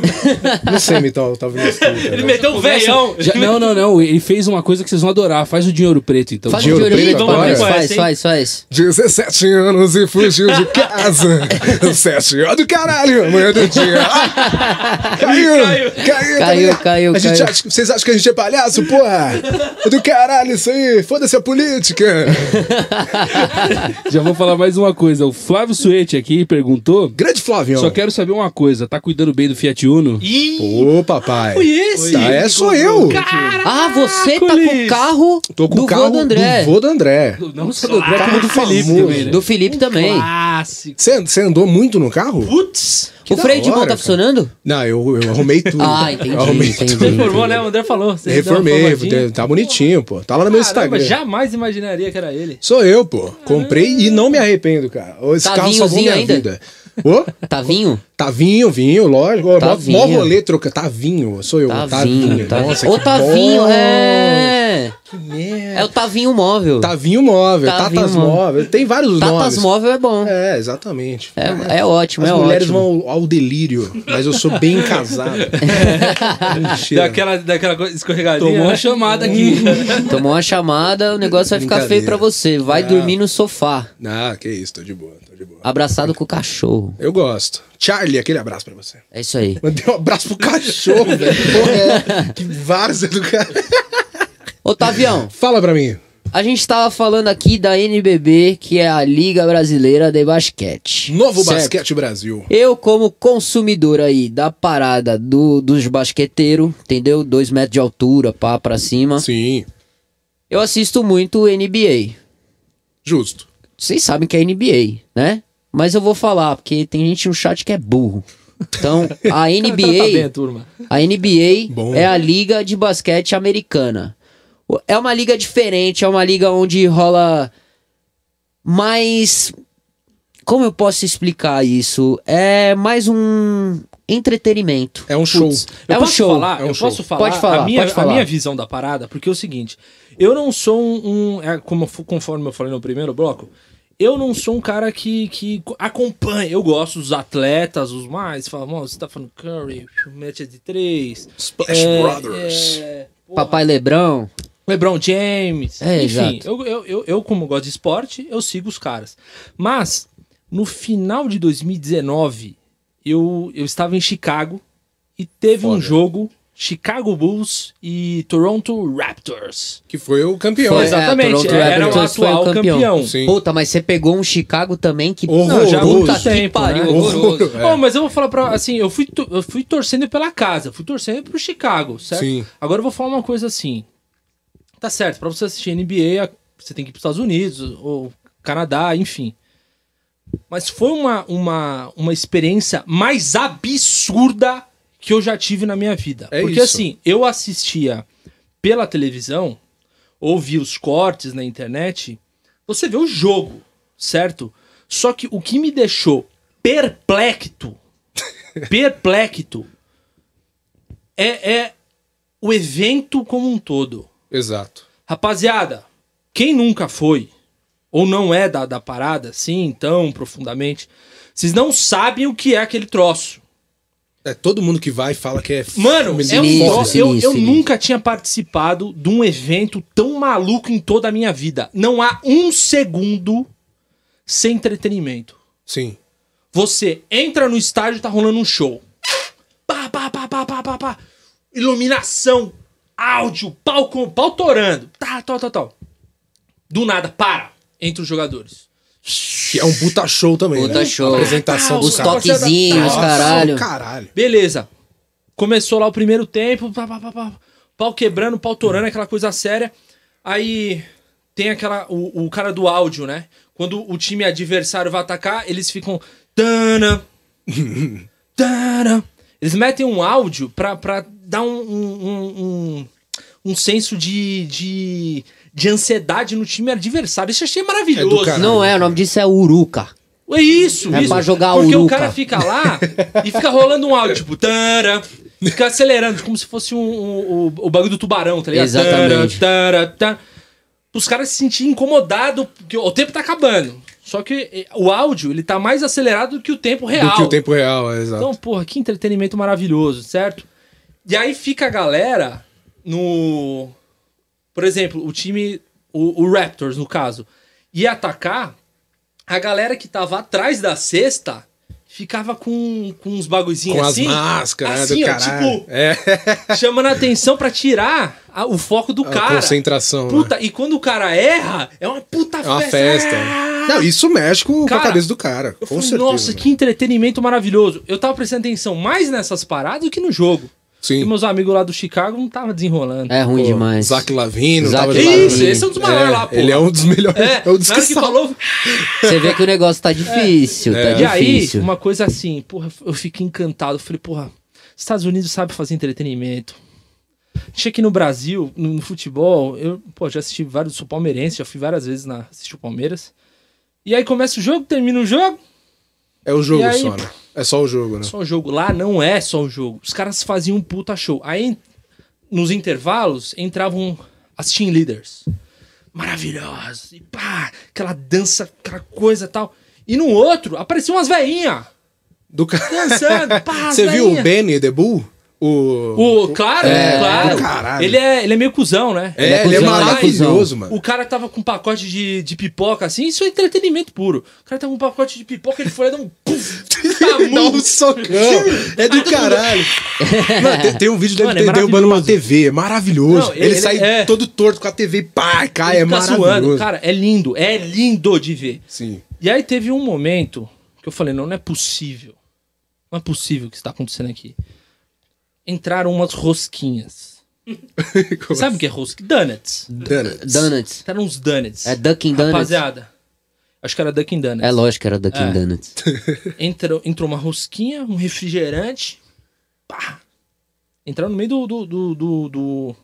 Speaker 3: Não sei imitar o Otávio Mesquita.
Speaker 1: Ele
Speaker 3: não.
Speaker 1: meteu um veião.
Speaker 2: Já- não, não, não. Ele fez uma coisa que vocês vão adorar. Faz o de ouro preto, então.
Speaker 4: Faz
Speaker 3: de
Speaker 4: o
Speaker 3: ouro
Speaker 4: de
Speaker 3: preto
Speaker 4: orelha,
Speaker 3: agora?
Speaker 4: faz, faz,
Speaker 1: Conhece,
Speaker 4: faz, faz.
Speaker 3: 17 anos e fugiu de casa. 7 anos do caralho, amanhã do dia. Ah, Caiu,
Speaker 1: Caiu.
Speaker 3: caiu, caiu. tá
Speaker 4: Caiu,
Speaker 3: ligado?
Speaker 4: caiu,
Speaker 3: A gente
Speaker 4: caiu.
Speaker 3: acha- vocês acham que a gente é palhaço, porra? É Do caralho isso aí, foda-se a política.
Speaker 2: Já vou falar mais uma coisa. O Flávio Suete aqui perguntou.
Speaker 3: Grande Flavião.
Speaker 2: Só quero saber uma coisa. Tá cuidando bem do Fiat Uno?
Speaker 1: Ih,
Speaker 3: Ô, papai.
Speaker 1: foi esse?
Speaker 3: Tá, é, sou eu.
Speaker 4: Ah, você tá com o
Speaker 1: Caracoles.
Speaker 4: carro
Speaker 3: Tô com
Speaker 4: do
Speaker 3: o carro
Speaker 4: vô do André.
Speaker 3: do vô do André.
Speaker 2: Não só do André, como do Felipe
Speaker 3: famoso.
Speaker 2: também, né?
Speaker 4: Do Felipe também.
Speaker 1: Clássico.
Speaker 3: Você você andou muito no carro?
Speaker 1: Putz.
Speaker 4: o
Speaker 3: da
Speaker 4: freio de mão
Speaker 3: hora,
Speaker 4: tá
Speaker 3: cara.
Speaker 4: funcionando?
Speaker 3: Não, eu, eu arrumei tudo.
Speaker 4: Ah, entendi,
Speaker 3: Eu arrumei
Speaker 4: entendi.
Speaker 3: tudo.
Speaker 1: Reformou, né? O André falou. Você deu uma
Speaker 3: Reformei,
Speaker 1: formadinha.
Speaker 3: tá bonitinho, pô. Tá lá no meu
Speaker 1: Caramba,
Speaker 3: Instagram.
Speaker 1: jamais imaginaria que era ele.
Speaker 3: Sou eu, pô. Comprei e não me arrependo, cara. Esse
Speaker 4: Tá
Speaker 3: carro salvou
Speaker 4: vinhozinho
Speaker 3: minha
Speaker 4: ainda?
Speaker 3: vida. Ô,
Speaker 4: Tá vinho?
Speaker 3: tá vinho, vinho, lógico. Ó,
Speaker 4: Tá
Speaker 3: mó, mó
Speaker 4: vinho.
Speaker 3: rolê troca. Tá vinho, sou eu.
Speaker 4: Tá
Speaker 3: Tá
Speaker 4: vinho, tá
Speaker 3: Nossa,
Speaker 4: vinho. Ô,
Speaker 3: que
Speaker 4: tá
Speaker 3: bom.
Speaker 4: vinho, é.
Speaker 3: Que merda.
Speaker 4: É o Tavinho Móvel.
Speaker 3: Tá vinho móvel,
Speaker 4: Tá
Speaker 3: tatas
Speaker 4: vinho móvel.
Speaker 3: móvel. Tem vários
Speaker 4: Tatas
Speaker 3: nomes.
Speaker 4: Móvel é bom. É,
Speaker 3: É, exatamente.
Speaker 4: é ótimo,
Speaker 3: As
Speaker 4: é
Speaker 3: mulheres
Speaker 4: ótimo.
Speaker 3: vão ao, ao delírio, mas eu sou bem casado. Mentira.
Speaker 1: Daquela, daquela coisa escorregadinha.
Speaker 2: Tomou
Speaker 1: né?
Speaker 2: uma chamada aqui.
Speaker 4: Tomou uma chamada, o negócio vai ficar feio
Speaker 3: Brincadeira. É.
Speaker 4: pra você. Vai dormir no sofá,
Speaker 3: Ah, que isso, tô de boa, tô de boa.
Speaker 4: abraçado com o cachorro.
Speaker 3: Eu gosto. Charlie, aquele abraço pra você.
Speaker 4: É isso aí.
Speaker 3: Mandei um abraço pro cachorro, velho. Porra, é. Que várzea do cara.
Speaker 4: Otavião,
Speaker 3: Fala pra mim.
Speaker 4: a gente tava falando aqui da NBB, que é a Liga Brasileira de Basquete.
Speaker 3: Novo
Speaker 4: Certo.
Speaker 3: Basquete Brasil.
Speaker 4: Eu, como consumidor aí da parada do, dos basqueteiros, entendeu? Dois metros de altura, pá, pra cima.
Speaker 3: Sim,
Speaker 4: Eu assisto muito NBA.
Speaker 3: justo.
Speaker 4: Vocês sabem que é NBA, né? Mas eu vou falar, porque tem gente no chat que é burro. Então, a
Speaker 1: Tá bem,
Speaker 4: NBA,
Speaker 1: turma.
Speaker 4: a NBA
Speaker 3: Bom.
Speaker 4: é a liga de basquete americana. O- É uma liga diferente, é uma liga onde rola mais como eu posso explicar isso? É mais um entretenimento.
Speaker 3: É um show.
Speaker 1: Eu
Speaker 4: É um
Speaker 1: posso
Speaker 4: show,
Speaker 1: falar,
Speaker 3: é um
Speaker 1: eu
Speaker 3: show.
Speaker 1: posso falar,
Speaker 4: Pode falar,
Speaker 1: a minha,
Speaker 4: pode falar.
Speaker 1: a minha visão da parada, porque é o seguinte, eu não sou um, um- é, como fo- conforme eu falei no primeiro bloco, eu não sou um cara que, que co- acompanha, eu gosto dos atletas, os mais, fala, "Mano, Stephen Curry, match de três,
Speaker 3: Splash
Speaker 1: é,
Speaker 3: Brothers.
Speaker 1: é, porra,
Speaker 4: Papai Lebrão.
Speaker 1: LeBron James.
Speaker 4: É,
Speaker 1: Enfim,
Speaker 4: exato.
Speaker 1: eu, eu, eu, eu, como gosto de esporte, eu sigo os caras. Mas, no final de 2019, eu, eu estava em Chicago e teve um
Speaker 3: Foda.
Speaker 1: jogo Chicago Bulls e Toronto Raptors.
Speaker 3: Que foi o campeão.
Speaker 4: Foi, é,
Speaker 3: né?
Speaker 1: Exatamente,
Speaker 4: Toronto
Speaker 1: era o
Speaker 4: Raptors foi o
Speaker 1: atual
Speaker 4: campeão.
Speaker 1: campeão.
Speaker 3: Sim.
Speaker 4: Puta, mas você pegou um Chicago também que
Speaker 3: Horroroso.
Speaker 1: já há muito
Speaker 4: Puta que
Speaker 1: tempo,
Speaker 4: pariu,
Speaker 1: né?
Speaker 4: horroroso.
Speaker 3: Horroroso. É.
Speaker 1: Bom, mas eu vou falar pra. Assim, eu fui, to- eu fui torcendo pela casa, fui torcendo pro Chicago, certo?
Speaker 3: Sim.
Speaker 1: Agora eu vou falar uma coisa assim. Tá certo, pra você assistir NBA, a- você tem que ir pros Estados Unidos, ou Canadá, enfim. Mas foi uma, uma, uma experiência mais absurda que eu já tive na minha vida.
Speaker 3: É
Speaker 1: Porque
Speaker 3: isso.
Speaker 1: assim, eu assistia pela televisão, ouvia os cortes na internet, você vê o jogo, certo? Só que o que me deixou perplexo, perplexo, é, é o evento como um todo.
Speaker 3: Exato.
Speaker 1: Rapaziada, quem nunca foi ou não é da, da parada assim tão profundamente, vocês não sabem o que é aquele troço.
Speaker 3: É todo mundo que vai fala que é.
Speaker 1: Mano,
Speaker 3: filme,
Speaker 1: é um
Speaker 4: Sinistro,
Speaker 1: troço. Eu, eu
Speaker 4: sinistro, sinistro.
Speaker 1: nunca tinha participado de um evento tão maluco em toda a minha vida. Não há um segundo sem entretenimento.
Speaker 3: Sim.
Speaker 1: Você entra no estádio, tá rolando um show. Pá, pá, pá, pá, pá, pá, pá. Iluminação, áudio, pau com pau torando. Tá, tal, tal, tal. Do nada, para. Entre os jogadores.
Speaker 3: Que é um puta show também.
Speaker 4: Puta
Speaker 3: né?
Speaker 4: show.
Speaker 3: A apresentação
Speaker 1: Ah,
Speaker 3: dos tá
Speaker 1: os Tá,
Speaker 3: caras.
Speaker 4: toquezinhos,
Speaker 3: Nossa,
Speaker 4: caralho.
Speaker 3: Caralho.
Speaker 1: Beleza. Começou lá o primeiro tempo, pá, pá, pá, pá. pau quebrando, pau torando, aquela coisa séria. Aí tem aquela o, o cara do áudio, né? Quando o time adversário vai atacar, eles ficam tana tana. Eles metem um áudio pra, pra dar um, um, um, um, um senso de, de, de ansiedade no time adversário. Isso eu achei
Speaker 3: É do
Speaker 1: maravilhoso.
Speaker 3: caralho.
Speaker 4: Não é, o nome disso é Uruca.
Speaker 1: É isso,
Speaker 4: É
Speaker 1: isso.
Speaker 4: pra jogar
Speaker 1: Porque o
Speaker 4: Uruca.
Speaker 1: cara fica lá e fica rolando um áudio, tipo, tara, fica acelerando, como se fosse um, um- o- o bagulho do tubarão, tá ligado?
Speaker 4: Exatamente.
Speaker 1: Tara, tara, tara. Os caras se sentiam incomodados, porque o tempo tá acabando. Só que eh, o áudio, ele tá mais acelerado do que o tempo real.
Speaker 3: Do que o tempo real, é, exato.
Speaker 1: Então, porra, que entretenimento maravilhoso, certo? E aí fica a galera no. Por exemplo, o time. O, o Raptors, no caso, ia atacar. A galera que tava atrás da cesta ficava com, com uns bagulhozinhos
Speaker 3: com
Speaker 1: assim.
Speaker 3: as máscaras, né,
Speaker 1: assim,
Speaker 3: do
Speaker 1: ó,
Speaker 3: caralho.
Speaker 1: tipo,
Speaker 3: é,
Speaker 1: chamando a atenção pra tirar a- o foco do
Speaker 3: a
Speaker 1: cara.
Speaker 3: concentração. né?
Speaker 1: Puta, e quando o cara erra, é uma puta
Speaker 3: É uma
Speaker 1: festa.
Speaker 3: festa.
Speaker 1: Ah!
Speaker 3: Não, isso mexe com, com
Speaker 1: Cara,
Speaker 3: a cabeça do cara.
Speaker 1: Eu
Speaker 3: Com
Speaker 1: falei,
Speaker 3: certeza.
Speaker 1: nossa, que entretenimento maravilhoso. Eu tava prestando atenção mais nessas paradas do que no jogo. E
Speaker 3: Sim.
Speaker 1: meus amigos lá do Chicago não tava desenrolando.
Speaker 4: É ruim
Speaker 3: Pô,
Speaker 4: demais.
Speaker 3: Zach Lavine, não
Speaker 4: Zach
Speaker 3: tava
Speaker 4: Lavine.
Speaker 3: jogando.
Speaker 1: Isso, esse é um dos maiores lá, pô.
Speaker 3: Ele é um dos melhores. É,
Speaker 1: É,
Speaker 3: o
Speaker 1: na hora que falou.
Speaker 4: Você vê que o negócio tá difícil, tá
Speaker 1: É. E aí,
Speaker 4: difícil.
Speaker 1: uma coisa assim, porra, eu fiquei encantado. Eu Falei, porra, Estados Unidos sabe fazer entretenimento. Achei que no Brasil, no, no futebol, eu pô, já assisti vários, sou palmeirense, já fui várias vezes na assistir o Palmeiras. E aí começa o jogo, termina o jogo,
Speaker 3: É o jogo
Speaker 1: E aí,
Speaker 3: só, né? É só o jogo, né?
Speaker 1: só o jogo. Lá não é só o jogo. Os caras faziam um puta show. Aí, nos intervalos, entravam as team leaders. Maravilhosos. E pá, aquela dança, aquela coisa e tal. E no outro, apareciam umas veinhas.
Speaker 3: Do cara.
Speaker 1: Dançando, é pá, é- as
Speaker 3: Você viu o
Speaker 1: veinha.
Speaker 3: Benny The Bull? O.
Speaker 1: O, claro,
Speaker 4: É,
Speaker 3: do
Speaker 1: claro.
Speaker 3: caralho.
Speaker 1: Ele é, ele é meio cuzão, né?
Speaker 3: É, ele é
Speaker 4: cuzão,
Speaker 3: maravilhoso, mano.
Speaker 1: O cara tava com um pacote de, de pipoca, assim, isso é entretenimento puro. O cara tava com um pacote de pipoca, ele foi lá e deu um puff,
Speaker 3: Dá
Speaker 1: tamu.
Speaker 3: um socão. É do caralho. Mano, tem, tem um vídeo dele
Speaker 1: Mano, é
Speaker 3: dele derrubando uma
Speaker 1: maravilhoso.
Speaker 3: TV. É maravilhoso.
Speaker 1: Não, ele-
Speaker 3: ele,
Speaker 1: ele
Speaker 3: sai
Speaker 1: é.
Speaker 3: todo torto com a TV. Pá, cai. É
Speaker 1: Ele tá
Speaker 3: maravilhoso.
Speaker 1: Cara, é lindo, é lindo de ver.
Speaker 3: Sim.
Speaker 1: E aí teve um momento que eu falei, não, não é possível. Não é possível o que está acontecendo aqui. Entraram umas rosquinhas. Sabe o que é rosquinha? Donuts.
Speaker 3: Donuts.
Speaker 4: Donuts.
Speaker 1: Entraram uns donuts.
Speaker 4: É Dunkin' Donuts.
Speaker 1: Rapaziada. Acho que era Dunkin' Donuts.
Speaker 4: É lógico que era Dunkin'
Speaker 1: É.
Speaker 4: Donuts.
Speaker 1: entrou, entrou uma rosquinha, um refrigerante. Pá! Entraram no meio do. do, do, do- do-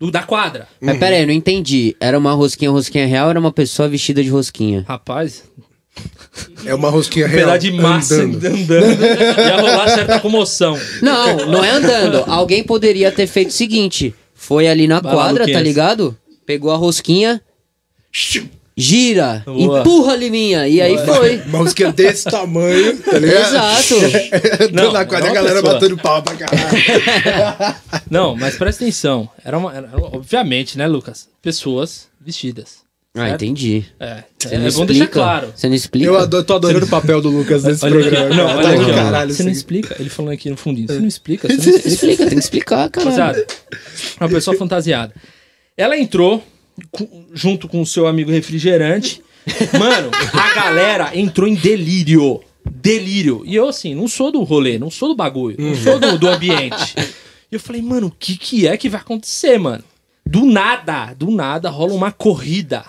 Speaker 1: do- da quadra.
Speaker 4: Mas pera aí, eu não entendi. Era uma rosquinha, rosquinha real ou era uma pessoa vestida de rosquinha?
Speaker 1: Rapaz,
Speaker 3: É uma rosquinha
Speaker 1: um pedaço
Speaker 3: real.
Speaker 1: de massa
Speaker 3: andando.
Speaker 1: andando. Ia rolar certa comoção.
Speaker 4: Não, não é andando. Alguém poderia ter feito o seguinte: foi ali na
Speaker 1: Vai lá,
Speaker 4: quadra, tá
Speaker 1: Luquinhas.
Speaker 4: ligado? Pegou a rosquinha, gira,
Speaker 1: Boa.
Speaker 4: empurra a liminha. E aí foi.
Speaker 3: Uma rosquinha desse tamanho, tá ligado?
Speaker 4: Exato.
Speaker 1: Não,
Speaker 3: Andando na quadra,
Speaker 1: é
Speaker 3: a
Speaker 1: uma
Speaker 3: galera
Speaker 1: pessoa.
Speaker 3: batendo pau pra caralho.
Speaker 1: Não, mas presta atenção. Era uma, era- obviamente, né, Lucas? Pessoas vestidas.
Speaker 4: Ah, entendi.
Speaker 1: É,
Speaker 4: Você
Speaker 1: é
Speaker 4: não
Speaker 1: bom
Speaker 4: explica.
Speaker 1: deixar claro.
Speaker 4: Você não explica.
Speaker 3: Eu adoro, tô adorando o papel do Lucas nesse
Speaker 1: Olha aqui,
Speaker 3: programa.
Speaker 1: ó. não,
Speaker 3: cara.
Speaker 1: olha
Speaker 3: Tá do
Speaker 1: aqui, ó.
Speaker 3: caralho,
Speaker 1: Você não
Speaker 3: isso
Speaker 1: explica. Ele falando aqui no fundinho. Você não explica, você não
Speaker 4: Você não
Speaker 1: explica.
Speaker 4: explica, tem que explicar, cara.
Speaker 1: Rapaziada, uma pessoa fantasiada. Ela entrou cu- junto com o seu amigo refrigerante. Mano, a galera entrou em delírio. Delírio. E eu, assim, não sou do rolê, não sou do bagulho, não sou do, do ambiente. E eu falei, mano, o que, que é que vai acontecer, mano? Do nada, do nada, rola uma corrida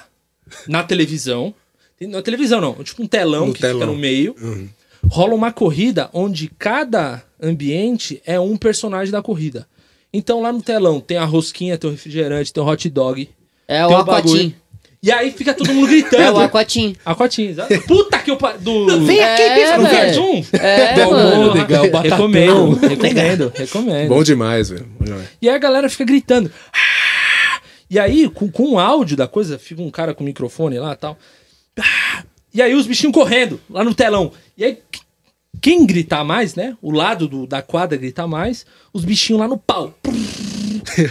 Speaker 1: na televisão. Na televisão, não. Tipo um telão
Speaker 3: No
Speaker 1: que fica
Speaker 3: telão. Uhum.
Speaker 1: no meio. Rola uma corrida onde cada ambiente é um personagem da corrida. Então lá no telão tem a rosquinha, tem o refrigerante, tem o hot dog.
Speaker 4: É o
Speaker 1: tem um bagulho.
Speaker 4: Aquatim.
Speaker 1: E aí fica todo mundo
Speaker 4: É o
Speaker 1: gritando.
Speaker 4: Aquatim.
Speaker 1: Aquatim, exato. Puta que eu. Pa... Do...
Speaker 4: Vem aqui, É, bicho,
Speaker 1: do
Speaker 4: velho.
Speaker 1: Verdun?
Speaker 4: É,
Speaker 1: Do
Speaker 4: mano.
Speaker 1: Almôndega, o Batatão. Recomendo, recomendo, recomendo.
Speaker 3: Bom demais, velho. Bom demais.
Speaker 1: E aí a galera fica gritando. "Ah!" E aí, com, com o áudio da coisa, fica um cara com o microfone lá e tal. "Ah!" E aí os bichinhos correndo lá no telão. E aí, qu- quem gritar mais, né? O lado do- da quadra gritar mais, os bichinhos lá no pau.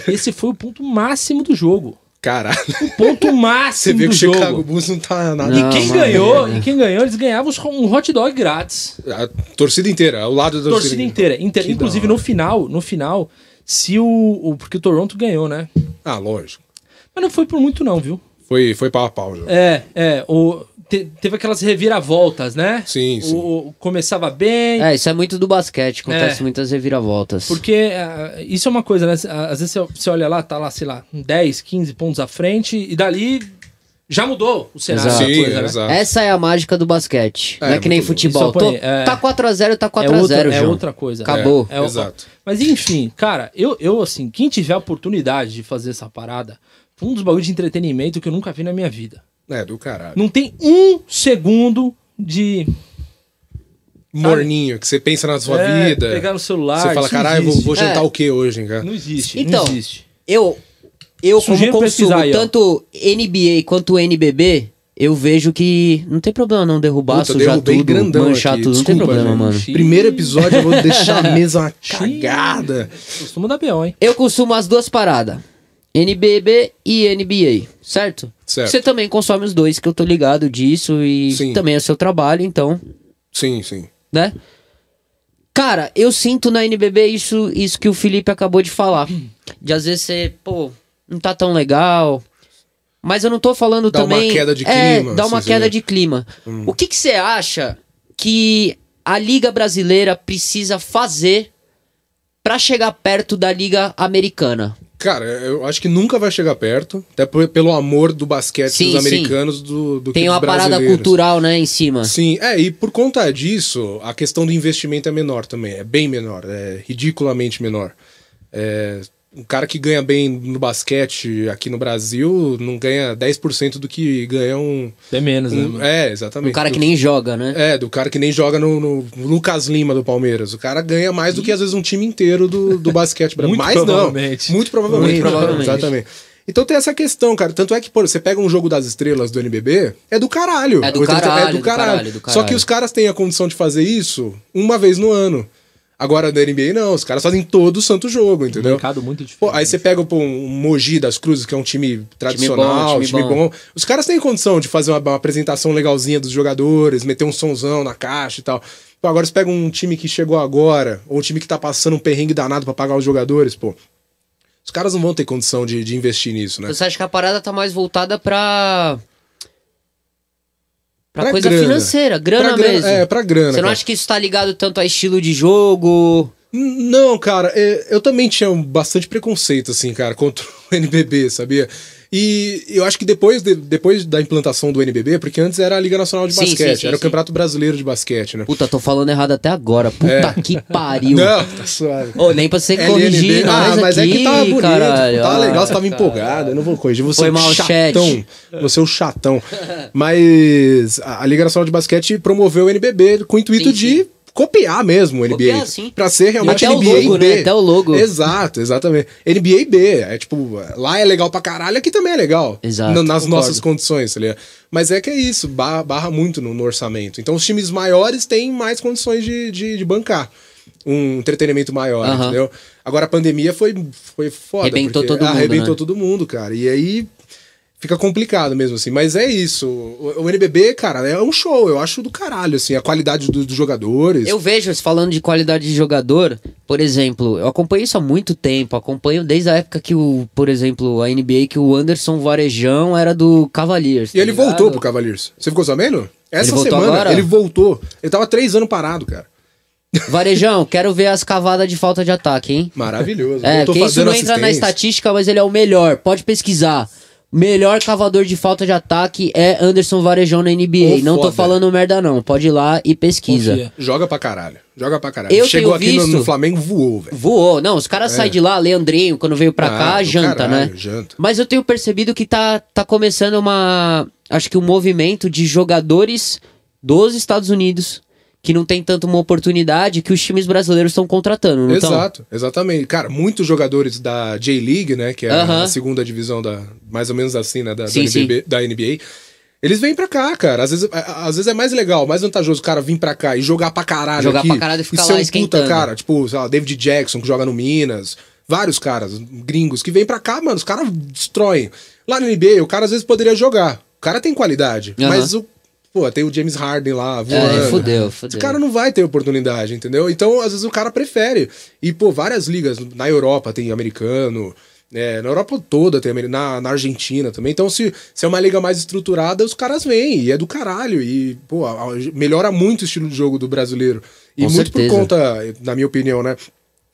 Speaker 1: Esse foi o ponto máximo do jogo.
Speaker 3: Caralho.
Speaker 1: O ponto
Speaker 3: Você
Speaker 1: máximo
Speaker 3: vê
Speaker 1: do
Speaker 3: que o Chicago
Speaker 1: jogo.
Speaker 3: Bulls não tá nada.
Speaker 1: E
Speaker 4: Não,
Speaker 1: quem
Speaker 4: mano,
Speaker 1: ganhou,
Speaker 4: é,
Speaker 1: e quem ganhou, eles ganhavam os- um hot dog grátis
Speaker 3: A torcida inteira, ao lado da
Speaker 1: torcida inteira. inteira.
Speaker 3: Que
Speaker 1: Inclusive
Speaker 3: da
Speaker 1: no final, no final, se o, o- Porque o Toronto ganhou, né?
Speaker 3: Ah, lógico.
Speaker 1: Mas não foi por muito, não, viu?
Speaker 3: Foi, foi pau a pau já.
Speaker 1: É, é. O, te- teve aquelas reviravoltas, né?
Speaker 3: Sim, sim.
Speaker 1: O, o- começava bem.
Speaker 4: É, isso é muito do basquete, acontece
Speaker 1: É.
Speaker 4: muitas reviravoltas.
Speaker 1: Porque ah, isso é uma coisa, né? Às vezes você- você olha lá, tá lá, sei lá, 10, 15 pontos à frente, e dali já mudou o cenário.
Speaker 4: Exato.
Speaker 1: da
Speaker 3: Sim,
Speaker 1: coisa, né?
Speaker 3: exato.
Speaker 4: Essa é a mágica do basquete.
Speaker 3: É,
Speaker 4: não é que nem
Speaker 3: muito bom.
Speaker 1: Isso é
Speaker 4: futebol.
Speaker 1: um
Speaker 4: Tô-
Speaker 1: porém, é.
Speaker 4: Tá 4x0, tá
Speaker 1: É outra,
Speaker 4: 4x0,
Speaker 1: é
Speaker 4: João.
Speaker 1: outra coisa.
Speaker 4: Acabou.
Speaker 1: É, é o-
Speaker 3: Exato.
Speaker 1: Mas enfim, cara, eu, eu assim, quem tiver a oportunidade de fazer essa parada, foi um dos bagulhos de entretenimento que eu nunca vi na minha vida.
Speaker 3: É, do caralho.
Speaker 1: Não tem um segundo de
Speaker 3: Morninho, que você pensa na sua
Speaker 1: é,
Speaker 3: vida.
Speaker 1: pegar no celular.
Speaker 3: Você fala,
Speaker 1: isso não
Speaker 3: caralho, vou,
Speaker 1: existe.
Speaker 3: vou jantar
Speaker 4: É.
Speaker 3: o que hoje, hein, cara?
Speaker 1: Não existe.
Speaker 4: Então,
Speaker 1: não existe.
Speaker 4: Eu, eu como
Speaker 1: Sugiro pesquisar
Speaker 4: consumo
Speaker 1: aí, ó.
Speaker 4: tanto NBA quanto NBB, eu vejo que não tem problema não derrubar,
Speaker 3: Puta,
Speaker 4: sujar
Speaker 3: derrubei
Speaker 4: tudo,
Speaker 3: grandão
Speaker 4: manchar
Speaker 3: aqui,
Speaker 4: tudo, não tem
Speaker 3: desculpa,
Speaker 4: problema,
Speaker 3: gente.
Speaker 4: mano.
Speaker 3: Primeiro episódio eu vou deixar a mesa uma cagada.
Speaker 1: Costuma dar B.O., hein?
Speaker 4: Eu consumo as duas paradas. NBB e NBA, certo?
Speaker 3: Certo.
Speaker 4: Você também consome os dois, que eu tô ligado disso e
Speaker 3: Sim.
Speaker 4: também é seu trabalho, então,
Speaker 3: Sim, sim.
Speaker 4: né? Cara, eu sinto na NBB isso, isso que o Felipe acabou de falar. De às vezes você, pô, não tá tão legal. Mas eu não tô falando
Speaker 3: Dá uma
Speaker 4: também.
Speaker 3: queda de
Speaker 4: é,
Speaker 3: clima,
Speaker 4: Dá uma
Speaker 3: assim, né?
Speaker 4: queda de clima. O que que você acha que a Liga Brasileira precisa fazer pra chegar perto da Liga Americana?
Speaker 3: Cara, eu acho que nunca vai chegar perto, até por- pelo amor do basquete
Speaker 4: Sim,
Speaker 3: dos
Speaker 4: sim.
Speaker 3: americanos do, do que
Speaker 4: Tem
Speaker 3: dos
Speaker 4: uma parada
Speaker 3: brasileiros.
Speaker 4: cultural, né, em cima.
Speaker 3: Sim, é, e por conta disso, a questão do investimento é menor também, é bem menor, é ridiculamente menor. É, um cara que ganha bem no basquete aqui no Brasil não ganha 10% do que ganha um.
Speaker 1: Até menos, né?
Speaker 3: um
Speaker 1: mano?
Speaker 3: é, exatamente.
Speaker 4: Um cara
Speaker 3: do-
Speaker 4: que nem joga, né?
Speaker 3: É, do cara que nem joga no, no Lucas Lima do Palmeiras. O cara ganha mais do que às vezes um time inteiro do, do basquete brasileiro.
Speaker 1: Muito
Speaker 3: mais
Speaker 1: provavelmente.
Speaker 3: não. Muito provavelmente.
Speaker 4: Muito provavelmente.
Speaker 3: Exatamente. Então tem essa questão, cara. Tanto é que, pô, você pega um jogo das estrelas do NBB, é do caralho.
Speaker 4: É do
Speaker 3: Ou então,
Speaker 4: caralho, do caralho,
Speaker 3: Só
Speaker 4: do
Speaker 3: que
Speaker 4: caralho.
Speaker 3: os caras têm a condição de fazer isso uma vez no ano. Agora da NBA não, os caras fazem todo o santo jogo, entendeu?
Speaker 1: Mercado muito difícil.
Speaker 3: Pô, aí você pega pô, um Mogi das Cruzes, que é um time tradicional,
Speaker 4: bom, time
Speaker 3: time, bom,
Speaker 4: bom.
Speaker 3: Os caras têm condição de fazer uma, uma apresentação legalzinha dos jogadores, meter um sonzão na caixa e tal. Pô, agora você pega um time que chegou agora, ou um time que tá passando um perrengue danado pra pagar os jogadores, pô. Os caras não vão ter condição de, de investir nisso, né?
Speaker 4: Você acha que a parada tá mais voltada pra. pra,
Speaker 3: Pra
Speaker 4: coisa
Speaker 3: grana.
Speaker 4: financeira, grana,
Speaker 3: Pra grana-
Speaker 4: mesmo.
Speaker 3: É, pra grana.
Speaker 4: Você não
Speaker 3: cara.
Speaker 4: acha que isso tá ligado tanto a estilo de jogo?
Speaker 3: N- Não, cara, é, eu também tinha um bastante preconceito, assim, cara, contra o NBB, sabia? E eu acho que depois, de- depois da implantação do NBB, porque antes era a Liga Nacional de
Speaker 4: Sim, sim,
Speaker 3: Basquete,
Speaker 4: sim,
Speaker 3: era o
Speaker 4: sim.
Speaker 3: Campeonato Brasileiro de Basquete, né?
Speaker 4: Puta, tô falando errado até agora. Puta que pariu.
Speaker 3: É. Não, tá suave.
Speaker 4: Ô, nem pra você corrigir,
Speaker 3: ah,
Speaker 4: nós
Speaker 3: mas
Speaker 4: aqui,
Speaker 3: é que tava bonito,
Speaker 4: caralho.
Speaker 3: tava
Speaker 4: Ah,
Speaker 3: legal, você tá tava empolgado, eu não vou corrigir, você
Speaker 4: Foi
Speaker 3: é um
Speaker 4: mal, chat.
Speaker 3: chatão, você é um chatão. Mas a a Liga Nacional de Basquete promoveu o NBB com o intuito
Speaker 4: Sim, sim.
Speaker 3: de copiar mesmo o NBA,
Speaker 4: Copiar, sim.
Speaker 3: pra ser realmente
Speaker 4: E até o
Speaker 3: NBA
Speaker 4: logo,
Speaker 3: B.
Speaker 4: né? Até o logo.
Speaker 3: Exato, exatamente. NBA B, é tipo, lá é legal pra caralho, aqui também é legal.
Speaker 4: Exato,
Speaker 3: Na- nas
Speaker 4: concordo.
Speaker 3: nossas condições, tá ligado? Mas é que é isso, barra, barra muito no, no orçamento. Então os times maiores têm mais condições de, de, de bancar um entretenimento maior,
Speaker 4: Aham.
Speaker 3: entendeu? Agora a pandemia foi, foi foda.
Speaker 4: Arrebentou
Speaker 3: porque
Speaker 4: todo mundo,
Speaker 3: Arrebentou
Speaker 4: né?
Speaker 3: todo mundo, cara. E aí fica complicado mesmo, assim. Mas é isso. O, o NBB, cara, é um show. Eu acho do caralho, assim. A qualidade do- dos jogadores.
Speaker 4: Eu vejo, falando de qualidade de jogador, por exemplo, eu acompanho isso há muito tempo. Acompanho desde a época que o, por exemplo, a NBA, que o Anderson Varejão era do Cavaliers. tá
Speaker 3: E ele voltou pro Cavaliers. Você ficou sabendo? Essa
Speaker 4: voltou
Speaker 3: semana
Speaker 4: agora?
Speaker 3: ele voltou. Ele tava três anos parado, cara.
Speaker 4: Varejão, quero ver as cavadas de falta de ataque, hein?
Speaker 3: Maravilhoso.
Speaker 4: É,
Speaker 3: voltou
Speaker 4: porque isso
Speaker 3: fazendo
Speaker 4: não entra na
Speaker 3: assistência.
Speaker 4: estatística, mas ele é o melhor. Pode pesquisar. Melhor cavador de falta de ataque é Anderson Varejão na NBA.
Speaker 3: Ô,
Speaker 4: não tô
Speaker 3: foda.
Speaker 4: falando merda, não. Pode ir lá e pesquisa.
Speaker 1: Confia.
Speaker 3: Joga pra caralho. Joga pra caralho.
Speaker 4: Eu
Speaker 3: Chegou
Speaker 4: tenho
Speaker 3: aqui no,
Speaker 4: visto-
Speaker 3: no Flamengo, voou, velho.
Speaker 4: Voou. Não, os caras saem de lá, Leandrinho, quando veio pra
Speaker 3: É. Ah,
Speaker 4: cá,
Speaker 3: do
Speaker 4: janta,
Speaker 3: caralho,
Speaker 4: né?
Speaker 3: janta.
Speaker 4: Mas eu tenho percebido que tá, tá começando uma. Acho que um movimento de jogadores dos Estados Unidos que não tem tanto uma oportunidade que os times brasileiros estão contratando, não tão?
Speaker 3: Exato, exatamente. Cara, muitos jogadores da J-League, né, que é
Speaker 4: Aham.
Speaker 3: a segunda divisão da, mais ou menos assim, né, da, da
Speaker 4: Sim,
Speaker 3: NBB da NBA, eles vêm pra cá, cara. Às vezes, a- às vezes é mais legal, mais vantajoso o cara vir pra cá e jogar pra caralho
Speaker 4: Jogar
Speaker 3: aqui.
Speaker 4: pra caralho e ficar
Speaker 3: ser
Speaker 4: lá
Speaker 3: um
Speaker 4: esquentando.
Speaker 3: Puta, cara, tipo, sei lá, David Jackson, que joga no Minas, vários caras, gringos, que vêm pra cá, mano, os caras destroem. Lá no NBA, o cara às vezes poderia jogar. O cara tem qualidade,
Speaker 4: Aham.
Speaker 3: mas o... Pô, tem o James Harden lá, voando.
Speaker 4: É, fudeu,
Speaker 3: Esse
Speaker 4: fudeu.
Speaker 3: cara não vai ter oportunidade, entendeu? Então, às vezes, o cara prefere. E, pô, várias ligas. Na Europa tem americano. né? na Europa toda tem americano. Na, na Argentina também. Então, se, se é uma liga mais estruturada, os caras vêm. E é do caralho. E, pô, a- a- melhora muito o estilo de jogo do brasileiro. E
Speaker 4: Com
Speaker 3: muito
Speaker 4: certeza.
Speaker 3: por conta, na minha opinião, né?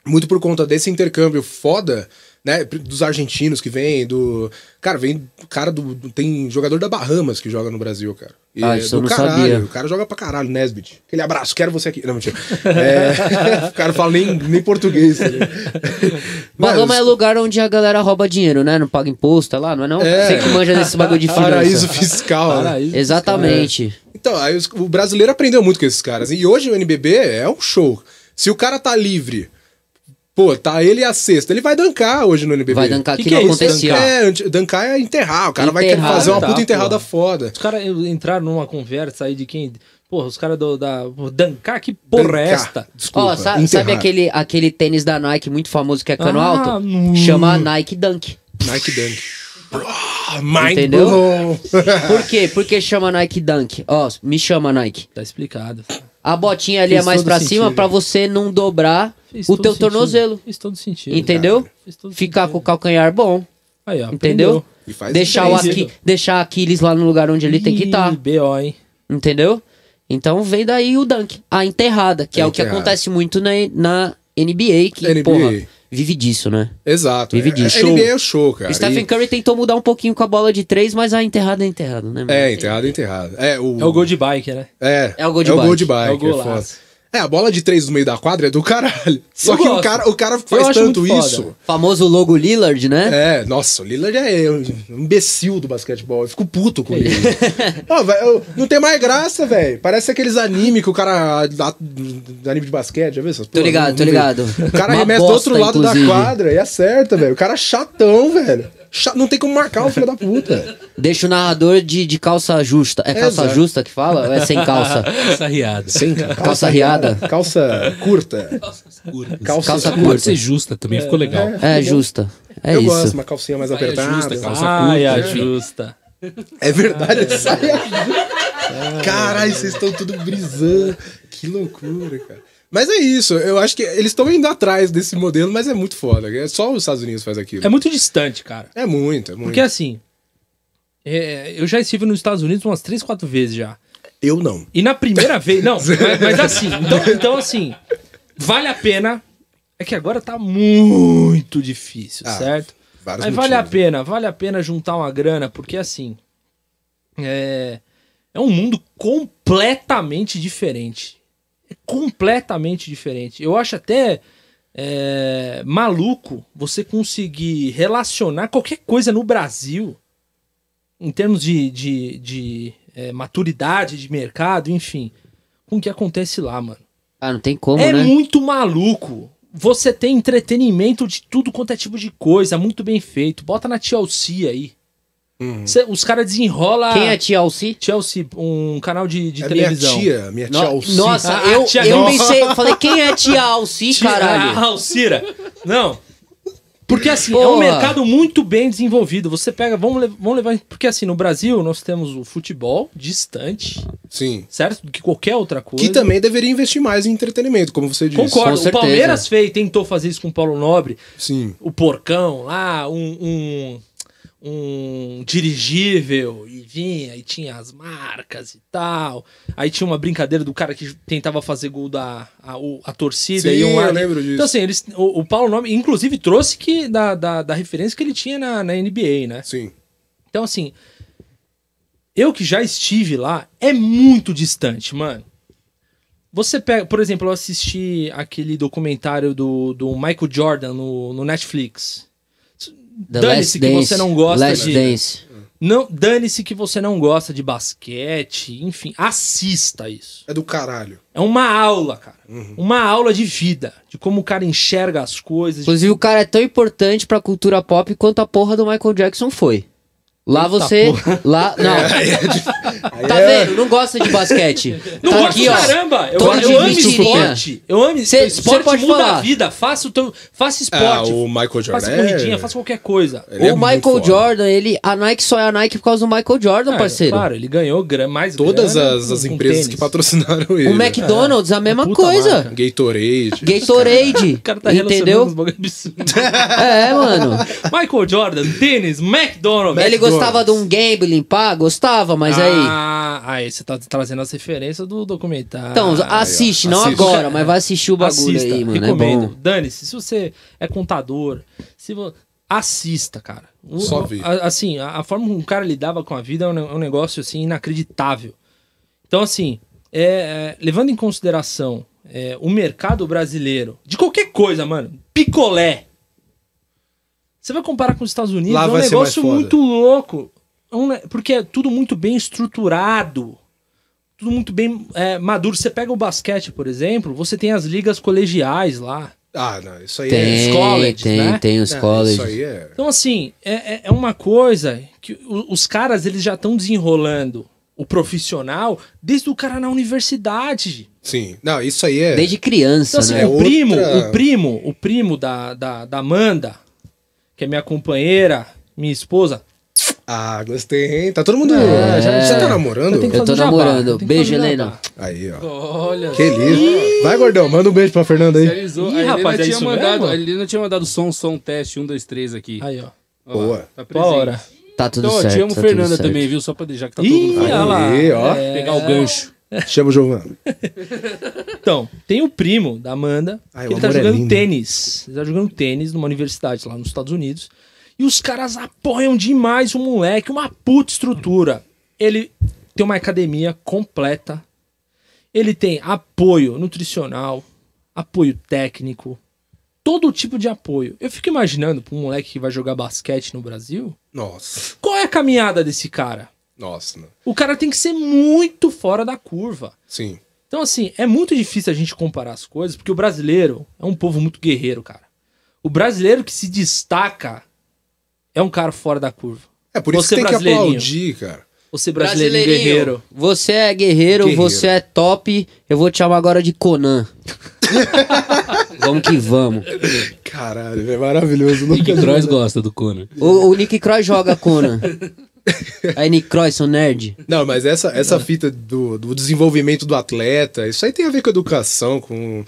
Speaker 3: Muito por conta desse intercâmbio foda, né? Dos argentinos que vêm, do. Cara, vem. Cara do. Tem jogador da Bahamas que joga no Brasil, cara. E
Speaker 4: Ah,
Speaker 3: é
Speaker 4: isso
Speaker 3: do
Speaker 4: eu não
Speaker 3: caralho.
Speaker 4: sabia.
Speaker 3: O cara joga pra caralho, Nesbit. Aquele abraço, quero você aqui. Não, mentira. É, o cara fala nem, nem português. tá ligado?
Speaker 4: Bahama é lugar onde a galera rouba dinheiro, né? Não paga imposto, é lá, não é não?
Speaker 3: É.
Speaker 4: Você que manja desse bagulho de finança.
Speaker 3: paraíso fiscal. né?
Speaker 1: Paraíso.
Speaker 4: Exatamente.
Speaker 3: Então, aí os- o brasileiro aprendeu muito com esses caras. E hoje o NBB é um show. Se o cara tá livre Pô, tá ele e a sexta. Ele vai dancar hoje no NBB.
Speaker 4: Vai dancar
Speaker 1: Que
Speaker 4: que,
Speaker 1: que
Speaker 4: não
Speaker 1: é isso,
Speaker 4: acontecia.
Speaker 3: É, anti- dancar é enterrar. O cara vai querer
Speaker 4: Enterrar,
Speaker 3: fazer uma
Speaker 1: tá,
Speaker 3: puta enterrada
Speaker 1: porra.
Speaker 3: foda.
Speaker 1: Os caras entraram numa conversa aí de quem. Porra, os caras do. Da, Dancar, que porra é
Speaker 3: Dancar.
Speaker 1: esta?
Speaker 4: Ó,
Speaker 3: Desculpa.
Speaker 4: sa- sabe,
Speaker 3: enterrar.
Speaker 4: aquele, aquele tênis da Nike muito famoso que é cano
Speaker 1: Ah,
Speaker 4: alto?
Speaker 1: hum.
Speaker 4: Chama Nike Dunk.
Speaker 3: Nike Dunk. Ah, mind
Speaker 4: Entendeu?
Speaker 3: blown.
Speaker 4: Por quê? Por que chama Nike Dunk? Ó, me chama Nike.
Speaker 1: Tá explicado.
Speaker 4: A botinha ali
Speaker 1: Fez
Speaker 4: é mais
Speaker 1: todo
Speaker 4: pra
Speaker 1: sentido.
Speaker 4: cima pra você não dobrar
Speaker 1: Fez
Speaker 4: o
Speaker 1: todo
Speaker 4: teu
Speaker 1: sentido.
Speaker 4: tornozelo.
Speaker 1: Fez todo sentido.
Speaker 4: Entendeu?
Speaker 1: Fez todo
Speaker 4: Ficar com o
Speaker 1: sentido.
Speaker 4: calcanhar bom,
Speaker 1: Aí, ó,
Speaker 4: entendeu?
Speaker 1: aprendeu.
Speaker 3: E faz
Speaker 4: Deixar o,
Speaker 1: diferença.
Speaker 4: aqui, deixar Aquiles lá no lugar onde ele tem que tá.
Speaker 1: Ih,
Speaker 4: estar,
Speaker 1: BO, hein?
Speaker 4: entendeu? Então vem daí o dunk, a enterrada, que
Speaker 3: A
Speaker 4: é o que
Speaker 3: enterrada.
Speaker 4: acontece muito na, na NBA, que,
Speaker 3: NBA.
Speaker 4: porra, vive disso, né?
Speaker 3: Exato.
Speaker 4: Vive
Speaker 3: É-
Speaker 4: de
Speaker 3: é-
Speaker 4: show.
Speaker 3: NBA é o show, cara.
Speaker 4: Stephen
Speaker 3: E-
Speaker 4: Curry tentou mudar um pouquinho com a bola de três, mas a enterrada é enterrada, né? mano?
Speaker 3: É, enterrado, é enterrado. É o,
Speaker 1: É o gol de bike, né?
Speaker 3: É,
Speaker 4: É o gol de
Speaker 3: é
Speaker 4: bike.
Speaker 3: O gol de bike
Speaker 1: É o golaço.
Speaker 3: foda. É, a bola de três no meio da quadra é do caralho. Só
Speaker 1: Eu
Speaker 3: que o
Speaker 1: gosto.
Speaker 3: cara, o cara faz
Speaker 1: acho
Speaker 3: tanto
Speaker 1: muito foda.
Speaker 3: isso.
Speaker 4: Famoso logo Lillard, né?
Speaker 3: É, nossa, o Lillard é um imbecil do basquetebol. Eu fico puto com ele. Ó, velho, eu- não tem mais graça, velho. Parece aqueles anime que o cara. a- a- anime de basquete, já viu essas
Speaker 4: Tô
Speaker 3: porra?
Speaker 4: ligado,
Speaker 3: Não-
Speaker 4: tô
Speaker 3: não
Speaker 4: ligado.
Speaker 3: vi. O cara
Speaker 4: Uma
Speaker 3: arremessa do outro
Speaker 4: bosta,
Speaker 3: lado
Speaker 4: inclusive.
Speaker 3: da quadra e acerta, velho. O cara é chatão, velho. Cha- Não tem como marcar o filho da puta.
Speaker 4: Deixa o narrador de, de calça justa. É calça
Speaker 3: Exato.
Speaker 4: justa que fala? Ou é sem calça?
Speaker 1: Essa riada.
Speaker 3: Sem calça,
Speaker 4: Calça riada.
Speaker 3: Calça curta. Calça,
Speaker 4: Calça
Speaker 3: curta.
Speaker 2: Pode
Speaker 4: curta.
Speaker 2: ser justa também, ficou legal.
Speaker 4: É, justa. É
Speaker 3: eu
Speaker 4: isso.
Speaker 3: gosto, uma calcinha mais apertada.
Speaker 2: justa,
Speaker 3: calça-
Speaker 2: Calça
Speaker 1: Ai,
Speaker 2: curta,
Speaker 1: a
Speaker 2: né?
Speaker 1: Ah, justa.
Speaker 3: É verdade, é saia Ah. Caralho, vocês estão tudo brisando. Que loucura, cara. Mas é isso, eu acho que eles estão indo atrás desse modelo, mas é muito foda. É só os Estados Unidos faz aquilo.
Speaker 1: É muito distante, cara.
Speaker 3: É muito, é muito.
Speaker 1: Porque assim. é, eu já estive nos Estados Unidos umas três, quatro vezes já.
Speaker 3: Eu não.
Speaker 1: E na primeira vez. Não, mas, mas assim. Então, então, assim. Vale a pena. É que agora tá muito difícil,
Speaker 3: Ah,
Speaker 1: certo?
Speaker 3: Vários
Speaker 1: Mas vale a
Speaker 3: motivos. né?
Speaker 1: pena, vale a pena juntar uma grana, porque assim. É, é um mundo completamente diferente. É completamente diferente. Eu acho até é, maluco você conseguir relacionar qualquer coisa no Brasil em termos de, de, de, é, maturidade de mercado, enfim, com o que acontece lá, mano.
Speaker 4: Ah, não tem como,
Speaker 1: É
Speaker 4: né?
Speaker 1: muito maluco. Você tem entretenimento de tudo quanto é tipo de coisa, muito bem feito. Bota na Chelsea aí.
Speaker 3: Uhum.
Speaker 1: Cê- os caras desenrola
Speaker 4: Quem é Tia Alci?
Speaker 1: Chelsea, um canal de, de
Speaker 3: É
Speaker 1: televisão.
Speaker 3: minha tia, minha tia
Speaker 4: No-
Speaker 3: Alci.
Speaker 4: Nossa,
Speaker 1: Ah,
Speaker 4: eu,
Speaker 1: tia-
Speaker 4: eu
Speaker 1: Nossa.
Speaker 4: pensei, eu falei, quem é Tia Alci,
Speaker 1: Tia-
Speaker 4: caralho?
Speaker 1: Ah, Alcira. Não. Porque assim, é um
Speaker 4: Porra.
Speaker 1: mercado muito bem desenvolvido. Você pega, vamos, le- vamos levar. Porque assim, no Brasil nós temos o futebol distante,
Speaker 3: Sim.
Speaker 1: certo? Do que qualquer outra coisa.
Speaker 3: Que também deveria investir mais em entretenimento, como você disse.
Speaker 4: Com
Speaker 1: Concordo. um O
Speaker 4: certeza.
Speaker 1: Palmeiras fez, tentou fazer isso com o Paulo Nobre.
Speaker 3: Sim.
Speaker 1: o porcão lá, um, um, um dirigível, e vinha, e tinha as marcas e tal. Aí tinha uma brincadeira do cara que tentava fazer gol da a, o- a torcida.
Speaker 3: Sim,
Speaker 1: e um
Speaker 3: eu
Speaker 1: ar-
Speaker 3: lembro disso.
Speaker 1: Então assim, eles, o, o Paulo Nome, inclusive, trouxe que da, da, da referência que ele tinha na, na NBA, né?
Speaker 3: Sim.
Speaker 1: Então assim, eu que já estive lá, é muito distante, mano. Você pega, por exemplo, eu assisti aquele documentário do, do Michael Jordan no, no Netflix.
Speaker 4: The
Speaker 1: Dane-se
Speaker 4: Last
Speaker 1: que
Speaker 4: Dance.
Speaker 1: você não gosta
Speaker 4: Last
Speaker 1: de-
Speaker 4: Dance.
Speaker 1: Não, dane-se que você não gosta de basquete, enfim, assista isso.
Speaker 3: É do caralho.
Speaker 1: É uma aula, cara.
Speaker 3: Uhum.
Speaker 1: Uma aula de vida, de como o cara enxerga as coisas.
Speaker 4: Inclusive, o cara é tão importante pra cultura pop quanto a porra do Michael Jackson foi. Lá
Speaker 1: Eita
Speaker 4: você. Lá. Não.
Speaker 1: é
Speaker 4: Tá
Speaker 3: É.
Speaker 4: vendo? Não gosta de basquete.
Speaker 1: Não
Speaker 4: tá
Speaker 1: gosto
Speaker 4: aqui, ó.
Speaker 1: caramba! Eu,
Speaker 4: Todo
Speaker 1: eu
Speaker 4: de
Speaker 1: amo
Speaker 4: mentirinha.
Speaker 1: esporte. Eu amo
Speaker 4: Cê-
Speaker 1: esporte.
Speaker 4: cê pode
Speaker 1: muda
Speaker 4: falar.
Speaker 1: a vida. Faça, o teu, faça
Speaker 3: Ah,
Speaker 1: esporte.
Speaker 3: o Michael Jordan.
Speaker 1: faça corridinha,
Speaker 3: é-
Speaker 1: faça qualquer coisa.
Speaker 3: Ele é
Speaker 4: o
Speaker 3: muito
Speaker 4: Michael
Speaker 3: foda.
Speaker 4: Jordan, ele. A Nike só é a Nike por causa do Michael Jordan,
Speaker 1: Ah,
Speaker 4: parceiro.
Speaker 1: Claro, ele ganhou gra- mais
Speaker 3: Todas
Speaker 1: grana
Speaker 3: as,
Speaker 1: com-
Speaker 3: as
Speaker 1: é com
Speaker 3: empresas
Speaker 1: tênis.
Speaker 3: que patrocinaram ele.
Speaker 4: O McDonald's, a mesma
Speaker 1: É puta
Speaker 4: coisa.
Speaker 1: marca.
Speaker 3: Gatorade.
Speaker 4: Gatorade.
Speaker 1: O cara tá relacionando uns
Speaker 4: entendeu?
Speaker 1: bagulho absurdo.
Speaker 4: É, mano.
Speaker 1: Michael Jordan, tênis, McDonald's.
Speaker 4: Ele gostava de um gambling, pá, gostava, mas aí.
Speaker 1: Ah, aí você tá trazendo as referências do documentário.
Speaker 4: Então, assiste, não
Speaker 3: assiste.
Speaker 4: agora, mas vai assistir o bagulho
Speaker 1: assista,
Speaker 4: aí, mano. É
Speaker 1: recomendo.
Speaker 4: bom.
Speaker 1: Dane-se, se você é contador, se vo- assista, cara. O-
Speaker 3: Só vi.
Speaker 1: a- assim, a, a forma como o cara lidava com a vida é um, ne- é um negócio assim inacreditável. Então, assim, é, é, levando em consideração é, o mercado brasileiro de qualquer coisa, mano, picolé. Você vai comparar com os Estados Unidos,
Speaker 3: Lá
Speaker 1: é um
Speaker 3: vai ser mais
Speaker 1: negócio
Speaker 3: foda.
Speaker 1: muito louco. É um ne- Porque é tudo muito bem estruturado tudo muito bem é, maduro. Você pega o basquete, por exemplo, você tem as ligas colegiais lá.
Speaker 3: Ah, não, isso aí
Speaker 4: Tem,
Speaker 3: é.
Speaker 2: colleges,
Speaker 4: tem,
Speaker 2: né?
Speaker 4: tem os
Speaker 3: Não,
Speaker 4: colleges.
Speaker 3: Isso aí é.
Speaker 1: Então, assim, é, é- é uma coisa que o- os caras eles já estão desenrolando o profissional desde o cara na universidade.
Speaker 3: Sim. Não, isso aí é.
Speaker 4: Desde criança,
Speaker 1: Então, assim,
Speaker 4: né?
Speaker 1: o primo,
Speaker 3: outra-
Speaker 1: o primo, o primo da, da, da Amanda, que é minha companheira, minha esposa,
Speaker 3: Ah, gostei, hein? Tá todo mundo.
Speaker 4: É.
Speaker 3: Já, você tá namorando?
Speaker 1: tem que
Speaker 4: Eu tô
Speaker 1: fazer jabá,
Speaker 4: namorando.
Speaker 1: tem que
Speaker 4: Beijo,
Speaker 1: fazer
Speaker 4: Helena.
Speaker 1: jabá.
Speaker 3: Aí, ó.
Speaker 2: Olha
Speaker 3: Que lindo. Vai, gordão, manda um beijo pra Fernanda aí.
Speaker 2: Realizou.
Speaker 1: Ih,
Speaker 2: a Helena
Speaker 1: rapaz, é
Speaker 2: tinha
Speaker 1: isso
Speaker 2: mandado,
Speaker 1: mesmo?
Speaker 2: a Helena tinha mandado som, som, teste, um, dois, três aqui.
Speaker 1: aí, ó.
Speaker 2: Ó lá,
Speaker 3: Boa.
Speaker 2: Tá
Speaker 1: Qual
Speaker 2: presente.
Speaker 1: hora?
Speaker 4: Tá tudo
Speaker 2: Então, ó,
Speaker 4: certo.
Speaker 2: te amo
Speaker 4: tá tudo
Speaker 2: Fernanda
Speaker 4: certo.
Speaker 2: também, viu? Só pra deixar que tá todo
Speaker 1: Ih,
Speaker 2: mundo
Speaker 1: olha lá.
Speaker 3: Aí, ó.
Speaker 1: É.
Speaker 2: pegar o gancho.
Speaker 3: Chama o Giovanni.
Speaker 1: Então, tem o primo da Amanda,
Speaker 3: Ai, o
Speaker 1: que ele tá
Speaker 3: amor é
Speaker 1: jogando
Speaker 3: lindo.
Speaker 1: tênis. Ele tá jogando tênis numa universidade lá nos Estados Unidos. E os caras apoiam demais o moleque, uma puta estrutura. Ele tem uma academia completa. Ele tem apoio nutricional, apoio técnico, todo tipo de apoio. Eu fico imaginando pra um moleque que vai jogar basquete no Brasil,
Speaker 3: Nossa.
Speaker 1: qual é a caminhada desse cara?
Speaker 3: Nossa. não.
Speaker 1: O cara tem que ser muito fora da curva.
Speaker 3: Sim.
Speaker 1: Então, assim, é muito difícil a gente comparar as coisas, porque o brasileiro é um povo muito guerreiro, cara. O brasileiro que se destaca é um cara fora da curva.
Speaker 3: É por isso
Speaker 1: Você
Speaker 3: que tem que
Speaker 1: brasileirinho.
Speaker 3: aplaudir, cara.
Speaker 1: Você brasileirinho guerreiro.
Speaker 4: Você é guerreiro,
Speaker 3: Guerreiro.
Speaker 4: você é top. Eu vou te chamar agora de Conan. vamos que vamos.
Speaker 3: Caralho, é maravilhoso.
Speaker 2: Nick
Speaker 3: Nunca
Speaker 2: Cross gosta do Conan.
Speaker 4: O, o Nick Croy joga Conan. Aí, Nick Croy, sou nerd.
Speaker 3: Não, mas essa, essa fita do, do desenvolvimento do atleta, isso aí tem a ver com educação, com.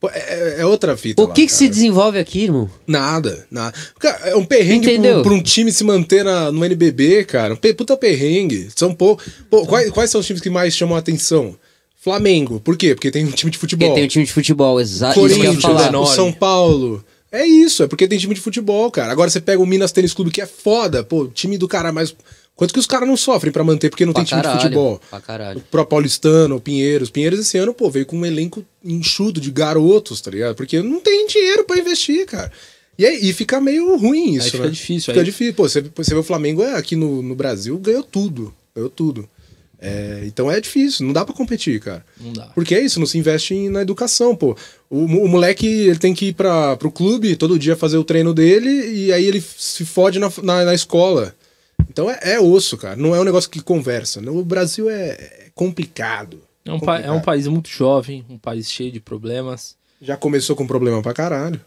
Speaker 3: Pô, É, é outra fita.
Speaker 4: O
Speaker 3: lá,
Speaker 4: que, que se
Speaker 3: cara.
Speaker 4: desenvolve aqui, irmão?
Speaker 3: Nada, nada. Cara, é um perrengue
Speaker 4: Entendeu?
Speaker 3: pro, pra um time se manter na, no NBB, cara. Um pe- Puta perrengue. São pouco.
Speaker 4: Então.
Speaker 3: Pô, quais, quais são os times que mais chamam a atenção? Flamengo. Por quê? Porque tem um time de futebol.
Speaker 4: Porque tem um time de futebol, exato. Isso que eu ia
Speaker 3: Corinthians, né?
Speaker 4: falar.
Speaker 3: o São Paulo. É isso, é porque tem time de futebol, cara. Agora você pega o Minas Tênis Clube, que é foda, pô, time do cara, mas quanto que os caras não sofrem pra manter porque não
Speaker 4: Pra
Speaker 3: tem time
Speaker 4: caralho,
Speaker 3: de futebol?
Speaker 4: pra caralho.
Speaker 3: O Pro Paulistano, o Pinheiros. Pinheiros esse ano, pô, veio com um elenco enxuto de garotos, tá ligado? Porque não tem dinheiro pra investir, cara. E aí e fica meio ruim isso,
Speaker 1: fica
Speaker 3: né?
Speaker 1: difícil,
Speaker 3: Fica
Speaker 1: aí-
Speaker 3: difícil. Pô, você, você vê o Flamengo é, aqui no, no Brasil, ganhou tudo. Ganhou tudo. É, então é difícil, não dá pra competir, cara.
Speaker 1: Não dá.
Speaker 3: Porque é isso, não se investe em- na educação, pô. O, mo- o moleque, ele tem que ir pra, pro clube todo dia fazer o treino dele e aí ele se fode na, na, na escola. Então é, é osso, cara. Não é um negócio que conversa. O Brasil é, é complicado.
Speaker 1: É um, pa- é um
Speaker 3: Complicado.
Speaker 1: país muito jovem, um país cheio de problemas.
Speaker 3: Já começou com problema pra caralho.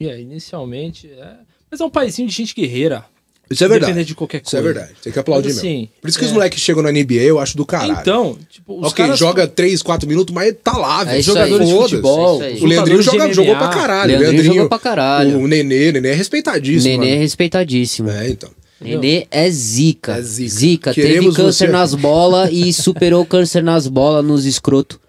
Speaker 1: E é, inicialmente. É... Mas é um paísinho de gente guerreira.
Speaker 3: Isso é verdade.
Speaker 1: Dependendo de qualquer
Speaker 3: Isso
Speaker 1: coisa.
Speaker 3: é verdade. Tem que aplaudir
Speaker 1: Mas, assim,
Speaker 3: mesmo. Por isso que os
Speaker 1: é.
Speaker 3: moleques chegam na NBA, eu acho do caralho.
Speaker 1: Então, tipo, os
Speaker 3: ok,
Speaker 1: caras
Speaker 3: joga 3, 4 minutos, mas tá lá, velho.
Speaker 4: É isso aí.
Speaker 1: jogadores de
Speaker 3: Foda-se.
Speaker 1: futebol.
Speaker 4: É isso aí.
Speaker 3: O Leandrinho
Speaker 1: lutadores de
Speaker 3: joga, jogou
Speaker 1: MMA.
Speaker 3: pra caralho.
Speaker 4: Leandrinho jogou pra caralho.
Speaker 3: O Nenê, o Nenê é respeitadíssimo.
Speaker 4: Nenê é
Speaker 3: mano.
Speaker 4: respeitadíssimo.
Speaker 3: É, então.
Speaker 4: Nenê é zica.
Speaker 3: É zica.
Speaker 4: teve
Speaker 3: Queremos
Speaker 4: câncer
Speaker 3: você.
Speaker 4: nas bolas e superou o câncer nas bolas nos escroto.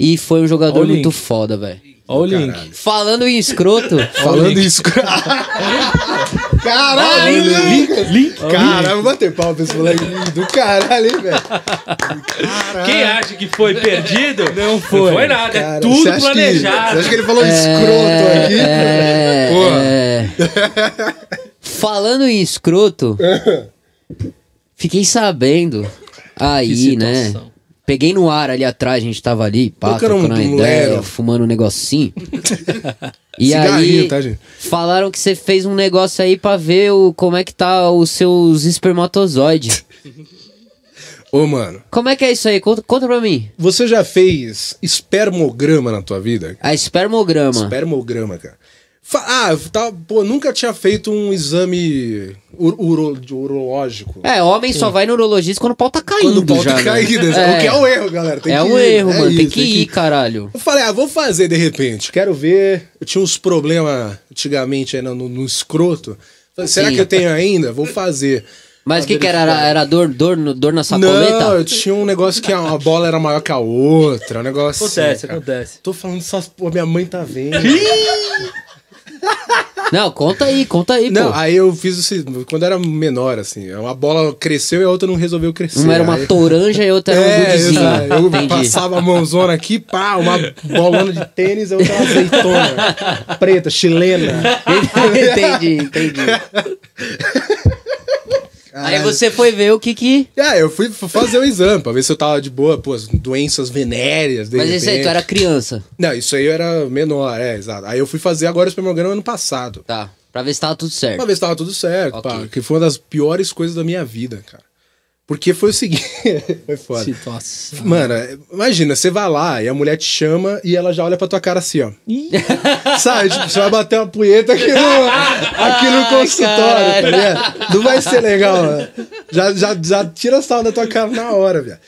Speaker 4: E foi um jogador
Speaker 1: Olha o
Speaker 4: muito
Speaker 1: link.
Speaker 4: foda, velho.
Speaker 1: Ó o link.
Speaker 3: Caralho.
Speaker 4: Falando em escroto,
Speaker 3: Falando isso, cara. Caralho,
Speaker 1: Link,
Speaker 3: Lucas.
Speaker 1: link.
Speaker 3: Caralho, vou bater pau pra esse moleque do caralho, hein, velho. Caralho.
Speaker 1: Quem acha que foi perdido? É. Não foi. Não foi nada,
Speaker 3: Cara,
Speaker 1: é
Speaker 3: você
Speaker 1: tudo
Speaker 3: acha que-
Speaker 1: planejado.
Speaker 3: Você acha que ele falou escroto aqui?
Speaker 4: é,
Speaker 3: Porra.
Speaker 4: é, falando em escroto, fiquei sabendo aí,
Speaker 1: Que
Speaker 4: né?
Speaker 1: situação.
Speaker 4: Peguei no ar ali atrás, a gente tava ali, pá,
Speaker 3: Tocando um
Speaker 4: trocando uma
Speaker 3: bolero.
Speaker 4: ideia, fumando um negocinho. e
Speaker 3: Cigarrinho,
Speaker 4: aí,
Speaker 3: tá, gente?
Speaker 4: falaram que você fez um negócio aí pra ver o, como é que tá os seus espermatozoides.
Speaker 3: Ô, mano,
Speaker 4: como é que é isso aí? Conta, conta pra mim.
Speaker 3: você já fez espermograma na tua vida?
Speaker 4: A espermograma.
Speaker 3: Espermograma, cara. Fa- ah, tá, pô, nunca tinha feito um exame ur- uro- de urológico.
Speaker 4: É, homem só vai no urologista quando o pau tá caindo
Speaker 3: Quando o pau
Speaker 4: já,
Speaker 3: tá
Speaker 4: né?
Speaker 3: caído. O que é um erro, galera. Tem
Speaker 4: é
Speaker 3: que
Speaker 4: um
Speaker 3: ir,
Speaker 4: erro,
Speaker 3: é
Speaker 4: mano. tem
Speaker 3: isso,
Speaker 4: que ir, caralho.
Speaker 3: Eu falei, ah, vou fazer de repente, quero ver. Eu tinha uns problemas antigamente aí no, no- no escroto. Falei, será
Speaker 4: Sim.
Speaker 3: que eu tenho ainda? Vou fazer.
Speaker 4: Mas o que, que era? Era, era dor, dor, no- dor na
Speaker 3: Não,
Speaker 4: sacoleta?
Speaker 3: eu tinha um negócio que a, a bola era maior que a outra, um negócio. assim,
Speaker 1: Acontece,
Speaker 3: cara.
Speaker 1: acontece.
Speaker 3: Tô falando essas pô, minha mãe tá vendo.
Speaker 4: Não, conta aí, conta aí,
Speaker 3: não,
Speaker 4: pô.
Speaker 3: aí eu fiz isso quando era menor, assim. Uma bola cresceu e a outra não resolveu crescer.
Speaker 4: Uma Um era
Speaker 3: Aí-
Speaker 4: uma toranja e outra era um
Speaker 3: É,
Speaker 4: gudezinho.
Speaker 3: exato. eu
Speaker 4: Entendi.
Speaker 3: passava a mãozona aqui, pá, uma bolona de tênis, a outra uma azeitona. preta, chilena.
Speaker 4: entendi, entendi. Aí você foi ver o que que.
Speaker 3: É, eu fui f- fazer o exame pra ver se eu tava de boa, pô, as doenças venéreas. De
Speaker 4: Mas é isso aí, tu
Speaker 3: repente.
Speaker 4: era criança.
Speaker 3: Não, isso aí eu era menor, é, exato. Aí eu fui fazer agora o espermograma ano passado.
Speaker 4: Tá. Pra ver se tava tudo
Speaker 3: Pra
Speaker 4: certo.
Speaker 3: ver se tava tudo certo,
Speaker 4: Ok.
Speaker 3: pá, que foi uma das piores coisas da minha vida, cara. Porque foi o seguinte. foi foda.
Speaker 2: Situação.
Speaker 3: Mano, imagina, você vai lá e a mulher te chama e ela já olha pra tua cara assim, ó. Sabe, tipo, você vai bater uma punheta aqui no, aqui no
Speaker 4: Ai,
Speaker 3: consultório,
Speaker 4: caralho.
Speaker 3: tá ligado? Não vai ser legal, mano. Já, já, já tira a sal da tua cara na hora, velho.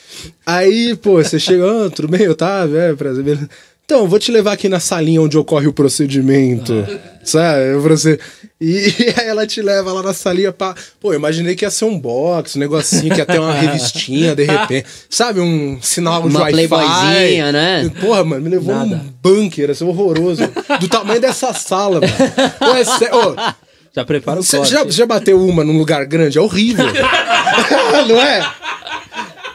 Speaker 3: Aí, pô, você chega, ah, tudo bem, Otávio? É, prazer, beleza. Então, vou te levar aqui na salinha onde ocorre o procedimento.
Speaker 4: Ah.
Speaker 3: Sabe? Eu você. E, aí ela te leva lá na salinha pra. Pô, eu imaginei que ia ser um box, um negocinho, que ia ter uma revistinha, de repente. Sabe, um sinal de
Speaker 4: Uma
Speaker 3: Wi-Fi.
Speaker 4: playboyzinha, né?
Speaker 3: Porra, mano, me levou um bunker, assim, horroroso. Do tamanho dessa sala, mano. Pô, é sé- ô,
Speaker 1: Já prepara o
Speaker 3: você
Speaker 1: corte.
Speaker 3: já, você já bateu uma num lugar grande? É horrível. Não é?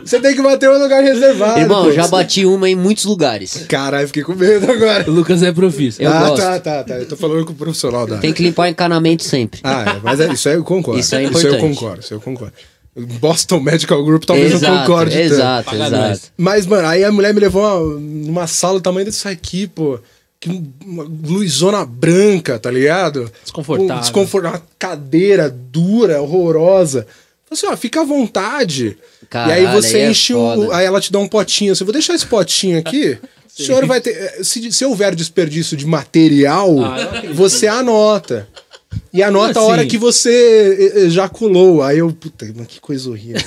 Speaker 3: Você tem que bater em um lugar reservado.
Speaker 4: Irmão,
Speaker 3: pô.
Speaker 4: já bati uma em muitos lugares.
Speaker 3: Caralho, fiquei com medo agora.
Speaker 2: O Lucas é profissa.
Speaker 4: Eu
Speaker 3: ah,
Speaker 4: gosto.
Speaker 3: tá, tá, tá. Eu tô falando com o profissional da.
Speaker 4: Tem que limpar encanamento sempre.
Speaker 3: Ah, é, mas é, isso aí eu concordo.
Speaker 4: Isso é
Speaker 3: Isso aí eu
Speaker 4: importante.
Speaker 3: concordo, isso aí eu concordo. Boston Medical Group talvez eu
Speaker 4: exato,
Speaker 3: concorde. então. tanto.
Speaker 4: exato,
Speaker 2: Paga
Speaker 4: exato.
Speaker 2: nós.
Speaker 3: Mas, mano, aí a mulher me levou uma- numa sala do tamanho disso aqui, pô. Que um- uma luzona branca, tá ligado? Um
Speaker 1: Desconfortável.
Speaker 3: desconfortável. Uma cadeira dura, horrorosa. Falei assim, ó, fica à vontade. e aí
Speaker 4: Caralho,
Speaker 3: você
Speaker 4: aí é
Speaker 3: enche um.
Speaker 4: foda.
Speaker 3: Aí ela te dá um potinho assim, vou deixar esse potinho aqui. O senhor vai ter. eh, Se, se houver desperdício de material,
Speaker 4: Ah,
Speaker 3: você anota. E anota a hora
Speaker 2: Assim.
Speaker 3: que você e- ejaculou. Aí eu, puta, mas que coisa horrível.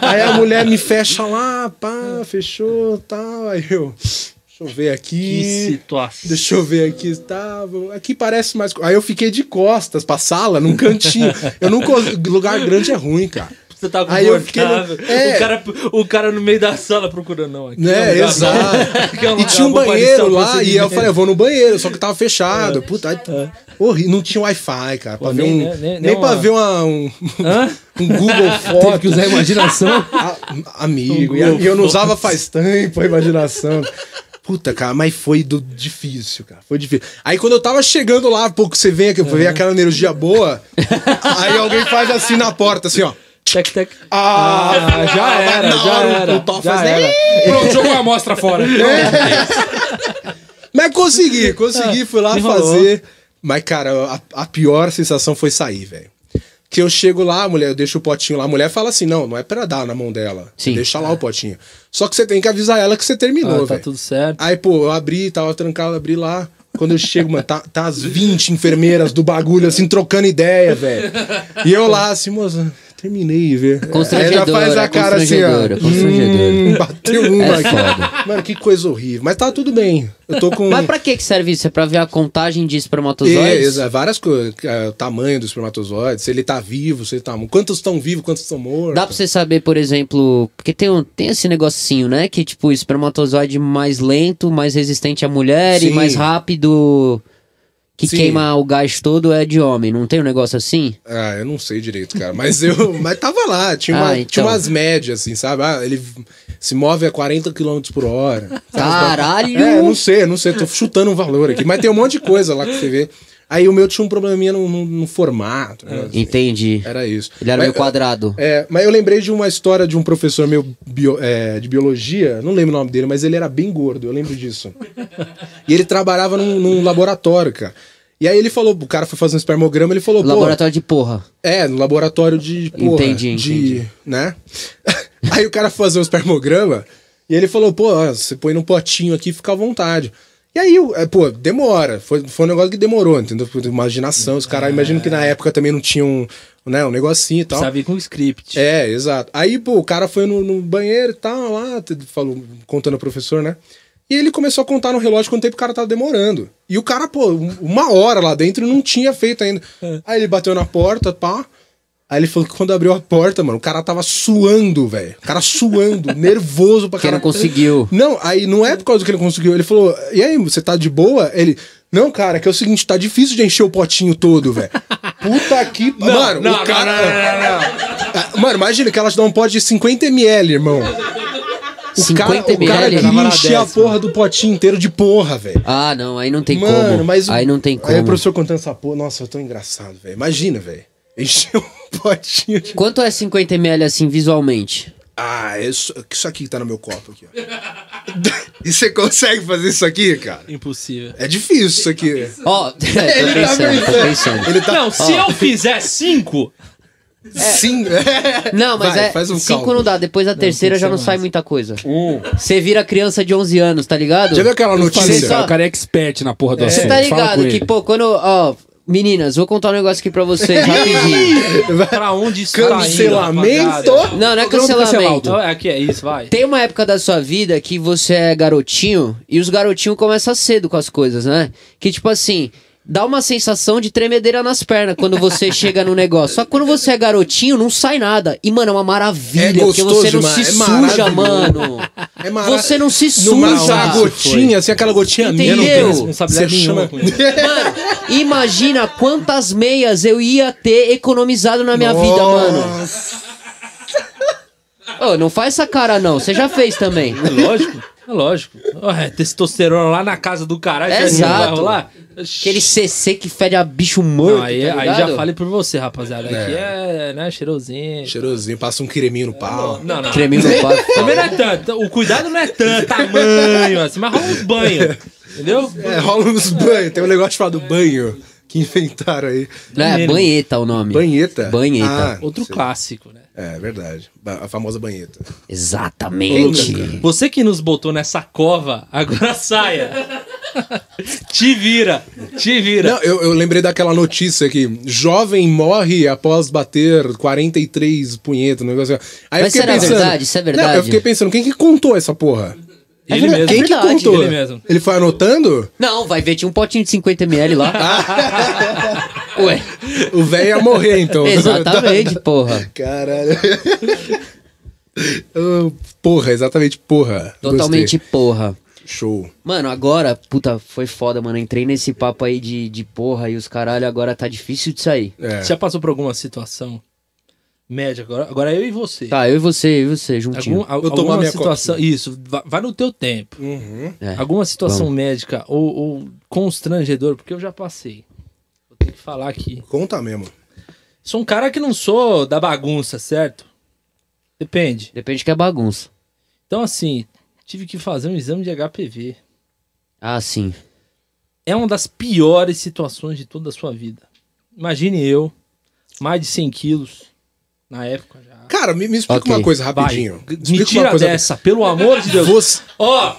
Speaker 3: aí a mulher me fecha lá, pá, fechou, tal. Aí eu, deixa eu ver
Speaker 1: Que
Speaker 3: aqui.
Speaker 1: situação.
Speaker 3: Deixa eu ver aqui, estava. Aqui parece mais. co- Aí eu fiquei de costas pra sala, num cantinho. Eu não consigo. Lugar grande é ruim, cara.
Speaker 1: Você tá
Speaker 3: Aí eu fiquei no-
Speaker 1: confortável.
Speaker 3: É.
Speaker 1: O, cara, o cara no meio da sala procurando, não. Aqui
Speaker 3: Né,
Speaker 1: é um lugar bom.
Speaker 3: exato.
Speaker 1: Aqui é um
Speaker 3: E
Speaker 1: lugar
Speaker 3: tinha um
Speaker 1: bom pra
Speaker 3: banheiro
Speaker 1: iniciar o
Speaker 3: lá, e eu
Speaker 1: procedimento.
Speaker 3: falei, eu vou no banheiro, só que tava fechado. Puta, aí, horrível. Não tinha Wi-Fi, cara. Pra
Speaker 1: Pô,
Speaker 3: ver
Speaker 1: nem-
Speaker 3: um,
Speaker 1: nem- nem-
Speaker 3: nem
Speaker 1: nem
Speaker 3: pra
Speaker 1: uma-
Speaker 3: ver uma, um,
Speaker 1: Hã?
Speaker 3: um Google
Speaker 2: Teve
Speaker 3: Foto.
Speaker 2: que usar Um a imaginação.
Speaker 3: A- amigo, e a- e eu não usava faz tempo a imaginação. Puta, cara, mas foi do- difícil, cara. Foi difícil. Aí quando eu tava chegando lá, pô, que você vem aqui, vem aquela energia boa, aí alguém faz assim na porta, assim, ó.
Speaker 1: Tec, tec.
Speaker 3: Ah,
Speaker 1: é.
Speaker 2: já
Speaker 3: mas
Speaker 2: era,
Speaker 3: na
Speaker 2: já
Speaker 3: hora o-
Speaker 2: era,
Speaker 3: O pau
Speaker 2: já
Speaker 3: faz,
Speaker 2: era. Pronto, jogou a amostra fora.
Speaker 3: Mas consegui, consegui, fui lá
Speaker 1: É, me rolou.
Speaker 3: fazer. Mas, cara, a, a pior sensação foi sair, velho. Que eu chego lá, a mulher, eu deixo o potinho lá, a mulher fala assim: não, não é pra dar na mão dela.
Speaker 4: Sim.
Speaker 3: Deixa lá o potinho. Só que você tem que avisar ela que você terminou,
Speaker 1: É. Ah, tá
Speaker 3: velho.
Speaker 1: tudo certo.
Speaker 3: Aí, pô, eu abri, tava trancado, abri lá. Quando eu chego, mano, tá, tá as 20 enfermeiras do bagulho, assim, trocando ideia, velho. E eu lá, assim, moça, terminei,
Speaker 4: É
Speaker 3: velho. Aí ela
Speaker 4: Constrangedora,
Speaker 3: faz a cara assim, ó.
Speaker 4: constrangedora, constrangedora.
Speaker 3: "Hum, bateu uma
Speaker 4: É
Speaker 3: aqui.
Speaker 4: foda.
Speaker 3: Mano, que coisa horrível. Mas tá tudo bem. Eu tô com.
Speaker 4: Mas pra que que serve isso? É pra ver a contagem de
Speaker 3: É,
Speaker 4: espermatozoides?
Speaker 3: exa- várias coisas. é, O tamanho do espermatozoide, se ele tá vivo, se ele tá morto. Quantos estão vivos, quantos estão mortos.
Speaker 4: Dá pra você saber, por exemplo, porque tem, um, tem esse negocinho, né? Que tipo, o espermatozoide mais lento, mais resistente à mulher e
Speaker 3: Sim.
Speaker 4: mais rápido, que
Speaker 3: Sim.
Speaker 4: queima o gás todo é de homem. Não tem um negócio assim?
Speaker 3: Ah, eu não sei direito, cara. Mas eu. mas tava lá, tinha, uma-
Speaker 4: Ah,
Speaker 3: tinha
Speaker 4: então.
Speaker 3: umas médias, assim, sabe? Ah, ele se move a 40 km por hora.
Speaker 4: Caralho!
Speaker 3: É, não sei, não sei, tô chutando um valor aqui. Mas tem um monte de coisa lá que você vê. Aí o meu tinha um probleminha no, no- no formato. né?
Speaker 4: Entendi.
Speaker 3: Era isso.
Speaker 4: É. Ele era
Speaker 3: Mas-
Speaker 4: meio quadrado.
Speaker 3: É, mas eu lembrei de uma história de um professor meu bio- é, de biologia, não lembro o nome dele, mas ele era bem gordo, eu lembro disso. E ele trabalhava num, num laboratório, cara. E aí ele falou, o cara foi fazer um espermograma, ele falou, pô,
Speaker 4: Laboratório de porra.
Speaker 3: é, no laboratório de porra,
Speaker 4: Entendi,
Speaker 3: de,
Speaker 4: entendi.
Speaker 3: né? Aí o cara foi fazer um espermograma e ele falou, pô, ó, você põe num potinho aqui, fica à vontade. E aí, eu, é, pô, demora. Foi, foi um negócio que demorou, entendeu? Por Imaginação, os
Speaker 4: É.
Speaker 3: caras, imagino que na época também não tinham, né, um negocinho e tal.
Speaker 1: Precisa vir com o script.
Speaker 3: É, exato. Aí, pô, o cara foi no, no banheiro e tal, lá, t- falou, contando ao professor, né? E ele começou a contar no relógio quanto tempo o cara tava demorando. E o cara, pô, um- uma hora lá dentro não tinha feito ainda. Aí ele bateu na porta, pá. Aí ele falou que quando abriu a porta, mano, o cara tava suando, velho. O cara suando, nervoso pra
Speaker 4: Porque
Speaker 3: caralho.
Speaker 4: não conseguiu.
Speaker 3: Não, aí não é por causa que ele conseguiu. Ele falou, e aí, você tá de boa? Ele, não, cara, que é o seguinte, tá difícil de encher o potinho todo, velho. Puta que. mano,
Speaker 1: não,
Speaker 3: o
Speaker 1: não,
Speaker 3: cara.
Speaker 1: não,
Speaker 3: Ah, Mano, imagina que ela te dá um pote de 50 ml, irmão. O
Speaker 4: 50
Speaker 3: cara, o cara
Speaker 4: ml?
Speaker 3: queria
Speaker 1: Tava na
Speaker 3: encher a
Speaker 1: décima.
Speaker 3: porra do potinho inteiro de porra, velho.
Speaker 4: Ah, não, aí não tem
Speaker 3: Mano,
Speaker 4: como.
Speaker 3: mas. é o-
Speaker 4: Aí não tem como.
Speaker 3: Aí o professor contando essa porra. Nossa, eu tô engraçado, velho. Imagina, velho. Encheu um Potinho de...
Speaker 4: Quanto é 50 ml assim visualmente?
Speaker 3: Ah, isso, isso aqui que tá no meu copo aqui, ó. E você consegue fazer isso aqui, cara?
Speaker 1: Impossível.
Speaker 3: É difícil isso aqui.
Speaker 4: Ó, é, tô
Speaker 3: tá
Speaker 4: pensando, tô pensando.
Speaker 3: Ele tá.
Speaker 1: Não, se eu fizer cinco,
Speaker 3: Sim. é.
Speaker 4: Não, mas
Speaker 3: Vai,
Speaker 4: é.
Speaker 3: faz um
Speaker 4: cinco
Speaker 3: cálculo.
Speaker 4: não dá, depois da terceira já não sai muita coisa.
Speaker 3: Um.
Speaker 4: Você vira criança de 11 anos, tá ligado?
Speaker 3: Já viu aquela É,
Speaker 2: Falei,
Speaker 4: Você
Speaker 3: notícia?
Speaker 4: só-
Speaker 2: cara, o cara é expert na porra do assunto.
Speaker 4: Você tá
Speaker 2: Fala com
Speaker 4: ligado que,
Speaker 2: ele.
Speaker 4: pô, quando. Ó, meninas, vou contar um negócio aqui pra vocês rapidinho.
Speaker 1: pra onde isso
Speaker 3: Cancelamento?
Speaker 1: tá indo,
Speaker 4: Não, não é
Speaker 2: Programa
Speaker 4: cancelamento.
Speaker 1: rapaziada? Aqui é isso, vai.
Speaker 4: Tem uma época da sua vida que você é garotinho e os garotinhos começam cedo com as coisas, né? Que tipo assim, dá uma sensação de tremedeira nas pernas quando você chega no negócio. Só que quando você é garotinho, não sai nada. E, mano, é uma maravilha,
Speaker 3: É
Speaker 4: porque você não
Speaker 3: gostoso
Speaker 4: se
Speaker 3: demais, é
Speaker 4: suja,
Speaker 3: maravilhoso.
Speaker 4: mano.
Speaker 3: É mara-
Speaker 4: Você não se
Speaker 3: Numa
Speaker 4: suja.
Speaker 3: gotinha, assim, aquela gotinha
Speaker 4: Entendeu?
Speaker 3: mesmo.
Speaker 1: tenho
Speaker 4: Eu-
Speaker 1: responsabilidade
Speaker 3: Você
Speaker 1: nenhuma
Speaker 3: chama-
Speaker 1: com isso.
Speaker 4: Mano, imagina quantas meias eu ia ter economizado na minha vida, mano. Ô, não faz essa cara, não. Você já fez também.
Speaker 1: É lógico, é lógico. Ué, testosterona lá na casa do caralho,
Speaker 4: É
Speaker 1: você acha que não vai
Speaker 4: exato.
Speaker 1: rolar?
Speaker 4: Aquele CC que fede a bicho morto.
Speaker 1: Não, aí,
Speaker 4: tá
Speaker 1: aí
Speaker 4: ligado?
Speaker 1: já falei por você, rapaziada. Aqui é, né, cheirosinho.
Speaker 3: Cheirosinho, passa um creminho no pau.
Speaker 1: Não, não.
Speaker 4: Creminho no papo.
Speaker 1: Também não é tanto. O cuidado não é tanto, tamanho, assim, mas rola uns banhos. Entendeu?
Speaker 3: É, rola nos banhos. Tem um negócio chamado banho que inventaram aí.
Speaker 4: Não, é
Speaker 1: Mínimo.
Speaker 4: banheta o nome.
Speaker 3: Banheta?
Speaker 4: Banheta.
Speaker 3: Ah,
Speaker 1: Outro
Speaker 3: sei.
Speaker 1: clássico, né?
Speaker 3: É, verdade. Ba- A famosa banheta.
Speaker 4: Exatamente.
Speaker 1: Você que nos botou nessa cova, agora saia. te vira, te vira.
Speaker 3: Não, eu, eu lembrei daquela notícia que jovem morre após bater 43 punhetas no um negócio. assim. Aí eu
Speaker 4: Mas
Speaker 3: fiquei
Speaker 4: será
Speaker 3: pensando-
Speaker 4: verdade? Isso é verdade?
Speaker 3: Não, eu fiquei pensando, quem que contou essa porra?
Speaker 1: Ele
Speaker 4: verdade.
Speaker 1: mesmo.
Speaker 3: Quem que
Speaker 4: verdade,
Speaker 3: contou?
Speaker 1: ele mesmo.
Speaker 3: Ele foi anotando?
Speaker 4: Não, vai ver, tinha um potinho de 50ml lá.
Speaker 3: Ah.
Speaker 4: Ué,
Speaker 3: O velho ia morrer, então.
Speaker 4: exatamente, porra.
Speaker 3: Caralho. Oh, porra, exatamente, porra.
Speaker 4: Totalmente
Speaker 3: Gostei.
Speaker 4: porra.
Speaker 3: Show.
Speaker 4: Mano, agora, puta, foi foda, mano. Entrei nesse papo aí de, de porra e os caralho, agora tá difícil de sair.
Speaker 3: É.
Speaker 1: Você já passou por alguma situação média? Agora, agora eu e você.
Speaker 4: Tá, eu e você, eu e você, juntinho.
Speaker 1: Algum, al-
Speaker 3: tomar
Speaker 1: alguma
Speaker 3: minha
Speaker 1: situação. Isso, va- vai no teu tempo.
Speaker 3: Uhum.
Speaker 4: É.
Speaker 1: Alguma situação médica ou, ou constrangedor, porque eu já passei. Vou ter que falar aqui.
Speaker 3: É. Conta mesmo.
Speaker 1: Sou um cara que não sou da bagunça, certo? Depende.
Speaker 4: Depende que é bagunça.
Speaker 1: Então, assim, tive que fazer um exame de HPV.
Speaker 4: Ah, sim.
Speaker 1: É uma das piores situações de toda a sua vida. Imagine eu, mais de 100 quilos, na época já.
Speaker 3: Cara, me, me explica
Speaker 4: Ok,
Speaker 3: uma coisa
Speaker 1: Vai,
Speaker 3: rapidinho.
Speaker 1: me
Speaker 3: Explica uma
Speaker 1: tira
Speaker 3: coisa.
Speaker 1: dessa, pelo amor de Deus.
Speaker 3: Você,
Speaker 1: Ó!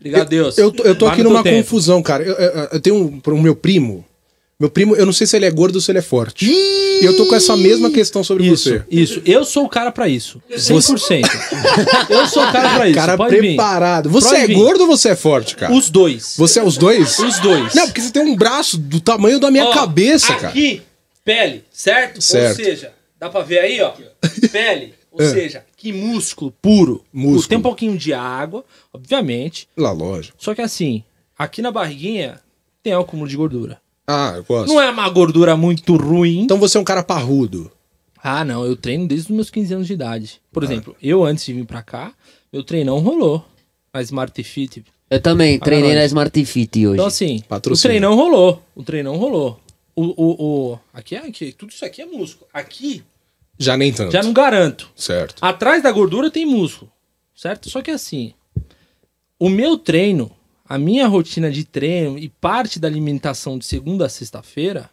Speaker 1: Liga a Deus.
Speaker 3: eu, tô- eu tô
Speaker 1: Vai
Speaker 3: aqui
Speaker 1: no teu
Speaker 3: numa
Speaker 1: tempo.
Speaker 3: confusão, cara. Eu, eu- eu tenho um, pro meu primo. Meu primo, eu não sei se ele é gordo ou se ele é forte. E eu tô com essa mesma questão sobre
Speaker 1: Isso,
Speaker 3: você.
Speaker 1: isso. Eu sou o cara pra isso. 100%. Eu sou o cara pra isso.
Speaker 3: Cara
Speaker 1: Pode vir.
Speaker 3: preparado. Você
Speaker 1: Pode
Speaker 3: é
Speaker 1: vir.
Speaker 3: gordo ou você é forte, cara?
Speaker 1: Os dois.
Speaker 3: Você é os dois?
Speaker 1: Os dois.
Speaker 3: Não, porque você tem um braço do tamanho da minha
Speaker 1: Ó,
Speaker 3: cabeça, cara.
Speaker 1: aqui, pele, certo?
Speaker 3: Certo. É.
Speaker 1: Ou seja, dá pra ver aí, ó. Pele. Ou seja, que músculo puro.
Speaker 3: Músculo.
Speaker 1: Tem um pouquinho de água, obviamente.
Speaker 3: Lá, lógico.
Speaker 1: Só que assim, aqui na barriguinha tem um acúmulo de gordura.
Speaker 3: Ah, eu gosto.
Speaker 1: Não é uma gordura muito ruim.
Speaker 3: Então você é um cara parrudo.
Speaker 1: Ah, não, eu treino desde os meus 15 anos de idade. Por
Speaker 3: Ah.
Speaker 1: exemplo, eu antes de vir pra cá, meu treinão rolou na Smart Fit.
Speaker 4: Eu também treinei
Speaker 1: Caralho.
Speaker 4: na Smart Fit hoje.
Speaker 1: Então, assim,
Speaker 3: Patrocínio.
Speaker 1: o treinão rolou. O treinão rolou. O, o, o- aqui, é, aqui, tudo isso aqui é músculo. Aqui,
Speaker 3: Já nem tanto.
Speaker 1: já não garanto.
Speaker 3: Certo.
Speaker 1: Atrás da gordura tem músculo, certo? Só que assim, o meu treino, a minha rotina de treino e parte da alimentação de segunda a sexta-feira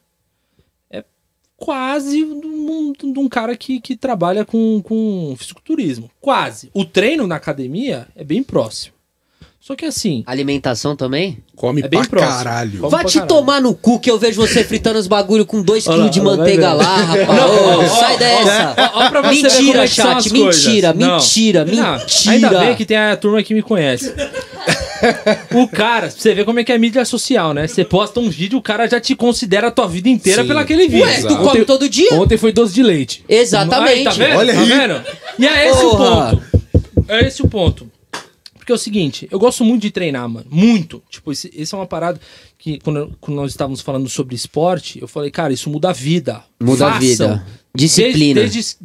Speaker 1: é quase de um, de um cara que, que trabalha com, com fisiculturismo. Quase. O treino na academia é bem próximo. Só que assim,
Speaker 4: Alimentação também?
Speaker 3: Come
Speaker 1: É bem
Speaker 3: pra
Speaker 1: próximo.
Speaker 3: caralho.
Speaker 1: Come-
Speaker 4: Vá
Speaker 1: pra
Speaker 4: te
Speaker 1: caralho.
Speaker 4: tomar no cu que eu vejo você fritando os bagulho com 2kg
Speaker 1: lá,
Speaker 4: de
Speaker 1: olha lá,
Speaker 4: manteiga
Speaker 1: vai
Speaker 4: lá, rapaz. Ô,
Speaker 1: ó,
Speaker 4: sai
Speaker 1: ó,
Speaker 4: dessa.
Speaker 1: ó, ó pra você ver como é
Speaker 4: mentira,
Speaker 1: que são
Speaker 4: chat.
Speaker 1: as coisas.
Speaker 4: Mentira,
Speaker 1: Não.
Speaker 4: mentira,
Speaker 1: Não,
Speaker 4: mentira.
Speaker 1: Ainda bem que tem a turma que me conhece. O cara, pra você ver como é que é a mídia social, né? Você posta um vídeo, o cara já te considera a tua vida inteira
Speaker 3: Sim.
Speaker 1: pelo aquele vídeo.
Speaker 4: Ué, tu
Speaker 3: Exato.
Speaker 4: come todo dia?
Speaker 2: Ontem foi doce de leite.
Speaker 1: Aí,
Speaker 4: Exatamente.
Speaker 1: tá vendo?
Speaker 3: Olha
Speaker 1: tá
Speaker 3: aí.
Speaker 1: vendo? E é esse
Speaker 4: Porra.
Speaker 1: o ponto. É esse o ponto. Porque é o seguinte, eu gosto muito de treinar, mano. Muito. Tipo, esse, esse é uma parada que quando, eu- quando nós estávamos falando sobre esporte, eu falei, cara, isso muda a vida.
Speaker 4: Muda a
Speaker 1: Façam.
Speaker 4: vida. Disciplina.
Speaker 1: Desde, desde-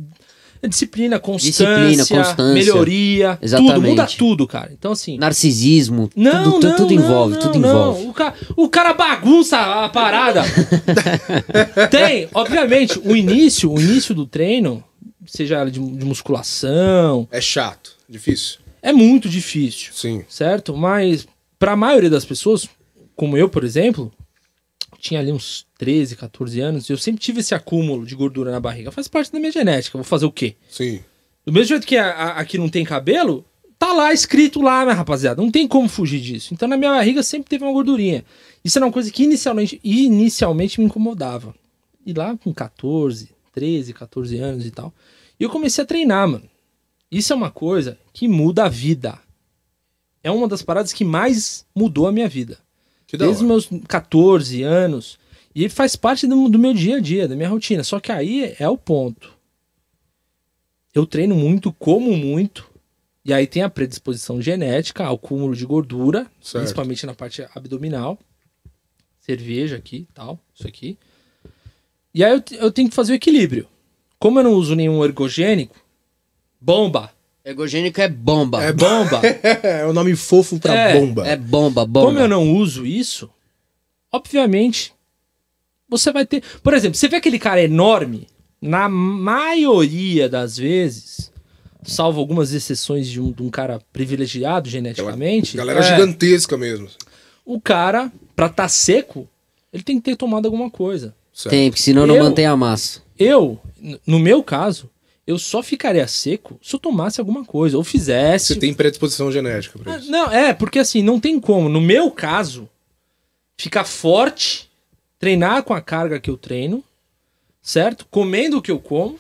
Speaker 1: É disciplina, constância,
Speaker 4: Disciplina, constância.
Speaker 1: melhoria, tudo,
Speaker 4: Exatamente.
Speaker 1: muda tudo, cara. Então, assim.
Speaker 4: Narcisismo,
Speaker 1: Não,
Speaker 4: tudo, tu-
Speaker 1: não,
Speaker 4: tudo
Speaker 1: não,
Speaker 4: envolve,
Speaker 1: não,
Speaker 4: tudo
Speaker 1: não.
Speaker 4: envolve.
Speaker 1: O, ca- o cara bagunça a parada. Tem, obviamente, o início, o início do treino, seja ela de, de musculação,
Speaker 3: É chato, difícil.
Speaker 1: é muito difícil,
Speaker 3: Sim.
Speaker 1: certo? Mas pra maioria das pessoas, como eu, por exemplo, tinha ali uns 13, 14 anos, eu sempre tive esse acúmulo de gordura na barriga. Faz parte da minha genética, vou fazer o quê?
Speaker 3: Sim.
Speaker 1: Do mesmo jeito que a- a- aqui não tem cabelo, tá lá escrito lá, né, rapaziada? Não tem como fugir disso. Então na minha barriga sempre teve uma gordurinha. Isso era uma coisa que inicialmente, inicialmente me incomodava. E lá com 14, 13, 14 anos e tal. E eu comecei a treinar, mano. Isso é uma coisa que muda a vida. É uma das paradas que mais mudou a minha vida.
Speaker 3: Que da
Speaker 1: Desde
Speaker 3: hora.
Speaker 1: os meus 14 anos. E ele faz parte do, do meu dia a dia, da minha rotina. Só que aí é o ponto. Eu treino muito, como muito. E aí tem a predisposição genética, ao cúmulo de gordura,
Speaker 3: Certo.
Speaker 1: principalmente na parte abdominal. Cerveja aqui tal, isso aqui. E aí eu, te- eu tenho que fazer o equilíbrio. Como eu não uso nenhum ergogênico, bomba,
Speaker 4: Ergogênico é bomba. É,
Speaker 1: bomba.
Speaker 3: É, é um nome fofo pra
Speaker 1: É,
Speaker 3: bomba.
Speaker 4: bomba, bomba.
Speaker 1: Como eu não uso isso, obviamente você vai ter. Por exemplo, você vê aquele cara enorme, na maioria das vezes, salvo algumas exceções de um, de um cara privilegiado geneticamente,
Speaker 3: Galera
Speaker 1: é,
Speaker 3: gigantesca mesmo.
Speaker 1: o cara, pra estar tá seco, ele tem que ter tomado alguma coisa.
Speaker 3: Certo.
Speaker 4: Tem, porque senão não
Speaker 1: Eu-
Speaker 4: mantém a massa.
Speaker 1: Eu, n- no meu caso, eu só ficaria seco se eu tomasse alguma coisa, ou fizesse.
Speaker 4: tipo
Speaker 3: Você tem predisposição genética pra
Speaker 1: Ah,
Speaker 3: isso.
Speaker 1: Não, é, porque assim, não tem como. No meu caso, ficar forte, treinar com a carga que eu treino, certo? Comendo o que eu como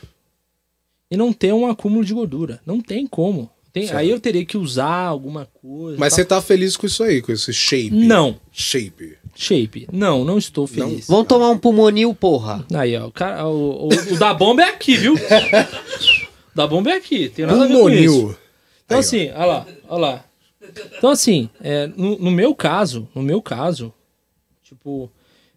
Speaker 1: e não ter um acúmulo de gordura. Não tem como. Tem-
Speaker 3: Certo.
Speaker 1: aí eu teria que usar alguma coisa.
Speaker 3: Mas
Speaker 1: tal.
Speaker 3: você tá feliz com isso aí, com esse shape?
Speaker 1: Não,
Speaker 3: Shape.
Speaker 1: shape. Não, não estou feliz.
Speaker 4: Vão tomar um pulmonil, porra.
Speaker 1: Aí, ó, o, cara, o, o- o da bomba é aqui, viu? o da bomba é aqui. Tem nada a ver com isso.
Speaker 3: Pulmonil.
Speaker 1: Então
Speaker 3: Aí, ó.
Speaker 1: assim, olha lá, olha lá. Então assim, é, no, no meu caso, no meu caso, tipo,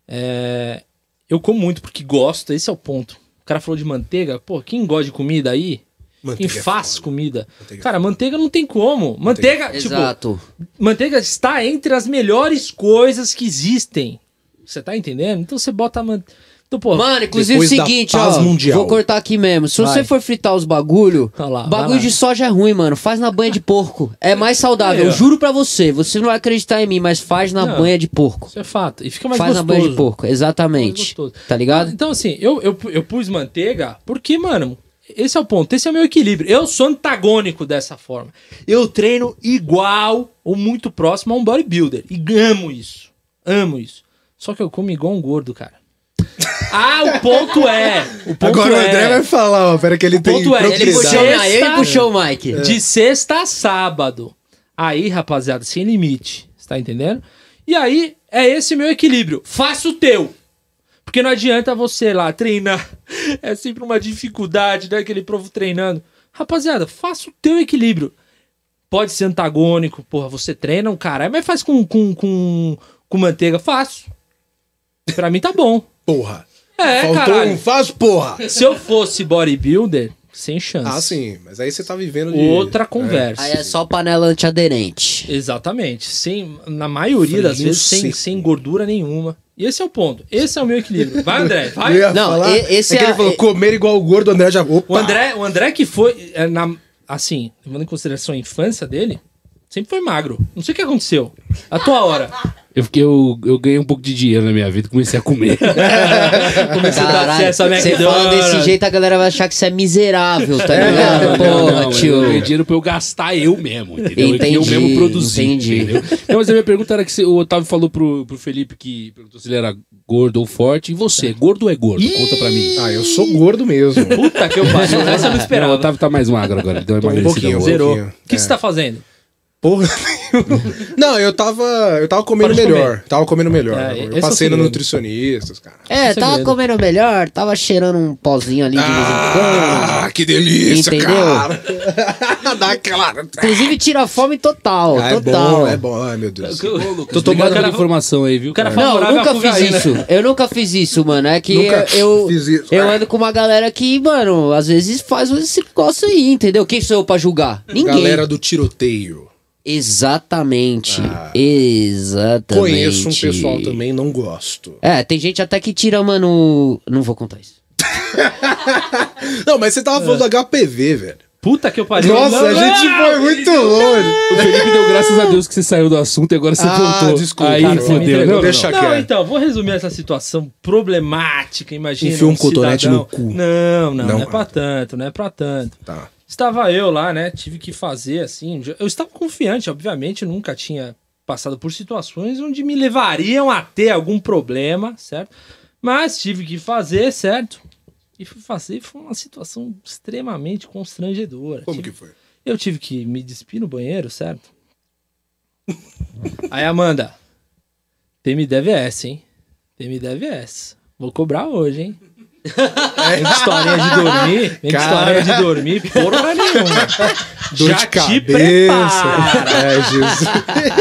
Speaker 1: é, eu como muito porque gosto, esse é o ponto. O cara falou de manteiga, pô, quem gosta de comida aí? Quem
Speaker 3: Manteiga é
Speaker 1: faz
Speaker 3: foda. é
Speaker 1: comida?
Speaker 3: Manteiga é
Speaker 1: Cara, manteiga não tem como. Manteiga, tipo,
Speaker 4: Exato.
Speaker 1: manteiga está entre as melhores coisas que existem. Você tá entendendo? Então você bota a manteiga. Então, pô,
Speaker 4: Mano, inclusive o
Speaker 3: Depois da
Speaker 4: seguinte,
Speaker 3: paz
Speaker 4: ó.
Speaker 3: mundial.
Speaker 4: Vou cortar aqui mesmo. Se
Speaker 1: Vai.
Speaker 4: você for fritar os bagulho,
Speaker 1: Tá lá, vai
Speaker 4: bagulho
Speaker 1: lá.
Speaker 4: de soja é ruim, mano. Faz na banha de porco. É mais saudável.
Speaker 1: É.
Speaker 4: Eu juro pra você. Você não vai acreditar em mim, mas faz na
Speaker 1: Não.
Speaker 4: banha de porco.
Speaker 1: isso é fato. E fica mais
Speaker 4: faz na
Speaker 1: gostoso.
Speaker 4: banha de porco, exatamente.
Speaker 1: gostoso.
Speaker 4: Tá ligado?
Speaker 1: Então, assim, eu, eu, eu pus manteiga porque, mano, esse é o ponto, esse é o meu equilíbrio. Eu sou antagônico dessa forma. Eu treino igual ou muito próximo a um bodybuilder. E amo isso. Amo isso. Só que eu como igual um gordo, cara. Ah, o ponto é. O ponto
Speaker 3: Agora o
Speaker 1: é,
Speaker 3: André vai falar, ó. Pera que ele tem
Speaker 1: ponto é, ele
Speaker 4: Ele puxou,
Speaker 1: Sexta-
Speaker 4: não, ele puxou o Mike.
Speaker 3: É.
Speaker 1: De sexta a sábado. Aí, rapaziada, sem limite. Você tá entendendo? E aí, é esse meu equilíbrio. Faça o teu. Porque não adianta você lá treinar. É sempre uma dificuldade, né? Aquele povo treinando. Rapaziada, faça o teu equilíbrio. Pode ser antagônico, porra, você treina um caralho, mas faz com, com, com, com manteiga. Faço. Pra mim tá bom.
Speaker 3: Porra.
Speaker 1: É,
Speaker 3: Faltou
Speaker 1: caralho.
Speaker 3: um faz, porra.
Speaker 1: Se eu fosse bodybuilder, sem chance.
Speaker 3: Ah, sim. Mas aí você tá vivendo de...
Speaker 1: Outra conversa.
Speaker 4: Aí é só panela antiaderente.
Speaker 1: Exatamente. Sem, na maioria das
Speaker 3: Franguinho
Speaker 1: vezes, sem,
Speaker 3: seco.
Speaker 1: sem gordura nenhuma. E esse é o ponto. Esse é o meu equilíbrio. Vai, André.
Speaker 3: É. Eu
Speaker 1: Vai.
Speaker 3: ia
Speaker 4: Não,
Speaker 3: falar,
Speaker 4: e- esse
Speaker 3: é que
Speaker 4: é
Speaker 3: ele
Speaker 4: a-
Speaker 3: falou,
Speaker 4: e-
Speaker 3: comer igual o gordo, o André já... Opa.
Speaker 1: O André, o André que foi, é, na, assim, levando em consideração a infância dele, sempre foi magro. Não sei o que aconteceu. A tua hora.
Speaker 2: Eu, fiquei, eu, eu ganhei um pouco de dinheiro na minha vida, comecei a comer.
Speaker 1: Comecei a dar
Speaker 4: Caralho,
Speaker 1: acesso a
Speaker 4: você fala desse jeito, a galera vai achar que você é miserável, tá
Speaker 1: É, Ah,
Speaker 4: ligado?
Speaker 2: Não,
Speaker 4: Porra,
Speaker 2: não, Eu ganhei um
Speaker 4: tio.
Speaker 2: dinheiro pra eu gastar eu mesmo, entendeu?
Speaker 4: Entendi,
Speaker 2: eu mesmo produzi.
Speaker 4: entendi.
Speaker 2: Entendeu? Não, mas a minha pergunta era que você- o Otávio falou pro, pro Felipe que perguntou se ele era gordo ou forte. E você, gordo ou é gordo? Conta pra mim.
Speaker 3: Ah, eu sou gordo mesmo.
Speaker 1: Puta que eu pariu. Essa eu não
Speaker 2: Não, o
Speaker 1: esperava.
Speaker 2: Otávio tá mais magro agora, deu uma
Speaker 3: um
Speaker 2: emagrecida
Speaker 3: pouquinho,
Speaker 2: boa.
Speaker 3: zero.
Speaker 1: Zerou. O
Speaker 3: pouquinho.
Speaker 1: que que você tá fazendo?
Speaker 3: Porra. Não, eu tava. Eu tava comendo
Speaker 1: Pode
Speaker 3: melhor. Tava comendo melhor.
Speaker 1: É, esse é
Speaker 3: eu
Speaker 1: o
Speaker 3: passei no
Speaker 1: segredo.
Speaker 3: nutricionistas, cara.
Speaker 4: É,
Speaker 1: Esse é
Speaker 4: tava
Speaker 1: medo.
Speaker 4: comendo melhor, tava cheirando um pozinho ali de vez em quando.
Speaker 3: Ah, que delícia,
Speaker 4: Entendeu?
Speaker 3: cara. Dá aquela.
Speaker 4: Inclusive tira a fome total,
Speaker 3: Ah, é
Speaker 4: total.
Speaker 3: bom, é bom. Ai, meu Deus.
Speaker 2: Tô tomando aquela informação aí, viu?
Speaker 1: O cara
Speaker 2: cara?
Speaker 4: Não, eu
Speaker 1: Favorável
Speaker 4: nunca
Speaker 1: à né?
Speaker 4: fiz
Speaker 1: cocaína.
Speaker 4: isso. Eu nunca fiz isso, mano. É que
Speaker 3: Nunca
Speaker 4: eu,
Speaker 3: fiz isso. Ah.
Speaker 4: eu ando com uma galera que, mano, às vezes faz esse negócio aí, entendeu? Quem sou eu pra julgar? Ninguém.
Speaker 3: Galera do tiroteio.
Speaker 4: Exatamente. Exatamente.
Speaker 3: Ah. Conheço um pessoal também, não gosto.
Speaker 4: É, tem gente até que tira, mano. Não vou contar isso.
Speaker 3: Não, mas você tava falando do HPV, velho.
Speaker 1: Puta que eu pariu. Não, não.
Speaker 3: muito longe.
Speaker 2: O Felipe deu graças a Deus que você saiu do assunto e agora você
Speaker 3: Ah,
Speaker 2: voltou.
Speaker 3: desculpa,
Speaker 2: Aí
Speaker 3: cara,
Speaker 1: você me
Speaker 2: fodeu.
Speaker 1: entregou.
Speaker 2: Não,
Speaker 3: Deixa
Speaker 2: não.
Speaker 1: Não,
Speaker 3: quieto.
Speaker 1: então, vou resumir essa situação problemática, imagina.
Speaker 3: Enfiou um cotonete
Speaker 1: cidadão-
Speaker 3: no cu.
Speaker 1: Não, não, não,
Speaker 3: Não.
Speaker 1: é pra tanto, não é pra tanto.
Speaker 3: Tá.
Speaker 1: Estava eu lá, né? Tive que fazer assim. Eu estava confiante, obviamente, eu nunca tinha passado por situações onde me levariam a ter algum problema, certo? Mas tive que fazer, certo? E fui fazer, e foi uma situação extremamente constrangedora.
Speaker 3: Como
Speaker 1: Tive-
Speaker 3: que foi?
Speaker 1: eu tive que me despir no banheiro, certo? Aí, Amanda, tem me deve é essa, hein? Tem me deve é essa. Vou cobrar hoje, hein? Vem com historinha de dormir, vem com
Speaker 3: Cara.
Speaker 1: historinha de dormir, porra nenhuma.
Speaker 3: Dor
Speaker 1: Já
Speaker 3: de
Speaker 1: te
Speaker 3: cabeça.
Speaker 1: prepara.
Speaker 3: É, Jesus.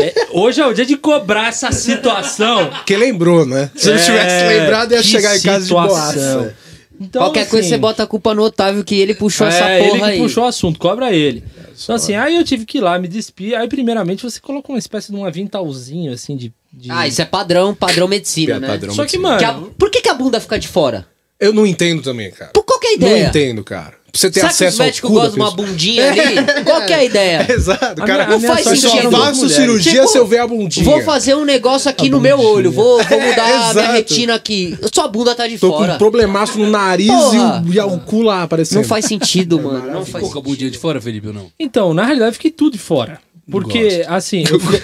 Speaker 1: É, hoje é o dia de cobrar essa situação.
Speaker 3: Que lembrou, né? Se eu
Speaker 1: É,
Speaker 3: tivesse lembrado, ia
Speaker 1: que
Speaker 3: chegar em casa de
Speaker 1: situação.
Speaker 3: boaça.
Speaker 1: Então,
Speaker 4: Qualquer coisa
Speaker 1: assim,
Speaker 4: você bota a culpa no Otávio que ele puxou essa
Speaker 1: É,
Speaker 4: porra
Speaker 1: ele que
Speaker 4: aí.
Speaker 1: puxou o assunto, cobra ele. Então assim, aí eu tive que ir lá me despir. Aí primeiramente você coloca uma espécie de um aventalzinho assim de, de-
Speaker 4: Ah, isso é padrão, padrão medicina,
Speaker 3: É
Speaker 4: né?
Speaker 3: padrão.
Speaker 1: Só que
Speaker 3: Sim.
Speaker 1: mano,
Speaker 4: Que a- por que, que a bunda fica de fora?
Speaker 3: Eu não entendo também, cara.
Speaker 4: Por qual que é a
Speaker 3: Não
Speaker 4: ideia?
Speaker 3: entendo, cara. Pra você ter
Speaker 4: Sabe que os
Speaker 3: acesso ao
Speaker 4: médicos
Speaker 3: cu da
Speaker 4: gostam de uma
Speaker 3: pessoa-
Speaker 4: bundinha ali? Qual que é a ideia?
Speaker 3: Exato,
Speaker 1: A
Speaker 3: cara.
Speaker 1: minha- a
Speaker 3: Não
Speaker 1: minha
Speaker 3: faz
Speaker 1: sorte
Speaker 3: só
Speaker 1: é que
Speaker 3: faço
Speaker 1: mulher.
Speaker 3: cirurgia
Speaker 4: Tipo,
Speaker 3: se eu ver a bundinha.
Speaker 4: Vou fazer um negócio aqui no meu olho, vou, vou mudar a minha
Speaker 3: exato.
Speaker 4: retina aqui. Sua bunda tá de
Speaker 3: Tô com
Speaker 4: fora.
Speaker 3: um problemaço no nariz e
Speaker 4: Porra.
Speaker 3: o, e o cu lá aparecendo.
Speaker 4: Não faz sentido, mano. Não faz
Speaker 2: Ficou com a
Speaker 4: sentido.
Speaker 2: bundinha de fora, Felipe, ou não?
Speaker 1: então, na realidade eu fiquei tudo de fora. Porque, assim, eu fui...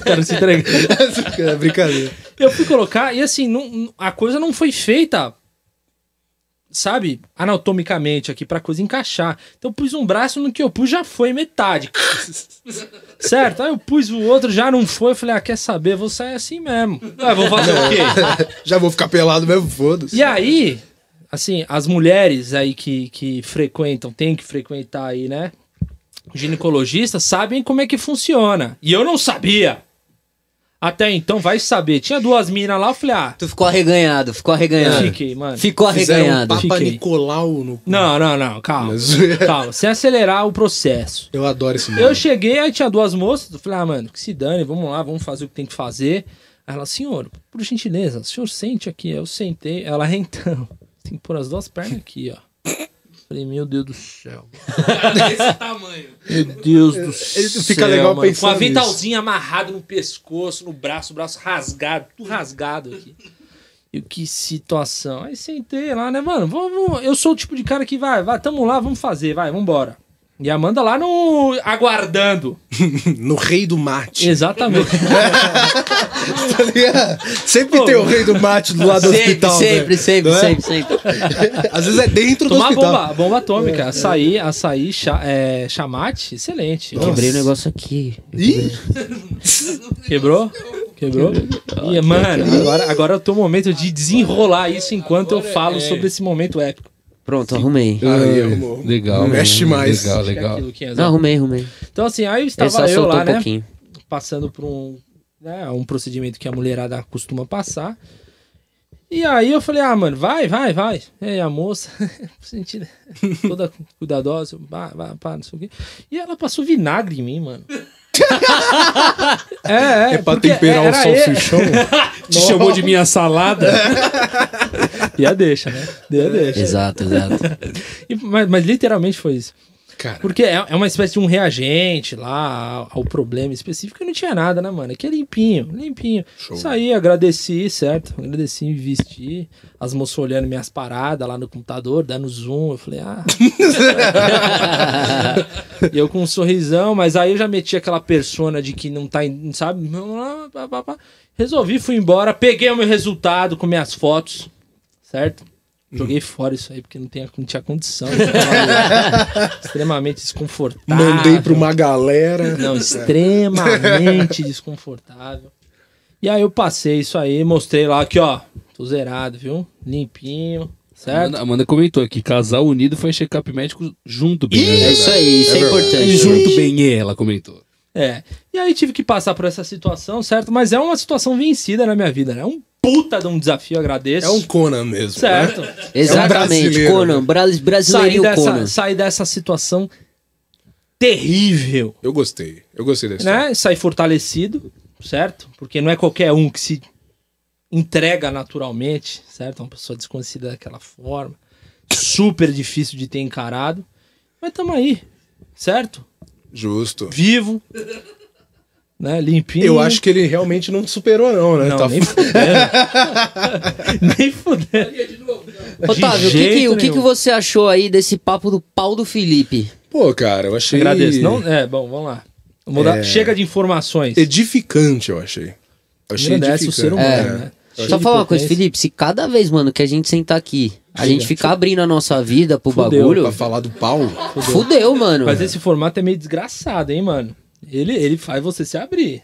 Speaker 1: Cara, se entrega.
Speaker 3: é brincadeira.
Speaker 1: eu fui colocar e assim, não- a coisa não foi feita, sabe, anatomicamente aqui, pra coisa encaixar. Então eu pus um braço no que eu pus já foi metade. certo? Aí eu pus o outro, já não foi. Eu falei, ah, quer saber? Vou sair assim mesmo. Ah, vou fazer o quê?
Speaker 3: Já vou ficar pelado mesmo, foda-se.
Speaker 1: E aí, assim, as mulheres aí que, que frequentam, tem que frequentar aí, né? Ginecologistas sabem como é que funciona. E eu não sabia. Até então, vai saber. Tinha duas minas lá, eu falei, ah,
Speaker 4: Tu ficou arreganhado, ficou arreganhado.
Speaker 1: fiquei, mano.
Speaker 4: Ficou
Speaker 3: Fizeram um
Speaker 4: arreganhado.
Speaker 3: Papa
Speaker 1: Fiquei.
Speaker 3: Nicolau no cu.
Speaker 1: Não, não, não, calma.
Speaker 3: Mas-
Speaker 1: Calma, sem acelerar o processo.
Speaker 3: Eu adoro esse nome.
Speaker 1: Eu cheguei, aí tinha duas moças, eu falei, ah, mano, que se dane, vamos lá, vamos fazer o que tem que fazer. Aí ela, senhor, por gentileza, o senhor sente aqui. Eu sentei, ela, então, tem que pôr as duas pernas aqui, ó. Falei, meu Deus do céu. Desse tamanho. Meu Deus do céu.
Speaker 3: fica legal
Speaker 1: mano. Com
Speaker 3: pensando
Speaker 1: a ventalzinha amarrado no pescoço, no braço, o braço rasgado, tudo rasgado aqui. E que situação. Aí sentei lá, né, mano? Vamos, eu sou o tipo de cara que vai, vai, tamo lá, vamos fazer, vai, vambora. E a Amanda lá no. aguardando.
Speaker 3: No rei do mate.
Speaker 1: Exatamente.
Speaker 3: Tá ligado? sempre tem o rei do mate do lado do
Speaker 4: Sempre,
Speaker 3: hospital.
Speaker 4: sempre,
Speaker 3: né?
Speaker 4: sempre,
Speaker 3: Não é?
Speaker 4: sempre, sempre.
Speaker 3: Às vezes é dentro do
Speaker 1: Tomar
Speaker 3: hospital.
Speaker 1: bomba, bomba atômica. Açaí, açaí, cha, é, chamate, excelente.
Speaker 4: Quebrei o negócio aqui.
Speaker 3: Ih,
Speaker 1: Quebrou? Quebrou? E, mano, agora, agora é o teu momento de desenrolar isso enquanto eu falo sobre esse momento épico.
Speaker 4: Pronto, arrumei.
Speaker 3: Aí, arrumou.
Speaker 2: Legal.
Speaker 3: Não mexe
Speaker 2: mano,
Speaker 3: mais.
Speaker 2: Legal,
Speaker 1: Aqui,
Speaker 2: legal.
Speaker 1: Luquinhas,
Speaker 4: Não,
Speaker 1: ó.
Speaker 4: arrumei, arrumei.
Speaker 1: Então, assim, aí
Speaker 4: Ele
Speaker 1: estava
Speaker 4: só
Speaker 1: eu
Speaker 4: soltou
Speaker 1: lá,
Speaker 4: um
Speaker 1: né?
Speaker 4: pouquinho.
Speaker 1: passando por um, né, um procedimento que a mulherada costuma passar. E aí eu falei, ah, mano, vai, vai, vai. E aí a moça, sentindo, toda cuidadosa, pá, pá, pá, não sei o quê. E ela passou vinagre em mim, mano. é, é.
Speaker 3: É pra
Speaker 1: porque
Speaker 3: temperar o
Speaker 1: era ele-
Speaker 3: salsichão?
Speaker 2: Te chamou de minha salada?
Speaker 1: E a deixa, né? E a deixa.
Speaker 4: Exato, exato.
Speaker 1: E- mas, mas literalmente foi isso.
Speaker 3: Cara,
Speaker 1: Porque é, é uma espécie de um reagente lá ao, ao problema específico e não tinha nada, né, mano? Aqui é limpinho, limpinho.
Speaker 3: Show.
Speaker 1: Saí, agradeci, certo? Agradeci, investi. As moças olhando minhas paradas lá no computador, dando zoom. Eu falei, ah. e eu com um sorrisão, mas aí eu já meti aquela persona de que não tá, em- sabe? Pá, pá, pá. Resolvi, fui embora, peguei o meu resultado com minhas fotos, certo?
Speaker 3: Hum.
Speaker 1: Joguei fora isso aí porque não, tem, não tinha condição. eu tava extremamente desconfortável.
Speaker 3: Mandei pra uma galera.
Speaker 1: Não, extremamente desconfortável. E aí eu passei isso aí, mostrei lá aqui, ó. Tô zerado, viu? Limpinho, certo?
Speaker 2: Amanda, Amanda comentou aqui: casal unido faz check-up médico junto,
Speaker 4: É
Speaker 2: bem. né?
Speaker 4: isso aí, isso é, importante.
Speaker 2: Junto, bem, ela comentou.
Speaker 3: Uhum.
Speaker 1: É. E aí tive que passar por essa situação, certo? Mas é uma situação vencida na minha vida, né? É um puta de um desafio, agradeço.
Speaker 3: É um Conan mesmo.
Speaker 1: Certo.
Speaker 3: Né?
Speaker 4: Exatamente,
Speaker 3: brasileiro,
Speaker 4: Conan,
Speaker 3: né?
Speaker 4: bra
Speaker 1: Sair
Speaker 4: brasileirinho Conan.
Speaker 1: dessa, sair dessa situação terrível.
Speaker 3: Eu gostei. Eu gostei dessa história.
Speaker 1: né? Sai fortalecido, certo? Porque não é qualquer um que se entrega naturalmente, certo? É Uma pessoa desconhecida daquela forma. Super difícil de ter encarado. Mas tamo aí, certo?
Speaker 3: Justo.
Speaker 1: Vivo, né? Limpinho.
Speaker 3: Eu acho que ele realmente não superou, não, né?
Speaker 1: Não,
Speaker 3: Tá
Speaker 1: nem
Speaker 3: f-
Speaker 1: fudendo. nem fudendo. De
Speaker 4: Otávio, o que, que,
Speaker 1: jeito
Speaker 4: o que, que
Speaker 1: nenhum.
Speaker 4: você achou aí desse papo do pau do Felipe?
Speaker 3: Pô, cara, eu achei.
Speaker 1: Agradeço. Não, é, bom, vamos lá. Vou
Speaker 3: É.
Speaker 1: dar- Chega de informações.
Speaker 3: Edificante, eu achei. Eu achei
Speaker 1: Engrandece
Speaker 3: edificante.
Speaker 1: o ser humano,
Speaker 3: É.
Speaker 1: né? Cheio
Speaker 4: Só
Speaker 1: de
Speaker 4: falar uma coisa,
Speaker 1: potência.
Speaker 4: Felipe, se cada vez, mano, que a gente sentar aqui, a gente ficar abrindo a nossa vida pro
Speaker 1: Fudeu.
Speaker 4: bagulho,
Speaker 3: Pra falar do pau.
Speaker 4: fudeu, mano.
Speaker 1: Mas esse formato é meio desgraçado, hein, mano? Ele, ele faz você se abrir.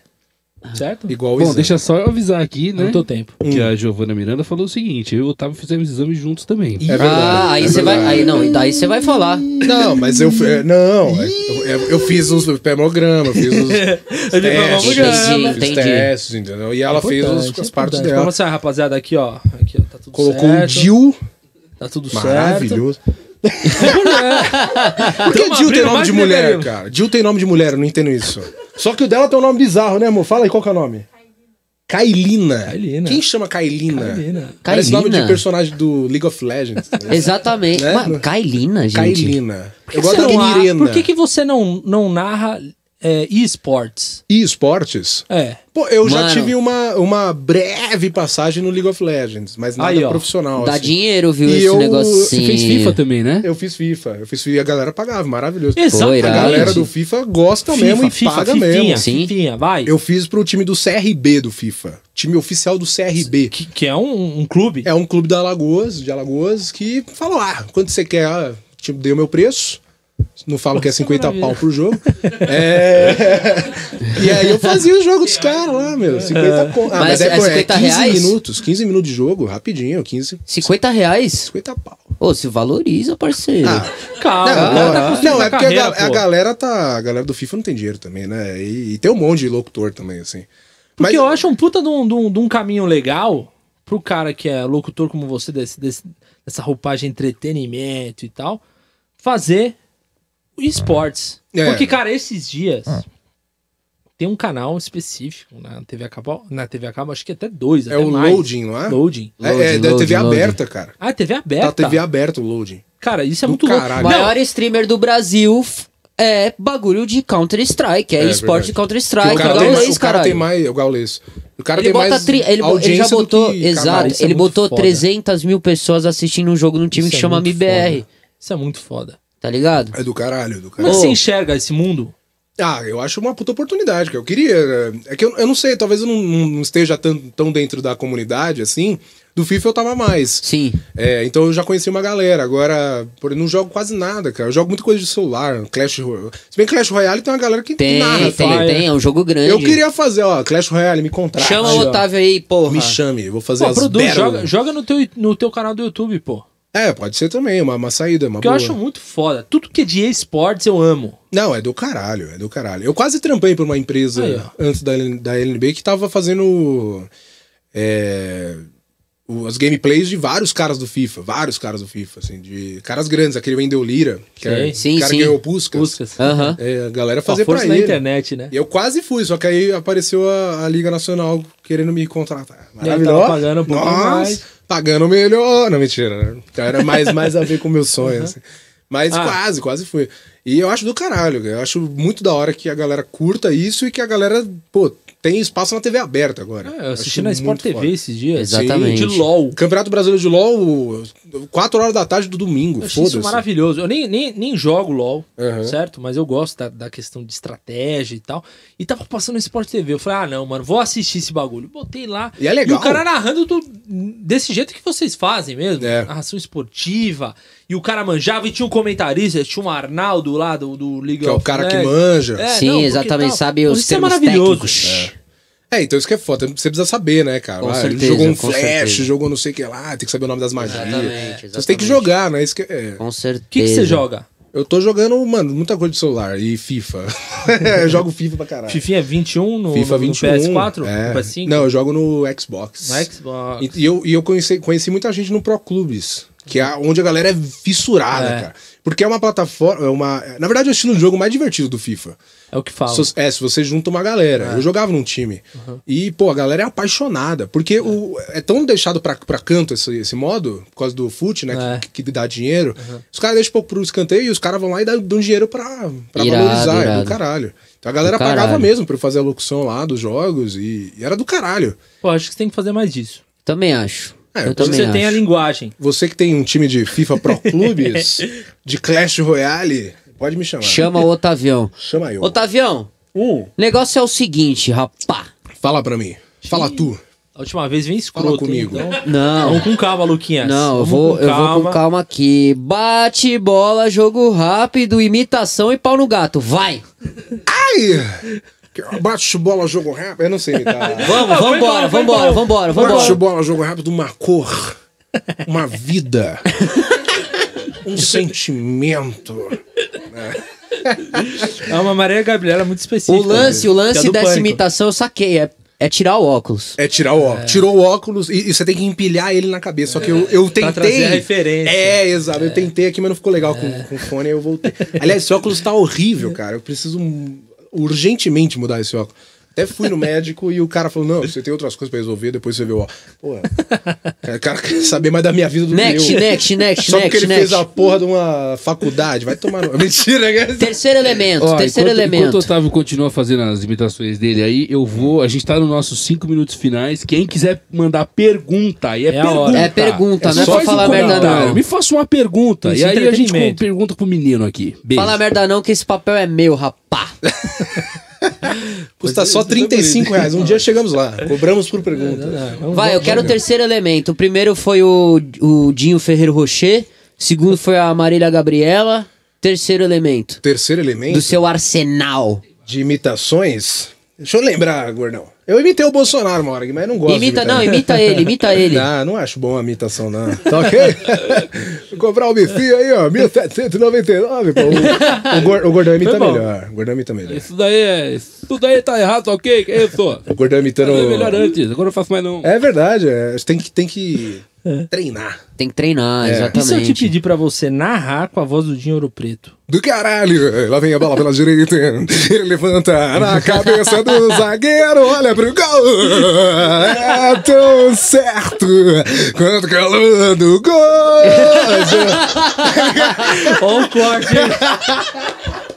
Speaker 1: Certo?
Speaker 3: Igual o
Speaker 2: Bom,
Speaker 3: exame.
Speaker 2: deixa só eu avisar aqui, né?
Speaker 1: No teu tempo.
Speaker 2: Que a Giovana Miranda falou o seguinte: eu e o Otávio fizemos exame juntos também.
Speaker 3: É verdade. Né?
Speaker 4: ah, aí
Speaker 3: é
Speaker 4: você vai.
Speaker 3: verdade.
Speaker 4: Aí não, e daí você vai falar.
Speaker 3: Não, mas eu. é, Não, é, eu, eu- eu fiz os hemograma, eu fiz os.
Speaker 1: um
Speaker 3: testes,
Speaker 4: hemograma.
Speaker 3: fiz os
Speaker 4: Entendi.
Speaker 3: testes, entendeu? E ela fez os- as partes
Speaker 1: Então,
Speaker 3: dela.
Speaker 1: vamos lá, rapaziada, aqui, ó. Aqui, ó, tá tudo
Speaker 3: Colocou um
Speaker 1: certo.
Speaker 3: Dil
Speaker 1: Tá tudo certo. É.
Speaker 3: maravilhoso. Por que
Speaker 1: Tamo
Speaker 3: Dil tem
Speaker 1: abrindo
Speaker 3: nome
Speaker 1: mais
Speaker 3: de mulher,
Speaker 1: deveríamos.
Speaker 3: cara? Dil tem nome de mulher, eu não entendo isso. Só que o dela tem um nome bizarro, né, amor? Fala aí, qual que é o nome? Kailina.
Speaker 1: Kailina.
Speaker 3: Quem chama Kailina?
Speaker 1: Kailina.
Speaker 3: Parece nome de
Speaker 4: Kailina.
Speaker 3: personagem do League of Legends. né?
Speaker 4: Exatamente.
Speaker 3: Né?
Speaker 4: Mano, Kailina, gente.
Speaker 3: Kailina.
Speaker 1: Por
Speaker 3: Eu gosto
Speaker 1: que
Speaker 3: da
Speaker 1: você não
Speaker 3: Mirena.
Speaker 1: narra- Por que, que você não, não narra é, esportes?
Speaker 3: E esportes?
Speaker 1: É.
Speaker 3: Pô, eu já
Speaker 4: Mano.
Speaker 3: tive uma, uma breve passagem no League of Legends, mas nada
Speaker 1: Aí, ó.
Speaker 3: profissional.
Speaker 4: Dá
Speaker 3: assim.
Speaker 4: dinheiro, viu,
Speaker 3: E
Speaker 4: esse
Speaker 3: eu-
Speaker 4: negocinho.
Speaker 2: Você fez FIFA também, né?
Speaker 3: Eu fiz FIFA, eu fiz FIFA e a galera pagava, maravilhoso.
Speaker 1: Exatamente.
Speaker 3: A
Speaker 4: irado.
Speaker 3: galera do FIFA gosta
Speaker 1: FIFA,
Speaker 3: mesmo e
Speaker 1: FIFA,
Speaker 3: paga
Speaker 1: fifinha,
Speaker 3: mesmo.
Speaker 4: Sim.
Speaker 1: fifinha, vai.
Speaker 3: Eu fiz pro time do CRB do FIFA, time oficial do CRB.
Speaker 1: Que, que é um, um clube.
Speaker 3: É um clube da Alagoas, de Alagoas, que falou: ah, quanto você quer? Ah, tipo, dei o meu preço. Não falo que é 50 pau por jogo. É... E aí eu fazia o jogo dos caras lá, meu. 50 con... ah,
Speaker 4: Mas
Speaker 3: mas,
Speaker 4: é
Speaker 3: é, pô, é
Speaker 4: 50
Speaker 3: 15
Speaker 4: reais?
Speaker 3: minutos, 15 minutos de jogo, rapidinho, 15,
Speaker 4: 50 reais?
Speaker 3: 50 pau.
Speaker 4: Ô, se valoriza, parceiro.
Speaker 3: Ah,
Speaker 1: Calma,
Speaker 3: não,
Speaker 1: cara, tá
Speaker 3: não,
Speaker 1: construindo
Speaker 3: não, é
Speaker 1: a
Speaker 3: porque a,
Speaker 1: carreira,
Speaker 3: ga- a
Speaker 1: pô.
Speaker 3: galera tá. A galera do FIFA não tem dinheiro também, né? E, e tem um monte de locutor também, assim.
Speaker 1: Porque eu acho um puta de um, de um- de um caminho legal pro cara que é locutor como você, desse, desse- dessa roupagem entretenimento e tal, fazer o esportes.
Speaker 3: É. Ah.
Speaker 1: Porque, cara, esses dias tem um canal específico na TV a cabo, na TV a cabo, acho que até dois,
Speaker 3: É
Speaker 1: até
Speaker 3: o
Speaker 1: mais.
Speaker 3: loading, não é?
Speaker 1: Loading.
Speaker 3: É, é
Speaker 4: Loading,
Speaker 3: da TV
Speaker 4: loading, É
Speaker 3: aberta, cara.
Speaker 1: Ah, TV
Speaker 3: Tá
Speaker 1: aberta.
Speaker 3: TV aberta o loading.
Speaker 1: Cara, isso é
Speaker 3: Do
Speaker 1: muito louco.
Speaker 3: caralho.
Speaker 4: O
Speaker 1: Não,
Speaker 4: maior streamer do Brasil f- é bagulho de Counter-Strike. É,
Speaker 3: É
Speaker 4: esporte
Speaker 3: verdade.
Speaker 4: de Counter-Strike. é um
Speaker 3: o cara,
Speaker 4: o
Speaker 3: tem, mais-
Speaker 4: gaulês,
Speaker 3: o cara
Speaker 4: caralho.
Speaker 3: tem mais. é O gaulês. O cara
Speaker 4: ele,
Speaker 3: tem
Speaker 4: bota
Speaker 3: mais.
Speaker 4: tri- ele, bo- ele
Speaker 3: audiência
Speaker 4: já
Speaker 3: do
Speaker 4: botou,
Speaker 3: que
Speaker 4: exato,
Speaker 3: canal.
Speaker 1: isso é
Speaker 4: ele
Speaker 1: muito
Speaker 4: botou
Speaker 1: foda.
Speaker 4: 300 mil pessoas assistindo um jogo num time
Speaker 1: isso
Speaker 4: que
Speaker 1: é
Speaker 4: chama
Speaker 1: muito
Speaker 4: MBR,
Speaker 1: foda. Isso é muito foda.
Speaker 4: tá ligado?
Speaker 3: É do caralho, do
Speaker 1: Como é
Speaker 3: caralho.
Speaker 1: que
Speaker 4: Ô.
Speaker 1: você enxerga esse mundo?
Speaker 3: Ah, eu acho uma puta oportunidade, que eu queria. É que eu, eu não sei, talvez eu não, não esteja tão, tão dentro da comunidade assim. Do FIFA eu tava mais.
Speaker 4: Sim.
Speaker 3: É, então eu já conheci uma galera. Agora, por, eu não jogo quase nada, cara. Eu jogo muita coisa de celular, Clash Royale. Se bem que Clash Royale tem uma galera que
Speaker 4: Tem,
Speaker 3: narra,
Speaker 4: tem,
Speaker 3: fala.
Speaker 4: tem, é um jogo grande.
Speaker 3: Eu queria fazer, ó, Clash Royale, me contrata.
Speaker 4: Chama
Speaker 1: Aí,
Speaker 4: o
Speaker 1: ó.
Speaker 4: Otávio aí, porra.
Speaker 3: Me chame, vou fazer
Speaker 1: Pô,
Speaker 3: as
Speaker 1: produz,
Speaker 3: battle.
Speaker 1: joga, joga no, teu, no teu canal do YouTube, pô.
Speaker 3: É, pode ser também, uma, uma saída, uma
Speaker 1: Porque eu
Speaker 3: boa.
Speaker 1: acho um- muito foda. Tudo que é de esportes eu amo.
Speaker 3: Não, é do caralho, é do caralho. Eu quase trampei por uma empresa
Speaker 1: Aí, ó.
Speaker 3: antes da, L- da LNB que tava fazendo é, o- as gameplays de vários caras do FIFA, vários caras do FIFA, assim, de caras grandes, aquele Wendel Lira, que é,
Speaker 1: Sei.
Speaker 4: Sim,
Speaker 3: cara
Speaker 4: sim.
Speaker 3: que ganhou o Puskas.
Speaker 1: Puskas.
Speaker 4: Aham.
Speaker 3: É, a galera
Speaker 1: Com a
Speaker 3: fazer pra
Speaker 1: força da
Speaker 3: ele.
Speaker 1: internet, né?
Speaker 3: E eu quase fui, só que aí apareceu a, a Liga Nacional querendo me contratar.
Speaker 1: E aí tava
Speaker 3: Maravilhoso.
Speaker 1: pagando um pouco
Speaker 3: Nossa,
Speaker 1: mais.
Speaker 3: Pagando melhor. Não, mentira. né? Então era mais, mais a ver com o meu sonho. assim. Mas
Speaker 1: Ah.
Speaker 3: quase, quase fui. E eu acho do caralho, eu acho muito da hora que a galera curta isso e que a galera, pô, tem espaço na TV aberta agora.
Speaker 1: É, eu assisti
Speaker 3: Acho
Speaker 1: na Sport
Speaker 3: muito
Speaker 1: TV
Speaker 3: foda.
Speaker 1: esses dias.
Speaker 4: Exatamente.
Speaker 1: De LOL.
Speaker 3: Campeonato Brasileiro de LoL, 4 horas da tarde do domingo,
Speaker 1: Eu achei isso
Speaker 3: foda-se.
Speaker 1: maravilhoso. Eu nem, nem, nem jogo LOL,
Speaker 3: Uhum.
Speaker 1: certo? Mas eu gosto da, da questão de estratégia e tal. E tava passando no Sport TV. Eu falei, ah, não, mano, vou assistir esse bagulho. Botei lá.
Speaker 3: E é legal.
Speaker 1: o cara narrando do- desse jeito que vocês fazem mesmo.
Speaker 3: É.
Speaker 1: Narração esportiva. E o cara manjava e tinha um comentarista, tinha um Arnaldo lá do, do Liga
Speaker 3: Que é o
Speaker 1: of
Speaker 3: cara que
Speaker 1: Legends.
Speaker 3: manja.
Speaker 1: É,
Speaker 4: Sim,
Speaker 1: não, porque
Speaker 4: exatamente,
Speaker 1: tal-
Speaker 4: sabe
Speaker 1: Por
Speaker 4: os
Speaker 1: isso é
Speaker 4: termos
Speaker 1: maravilhoso.
Speaker 4: técnicos.
Speaker 3: É, então isso que é foda. Você precisa saber, né, cara?
Speaker 4: Com
Speaker 3: Ah, ele
Speaker 4: certeza,
Speaker 3: jogou um
Speaker 4: com
Speaker 3: flash,
Speaker 4: certeza.
Speaker 3: jogou não sei o que lá, tem que saber o nome das magias.
Speaker 4: Exatamente,
Speaker 3: Então Você tem que
Speaker 4: exatamente.
Speaker 3: jogar, né? Isso que é.
Speaker 4: Com certeza.
Speaker 1: O que, que você joga?
Speaker 3: Eu tô jogando, mano, muita coisa de celular e FIFA. eu jogo FIFA pra caralho.
Speaker 1: Fifinha 21 no,
Speaker 3: FIFA
Speaker 1: no
Speaker 3: 21.
Speaker 1: PS4?
Speaker 3: é.
Speaker 1: No PS5?
Speaker 3: Não, eu jogo no Xbox.
Speaker 1: No Xbox.
Speaker 3: E, e eu, e eu conheci, conheci muita gente no Pro Clubes, que é onde a galera é fissurada,
Speaker 1: É.
Speaker 3: cara. Porque é uma plataforma, é uma, na verdade é o estilo de jogo mais divertido do FIFA.
Speaker 1: É o que fala.
Speaker 3: Se- é, se você junta uma
Speaker 4: É.
Speaker 3: galera. Eu jogava num time.
Speaker 4: Uhum.
Speaker 3: E, pô, a galera é apaixonada. Porque é, o, é tão deixado pra, pra canto esse, esse modo, por causa do fute, né?
Speaker 1: É.
Speaker 3: Que, que dá dinheiro.
Speaker 4: Uhum.
Speaker 3: Os caras deixam pro, pro escanteio e os caras vão lá e dão, dão dinheiro pra, pra
Speaker 4: Irado,
Speaker 3: valorizar. É
Speaker 4: irado.
Speaker 3: do caralho. Então a galera
Speaker 4: Do caralho.
Speaker 3: pagava mesmo pra eu fazer a locução lá dos jogos e, e era do caralho.
Speaker 1: Pô, acho que você tem que fazer mais disso.
Speaker 4: Também acho.
Speaker 3: É,
Speaker 4: eu
Speaker 3: você
Speaker 4: também
Speaker 1: Você
Speaker 4: acho.
Speaker 1: tem a linguagem.
Speaker 3: Você que tem um time de FIFA Pro Clubes, de Clash Royale, pode me chamar.
Speaker 4: Chama tá. o Otavião.
Speaker 3: Chama eu.
Speaker 4: Otavião,
Speaker 3: Hum,
Speaker 4: o negócio é o seguinte, rapá.
Speaker 3: Fala pra mim. Fala tu.
Speaker 1: A última vez vem escroto.
Speaker 3: Fala comigo.
Speaker 1: hein? Então,
Speaker 4: Não.
Speaker 1: Vamos com calma, Luquinhas.
Speaker 4: Não, eu
Speaker 1: Vamos
Speaker 4: vou,
Speaker 1: com
Speaker 4: eu vou com calma aqui. Bate bola, jogo rápido, imitação e pau no gato. Vai!
Speaker 3: Ai! Bate bola, jogo rápido. Eu não sei imitar.
Speaker 4: Vamos,
Speaker 1: Ah, foi
Speaker 4: vambora,
Speaker 1: bom, foi
Speaker 4: vambora,
Speaker 1: bom.
Speaker 4: vambora,
Speaker 3: Bate
Speaker 4: vambora.
Speaker 3: bola, jogo rápido, uma cor, uma vida, um sentimento.
Speaker 1: É uma Maria Gabriela muito específica.
Speaker 4: O
Speaker 3: né?
Speaker 4: lance, o
Speaker 1: Que é
Speaker 4: lance
Speaker 1: do
Speaker 4: dessa
Speaker 1: Pânico.
Speaker 4: imitação eu saquei. É, é tirar o óculos.
Speaker 3: É tirar o óculos. Tirou o óculos e, e você tem que empilhar ele na cabeça. Só que eu, eu tentei.
Speaker 1: trazer a referência.
Speaker 3: É, exato. Eu tentei aqui, mas não ficou legal com, com o fone, aí eu voltei. Aliás, esse óculos tá horrível, cara. Eu preciso hum, urgentemente mudar esse óculos. Até fui no médico e o cara falou: não, você tem outras coisas pra resolver, depois você vê o óculos. Pô, o cara quer saber mais da minha vida do
Speaker 4: Next,
Speaker 3: que eu.
Speaker 4: next, next,
Speaker 3: Só porque
Speaker 4: next,
Speaker 3: ele fez a
Speaker 4: next.
Speaker 3: porra de uma faculdade. Vai tomar no... Mentira, né? cara.
Speaker 4: Terceiro elemento,
Speaker 2: Ó,
Speaker 4: terceiro
Speaker 2: enquanto,
Speaker 4: elemento.
Speaker 2: Enquanto o Otávio continua fazendo as imitações dele aí, eu vou. A gente tá nos nossos cinco minutos finais. Quem quiser mandar pergunta, aí é,
Speaker 1: É a hora.
Speaker 2: pergunta.
Speaker 4: É pergunta, não é
Speaker 2: só
Speaker 4: pra
Speaker 2: faz
Speaker 4: falar
Speaker 2: um
Speaker 4: merda
Speaker 2: comentário.
Speaker 4: não.
Speaker 2: Me faça uma pergunta.
Speaker 1: Isso,
Speaker 2: e aí a gente com-
Speaker 1: entretenimento.
Speaker 2: pergunta pro menino aqui. Beijo.
Speaker 4: Fala merda não, que esse papel é meu, rapá.
Speaker 3: Então Custa só 35 reais. Um dia chegamos lá. Cobramos por pergunta.
Speaker 1: Vamos-
Speaker 4: Vai, eu
Speaker 1: vamos-
Speaker 4: quero o terceiro elemento. O primeiro foi o, o Dinho Ferreiro Rocher. O segundo foi a Marília Gabriela. Terceiro elemento.
Speaker 3: Terceiro elemento.
Speaker 4: Do seu arsenal.
Speaker 3: de imitações. Deixa eu lembrar, gordão. Eu imitei o Bolsonaro uma hora, mas não gosto. de
Speaker 4: Imita,
Speaker 3: imitar
Speaker 4: não,
Speaker 3: ele.
Speaker 4: imita ele, imita ele.
Speaker 3: Ah, não acho bom a imitação, não. Tá ok? Vou comprar o bifinho aí, ó, 1799, pô. O, o, gor- o gordão imita
Speaker 2: Foi bom.
Speaker 3: melhor. O gordão imita melhor.
Speaker 2: Isso daí é. Isso daí tá errado, ok? Que Eu sou.
Speaker 3: O gordão imitando.
Speaker 1: é
Speaker 2: Fazia melhor antes, É. agora eu faço mais
Speaker 1: um.
Speaker 2: não.
Speaker 3: É verdade, é. Você tem que, tem que treinar.
Speaker 4: Tem que
Speaker 3: É.
Speaker 4: treinar,
Speaker 1: E se eu te
Speaker 3: tipo
Speaker 4: exatamente.
Speaker 1: pedir pra você narrar com a voz do Dinho Ouro Preto?
Speaker 3: Do caralho, lá vem a bola pela direita, ele levanta na cabeça do zagueiro, olha pro gol, é tão certo quanto o calor do gol.
Speaker 1: Ó o corte, hein?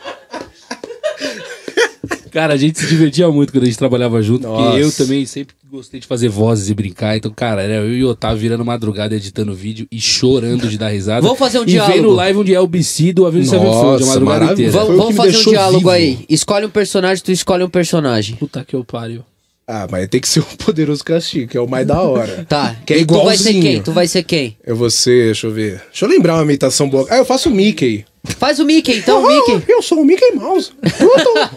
Speaker 2: Cara, a gente se divertia muito quando a gente trabalhava junto,
Speaker 3: Nossa.
Speaker 2: porque eu também sempre gostei de fazer vozes e brincar. Então, cara, era eu e o Otávio virando madrugada editando vídeo e chorando de dar risada.
Speaker 4: Vamos fazer um
Speaker 2: e
Speaker 4: diálogo.
Speaker 2: E vendo live onde é o BC do Avenida Seven
Speaker 3: Nossa,
Speaker 2: Fold, a madrugada
Speaker 3: maravilha.
Speaker 2: inteira.
Speaker 3: Foi
Speaker 4: Vamos,
Speaker 3: o
Speaker 4: vamos
Speaker 3: que me
Speaker 4: fazer um
Speaker 3: deixou
Speaker 4: diálogo
Speaker 3: vivo.
Speaker 4: aí. Escolhe um personagem, tu escolhe um personagem.
Speaker 1: Puta que eu pariu.
Speaker 3: Ah, mas tem que ser o poderoso castigo, que é o mais da hora.
Speaker 4: Tá.
Speaker 3: Que é
Speaker 4: e tu vai ser
Speaker 3: igualzinho.
Speaker 4: quem? Tu vai ser quem?
Speaker 3: Eu vou ser, deixa eu ver, deixa eu lembrar uma imitação boa. Ah, eu faço o Mickey.
Speaker 4: Faz o Mickey, então,
Speaker 3: Oh,
Speaker 4: Mickey.
Speaker 3: Eu sou o Mickey Mouse. Puto.
Speaker 5: conversa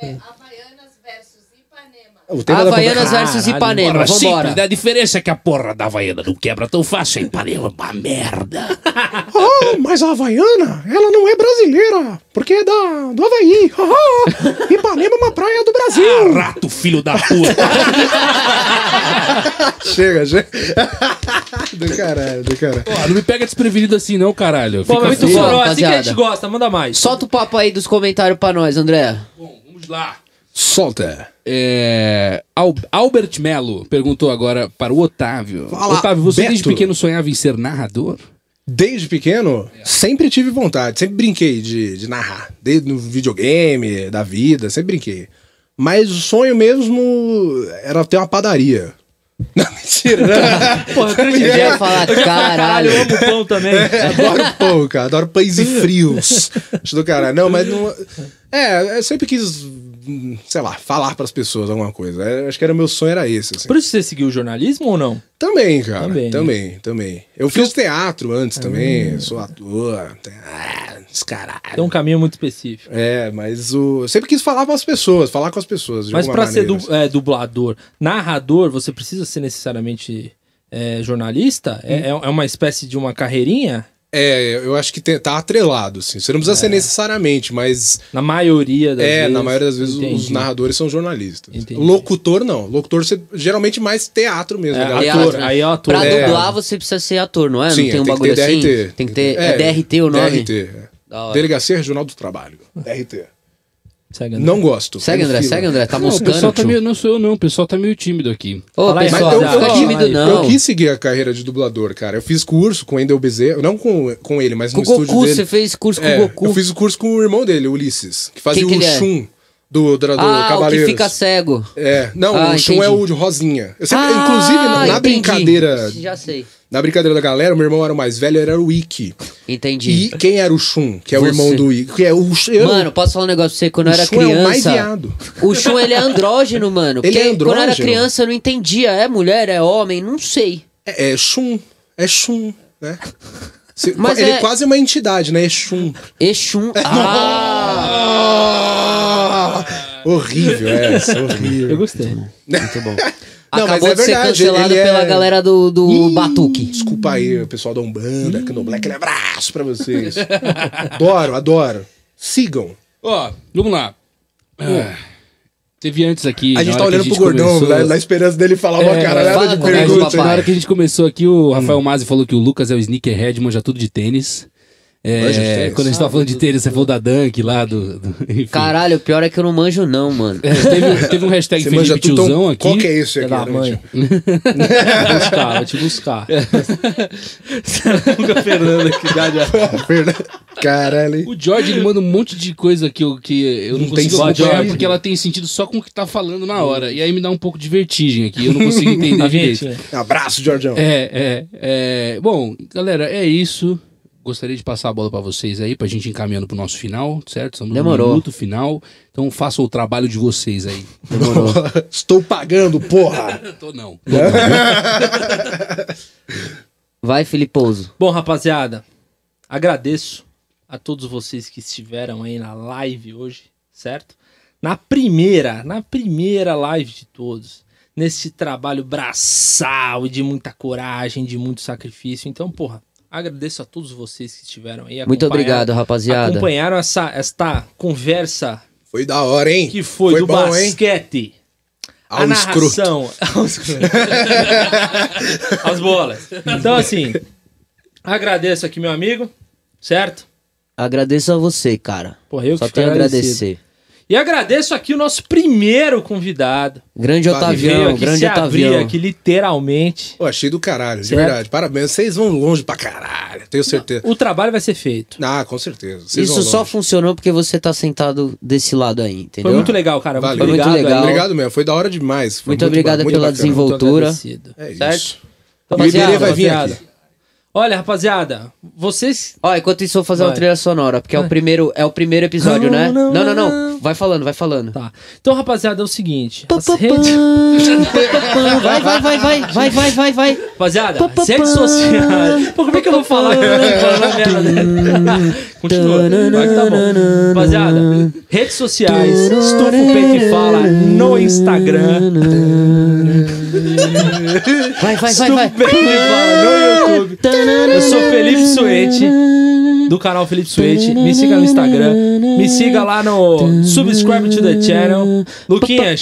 Speaker 5: é Havaianas versus Ipanema.
Speaker 3: o tema da
Speaker 4: Havaianas
Speaker 3: conversa-
Speaker 4: versus Ipanema, vambora.
Speaker 3: né,
Speaker 2: a diferença é que a porra da Havaiana não quebra tão fácil, hein, panela? Uma merda.
Speaker 3: Ah, mas a Havaiana, ela não é brasileira, porque é da, do Havaí. Ah, Ipanema é uma praia do Brasil.
Speaker 2: Rato, filho da puta.
Speaker 3: Chega, chega. do caralho, do caralho.
Speaker 2: não me pega desprevenido assim, não, caralho.
Speaker 1: Pô,
Speaker 2: Fica
Speaker 1: mas muito
Speaker 2: feio.
Speaker 4: feio,
Speaker 1: fora, assim que a
Speaker 4: rapaziada.
Speaker 1: gente gosta, manda mais.
Speaker 4: Solta o papo aí dos comentários pra nós, André.
Speaker 2: Bom, vamos lá.
Speaker 3: Solta.
Speaker 2: É, Al- Albert Mello perguntou agora para o Otávio.
Speaker 3: Fala,
Speaker 2: Otávio, você desde
Speaker 3: Beto.
Speaker 2: pequeno sonhava em ser narrador?
Speaker 3: Desde pequeno, sempre tive vontade, sempre brinquei de, de narrar. Desde no videogame, da vida, sempre brinquei. Mas o sonho mesmo era ter uma padaria. Não, mentira.
Speaker 1: Porra, eu acreditei.
Speaker 4: Eu já ia falar, caralho.
Speaker 1: eu amo pão também.
Speaker 3: adoro pão, cara. Adoro pães e frios. Acho do caralho. Não, mas não. É, eu sempre quis, hum, sei lá, falar pras pessoas alguma coisa. É, Acho que era meu sonho, era esse. assim.
Speaker 1: Por isso você seguiu o jornalismo ou não?
Speaker 3: Também, cara.
Speaker 1: Também, Ah. né?
Speaker 3: Também, também. Eu fiz teatro antes também. Sou ator. te- Ah, descarado.
Speaker 1: Tem um caminho muito específico.
Speaker 3: É, mas o... eu sempre quis falar pras pessoas, falar com as pessoas. De
Speaker 1: Mas
Speaker 3: alguma
Speaker 1: pra ser
Speaker 3: maneira, assim.
Speaker 1: du- é, dublador, narrador, você precisa ser necessariamente é, jornalista? É,
Speaker 3: Hum.
Speaker 1: é- é uma espécie de uma carreirinha?
Speaker 3: É, eu acho que te- tá atrelado, assim. Você não precisa
Speaker 1: É.
Speaker 3: ser necessariamente, mas
Speaker 1: Na maioria das
Speaker 3: é,
Speaker 1: vezes.
Speaker 3: na maioria das vezes os
Speaker 1: Entendi.
Speaker 3: narradores são jornalistas.
Speaker 1: Entendi.
Speaker 3: Locutor não. Locutor você- geralmente mais teatro mesmo.
Speaker 1: É,
Speaker 3: galera.
Speaker 1: teatro,
Speaker 3: Ator.
Speaker 1: né? aí é o ator.
Speaker 4: Pra
Speaker 3: É.
Speaker 4: dublar você precisa ser ator, não é?
Speaker 3: Sim,
Speaker 4: não tem um
Speaker 3: que
Speaker 4: bagulho
Speaker 3: ter
Speaker 4: assim?
Speaker 3: DRT.
Speaker 4: Tem que ter. É, DRT o nome?
Speaker 3: DRT. é.
Speaker 4: Da hora.
Speaker 3: Delegacia Regional do Trabalho. DRT.
Speaker 1: Segue, André.
Speaker 3: Não gosto.
Speaker 4: Segue,
Speaker 3: Prefiro.
Speaker 4: André, segue, André. Tá
Speaker 2: Não, o
Speaker 4: moscando,
Speaker 2: pessoal tá
Speaker 4: tio.
Speaker 2: meio, não sou eu não, o pessoal tá meio tímido aqui.
Speaker 4: Ô,
Speaker 1: Fala aí,
Speaker 4: pessoal,
Speaker 1: Rosa,
Speaker 4: não fica
Speaker 1: fala
Speaker 4: tá tímido,
Speaker 1: aí.
Speaker 4: não.
Speaker 3: Eu quis seguir a carreira de dublador, cara. Eu fiz curso com o Endel Bezerra, não com, com ele, mas
Speaker 4: Com o
Speaker 3: no estúdio
Speaker 4: Goku,
Speaker 3: dele.
Speaker 4: você fez curso com o
Speaker 3: É,
Speaker 4: Goku.
Speaker 3: Eu fiz o curso com o irmão dele, o Ulisses, que fazia
Speaker 4: Quem que
Speaker 3: o
Speaker 4: ele é?
Speaker 3: Shun do, do, do
Speaker 4: ah, o que
Speaker 3: Cavaleiros.
Speaker 4: fica cego.
Speaker 3: É, não,
Speaker 4: Ah,
Speaker 3: o Shun é
Speaker 4: entendi.
Speaker 3: o de Rosinha. Eu sempre-
Speaker 4: Ah,
Speaker 3: inclusive, na, na
Speaker 4: entendi.
Speaker 3: brincadeira.
Speaker 4: Já sei.
Speaker 3: Na brincadeira da galera, o meu irmão era o mais velho, era o Ikki.
Speaker 4: Entendi.
Speaker 3: E quem era o Shun, que é
Speaker 4: Você.
Speaker 3: o irmão do Ikki? Que é o Shun.
Speaker 4: Mano, posso falar um negócio pra você? Quando eu
Speaker 3: O
Speaker 4: era
Speaker 3: Shun é o mais
Speaker 4: criança.
Speaker 3: viado.
Speaker 4: o Shun, ele é andrógeno, mano.
Speaker 3: Ele é
Speaker 4: Porque Quando eu era
Speaker 3: andrógeno?
Speaker 4: criança, eu não entendia. É mulher, é homem, não sei.
Speaker 3: É, é Shun, é Shun, né? Se-
Speaker 4: Mas
Speaker 3: ele
Speaker 4: é-
Speaker 3: é... quase uma entidade, né? É Shun.
Speaker 4: Exum. Ah!
Speaker 3: Ah, Horrível essa, horrível.
Speaker 1: Eu gostei.
Speaker 4: Muito bom.
Speaker 3: Não, mas
Speaker 4: Acabou
Speaker 3: é
Speaker 4: de ser
Speaker 3: verdade,
Speaker 4: cancelado
Speaker 3: ele é-
Speaker 4: pela galera do, do Batuque.
Speaker 3: Desculpa aí, o pessoal da Umbanda, que no Black, aquele abraço pra vocês. adoro, adoro. Sigam.
Speaker 2: Ó, vamos lá. Ah, teve antes
Speaker 3: Hum.
Speaker 2: aqui.
Speaker 3: A
Speaker 2: na
Speaker 3: gente tá
Speaker 2: hora que
Speaker 3: olhando
Speaker 2: a gente
Speaker 3: pro gordão,
Speaker 2: começou-
Speaker 3: na, na esperança dele falar uma
Speaker 4: fala
Speaker 2: É,
Speaker 3: caralhada de
Speaker 4: com o gordão,
Speaker 3: pergunta. né? Hum.
Speaker 2: Na hora
Speaker 4: papai.
Speaker 2: que a gente começou aqui, o Rafael Mazzi falou que o Lucas é o sneakerhead, manja tudo de tênis. É,
Speaker 3: Manja de tênis?
Speaker 2: Quando a gente tava falando de tênis, você falou da Dunk lá do. do- enfim.
Speaker 4: Caralho, o pior é que eu não manjo, não, mano.
Speaker 2: É, teve, teve um hashtag
Speaker 3: Você
Speaker 2: Felipe
Speaker 3: manja tudo,
Speaker 2: Tiozão
Speaker 3: então,
Speaker 2: aqui.
Speaker 3: qual que é isso
Speaker 1: Filha
Speaker 3: aqui?
Speaker 1: da
Speaker 3: né,
Speaker 1: mãe.
Speaker 3: tio?
Speaker 1: Vou buscar, vou te buscar.
Speaker 3: é um
Speaker 1: Nunca Fernando aqui, já, já.
Speaker 3: Verdade. Caralho. hein?
Speaker 2: O George ele manda um monte de coisa que eu, que eu não,
Speaker 3: Não tem
Speaker 2: consigo
Speaker 3: sentido. Hum.
Speaker 2: acompanhar porque ela tem sentido só com o que tá falando na hora. E aí me dá um pouco de vertigem aqui, eu não consigo
Speaker 3: Tá
Speaker 1: A
Speaker 2: entender direito.
Speaker 1: vinhetinha.
Speaker 3: Um Abraço, Jordião.
Speaker 2: É, é, é. Bom, galera, é isso. Gostaria de passar a bola pra vocês aí, pra gente encaminhando pro nosso final, certo? Estamos
Speaker 4: Demorou.
Speaker 2: no minuto final. Então façam o trabalho de vocês aí.
Speaker 4: Demorou.
Speaker 3: Estou pagando, porra.
Speaker 2: Tô não.
Speaker 4: Vai, Filiposo.
Speaker 1: Bom, rapaziada, agradeço a todos vocês que estiveram aí na live hoje, certo? Na primeira, na primeira live de todos. Nesse trabalho braçal e de muita coragem, de muito sacrifício. Então, porra, agradeço a todos vocês que estiveram aí.
Speaker 4: Muito
Speaker 1: acompanharam-
Speaker 4: obrigado, rapaziada.
Speaker 1: Acompanharam essa, esta conversa
Speaker 3: Foi da hora, hein?
Speaker 1: que foi, do
Speaker 3: bom, hein?
Speaker 1: basquete.
Speaker 3: Ao
Speaker 1: a
Speaker 3: um escroto.
Speaker 1: narração. Ao escroto. As bolas. Então, assim, agradeço aqui, meu amigo, certo?
Speaker 4: Agradeço a você, cara.
Speaker 1: Porra, eu
Speaker 4: Só
Speaker 1: que fico
Speaker 4: tenho a
Speaker 1: agradecido.
Speaker 4: agradecer.
Speaker 1: E agradeço aqui o nosso primeiro convidado.
Speaker 4: Grande
Speaker 3: Valeu,
Speaker 1: Que veio
Speaker 4: Otavião,
Speaker 1: aqui
Speaker 4: grande
Speaker 1: se abrir
Speaker 4: Otavião.
Speaker 1: aqui, literalmente.
Speaker 3: Pô, achei do caralho, de
Speaker 1: Certo.
Speaker 3: verdade. Parabéns. Vocês vão longe pra caralho, tenho certeza.
Speaker 1: O trabalho vai ser feito.
Speaker 3: Ah, com certeza. Vocês
Speaker 4: Isso
Speaker 3: vão
Speaker 4: só
Speaker 3: longe.
Speaker 4: funcionou porque você tá sentado desse lado aí, entendeu?
Speaker 1: Foi muito legal, cara. Muito
Speaker 3: Valeu. Foi
Speaker 4: muito
Speaker 1: obrigado.
Speaker 4: legal.
Speaker 3: Obrigado mesmo, foi da hora demais. Foi
Speaker 4: Muito obrigado
Speaker 3: ba-
Speaker 4: pela
Speaker 3: bacana.
Speaker 4: desenvol-
Speaker 1: Muito
Speaker 4: Voltura.
Speaker 1: agradecido.
Speaker 3: É isso.
Speaker 1: Então,
Speaker 3: E o Iberê
Speaker 1: rapaziada,
Speaker 3: vai vir
Speaker 1: rapaziada. Olha, rapaziada, vocês
Speaker 4: Ó, enquanto isso, eu vou fazer uma
Speaker 1: Vai.
Speaker 4: trilha sonora, porque é o primeiro, é o primeiro episódio,
Speaker 1: Não,
Speaker 4: né?
Speaker 1: não,
Speaker 4: não, não,
Speaker 1: não.
Speaker 4: não. Vai falando, vai falando.
Speaker 1: Tá. Então, rapaziada, é o seguinte. as
Speaker 4: Pá, pá,
Speaker 1: redes-
Speaker 4: pá. Vai, vai, vai, vai, vai, vai, vai, vai.
Speaker 1: Rapaziada,
Speaker 4: Pá, pá,
Speaker 1: redes
Speaker 4: pá.
Speaker 1: sociais. Pô, como é que eu vou falar? Falando merda, né? Continua. Vai que tá bom. Rapaziada, redes sociais. Estufa o peito e fala no Instagram.
Speaker 4: Vai, vai, vai,
Speaker 1: Estufa
Speaker 4: vai.
Speaker 1: o peito e fala no YouTube. Eu sou Felipe Suete. Do canal Felipe Suete, me siga no Instagram, me siga lá no Subscribe to the Channel. Luquinhas,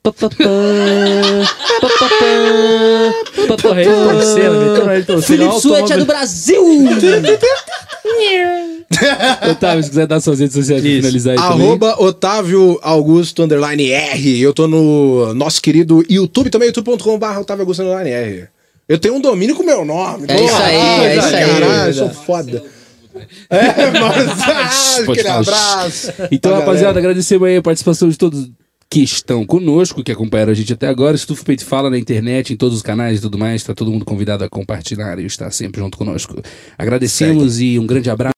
Speaker 4: Pá, pá, pá, pá, pá, pá, pá, pá,
Speaker 1: Porra, ele é torcendo, ele é torcendo. Olha
Speaker 4: Felipe
Speaker 1: o
Speaker 4: Suete é do
Speaker 1: automóvel.
Speaker 4: Brasil!
Speaker 2: Otávio, se quiser dar suas redes sociais pra
Speaker 1: Isso.
Speaker 2: finalizar aí também.
Speaker 3: Arroba Otávio Augusto Underline R. Eu tô no nosso querido YouTube também, youtube.com.br Otávio Augusto Underline R. Eu tenho um domínio com meu nome.
Speaker 4: É isso aí, é isso aí.
Speaker 3: Caralho, eu sou foda. É, mas, ah,
Speaker 2: Pode
Speaker 3: aquele
Speaker 2: falar.
Speaker 3: abraço.
Speaker 2: Então,
Speaker 3: Pra
Speaker 2: rapaziada,
Speaker 3: galera.
Speaker 2: agradecemos aí a participação de todos que estão conosco, que acompanharam a gente até agora. Estufa o Peito Fala na internet, em todos os canais Tá e tudo mais. Está todo mundo convidado a compartilhar e estar sempre junto conosco. Agradecemos e um grande abraço.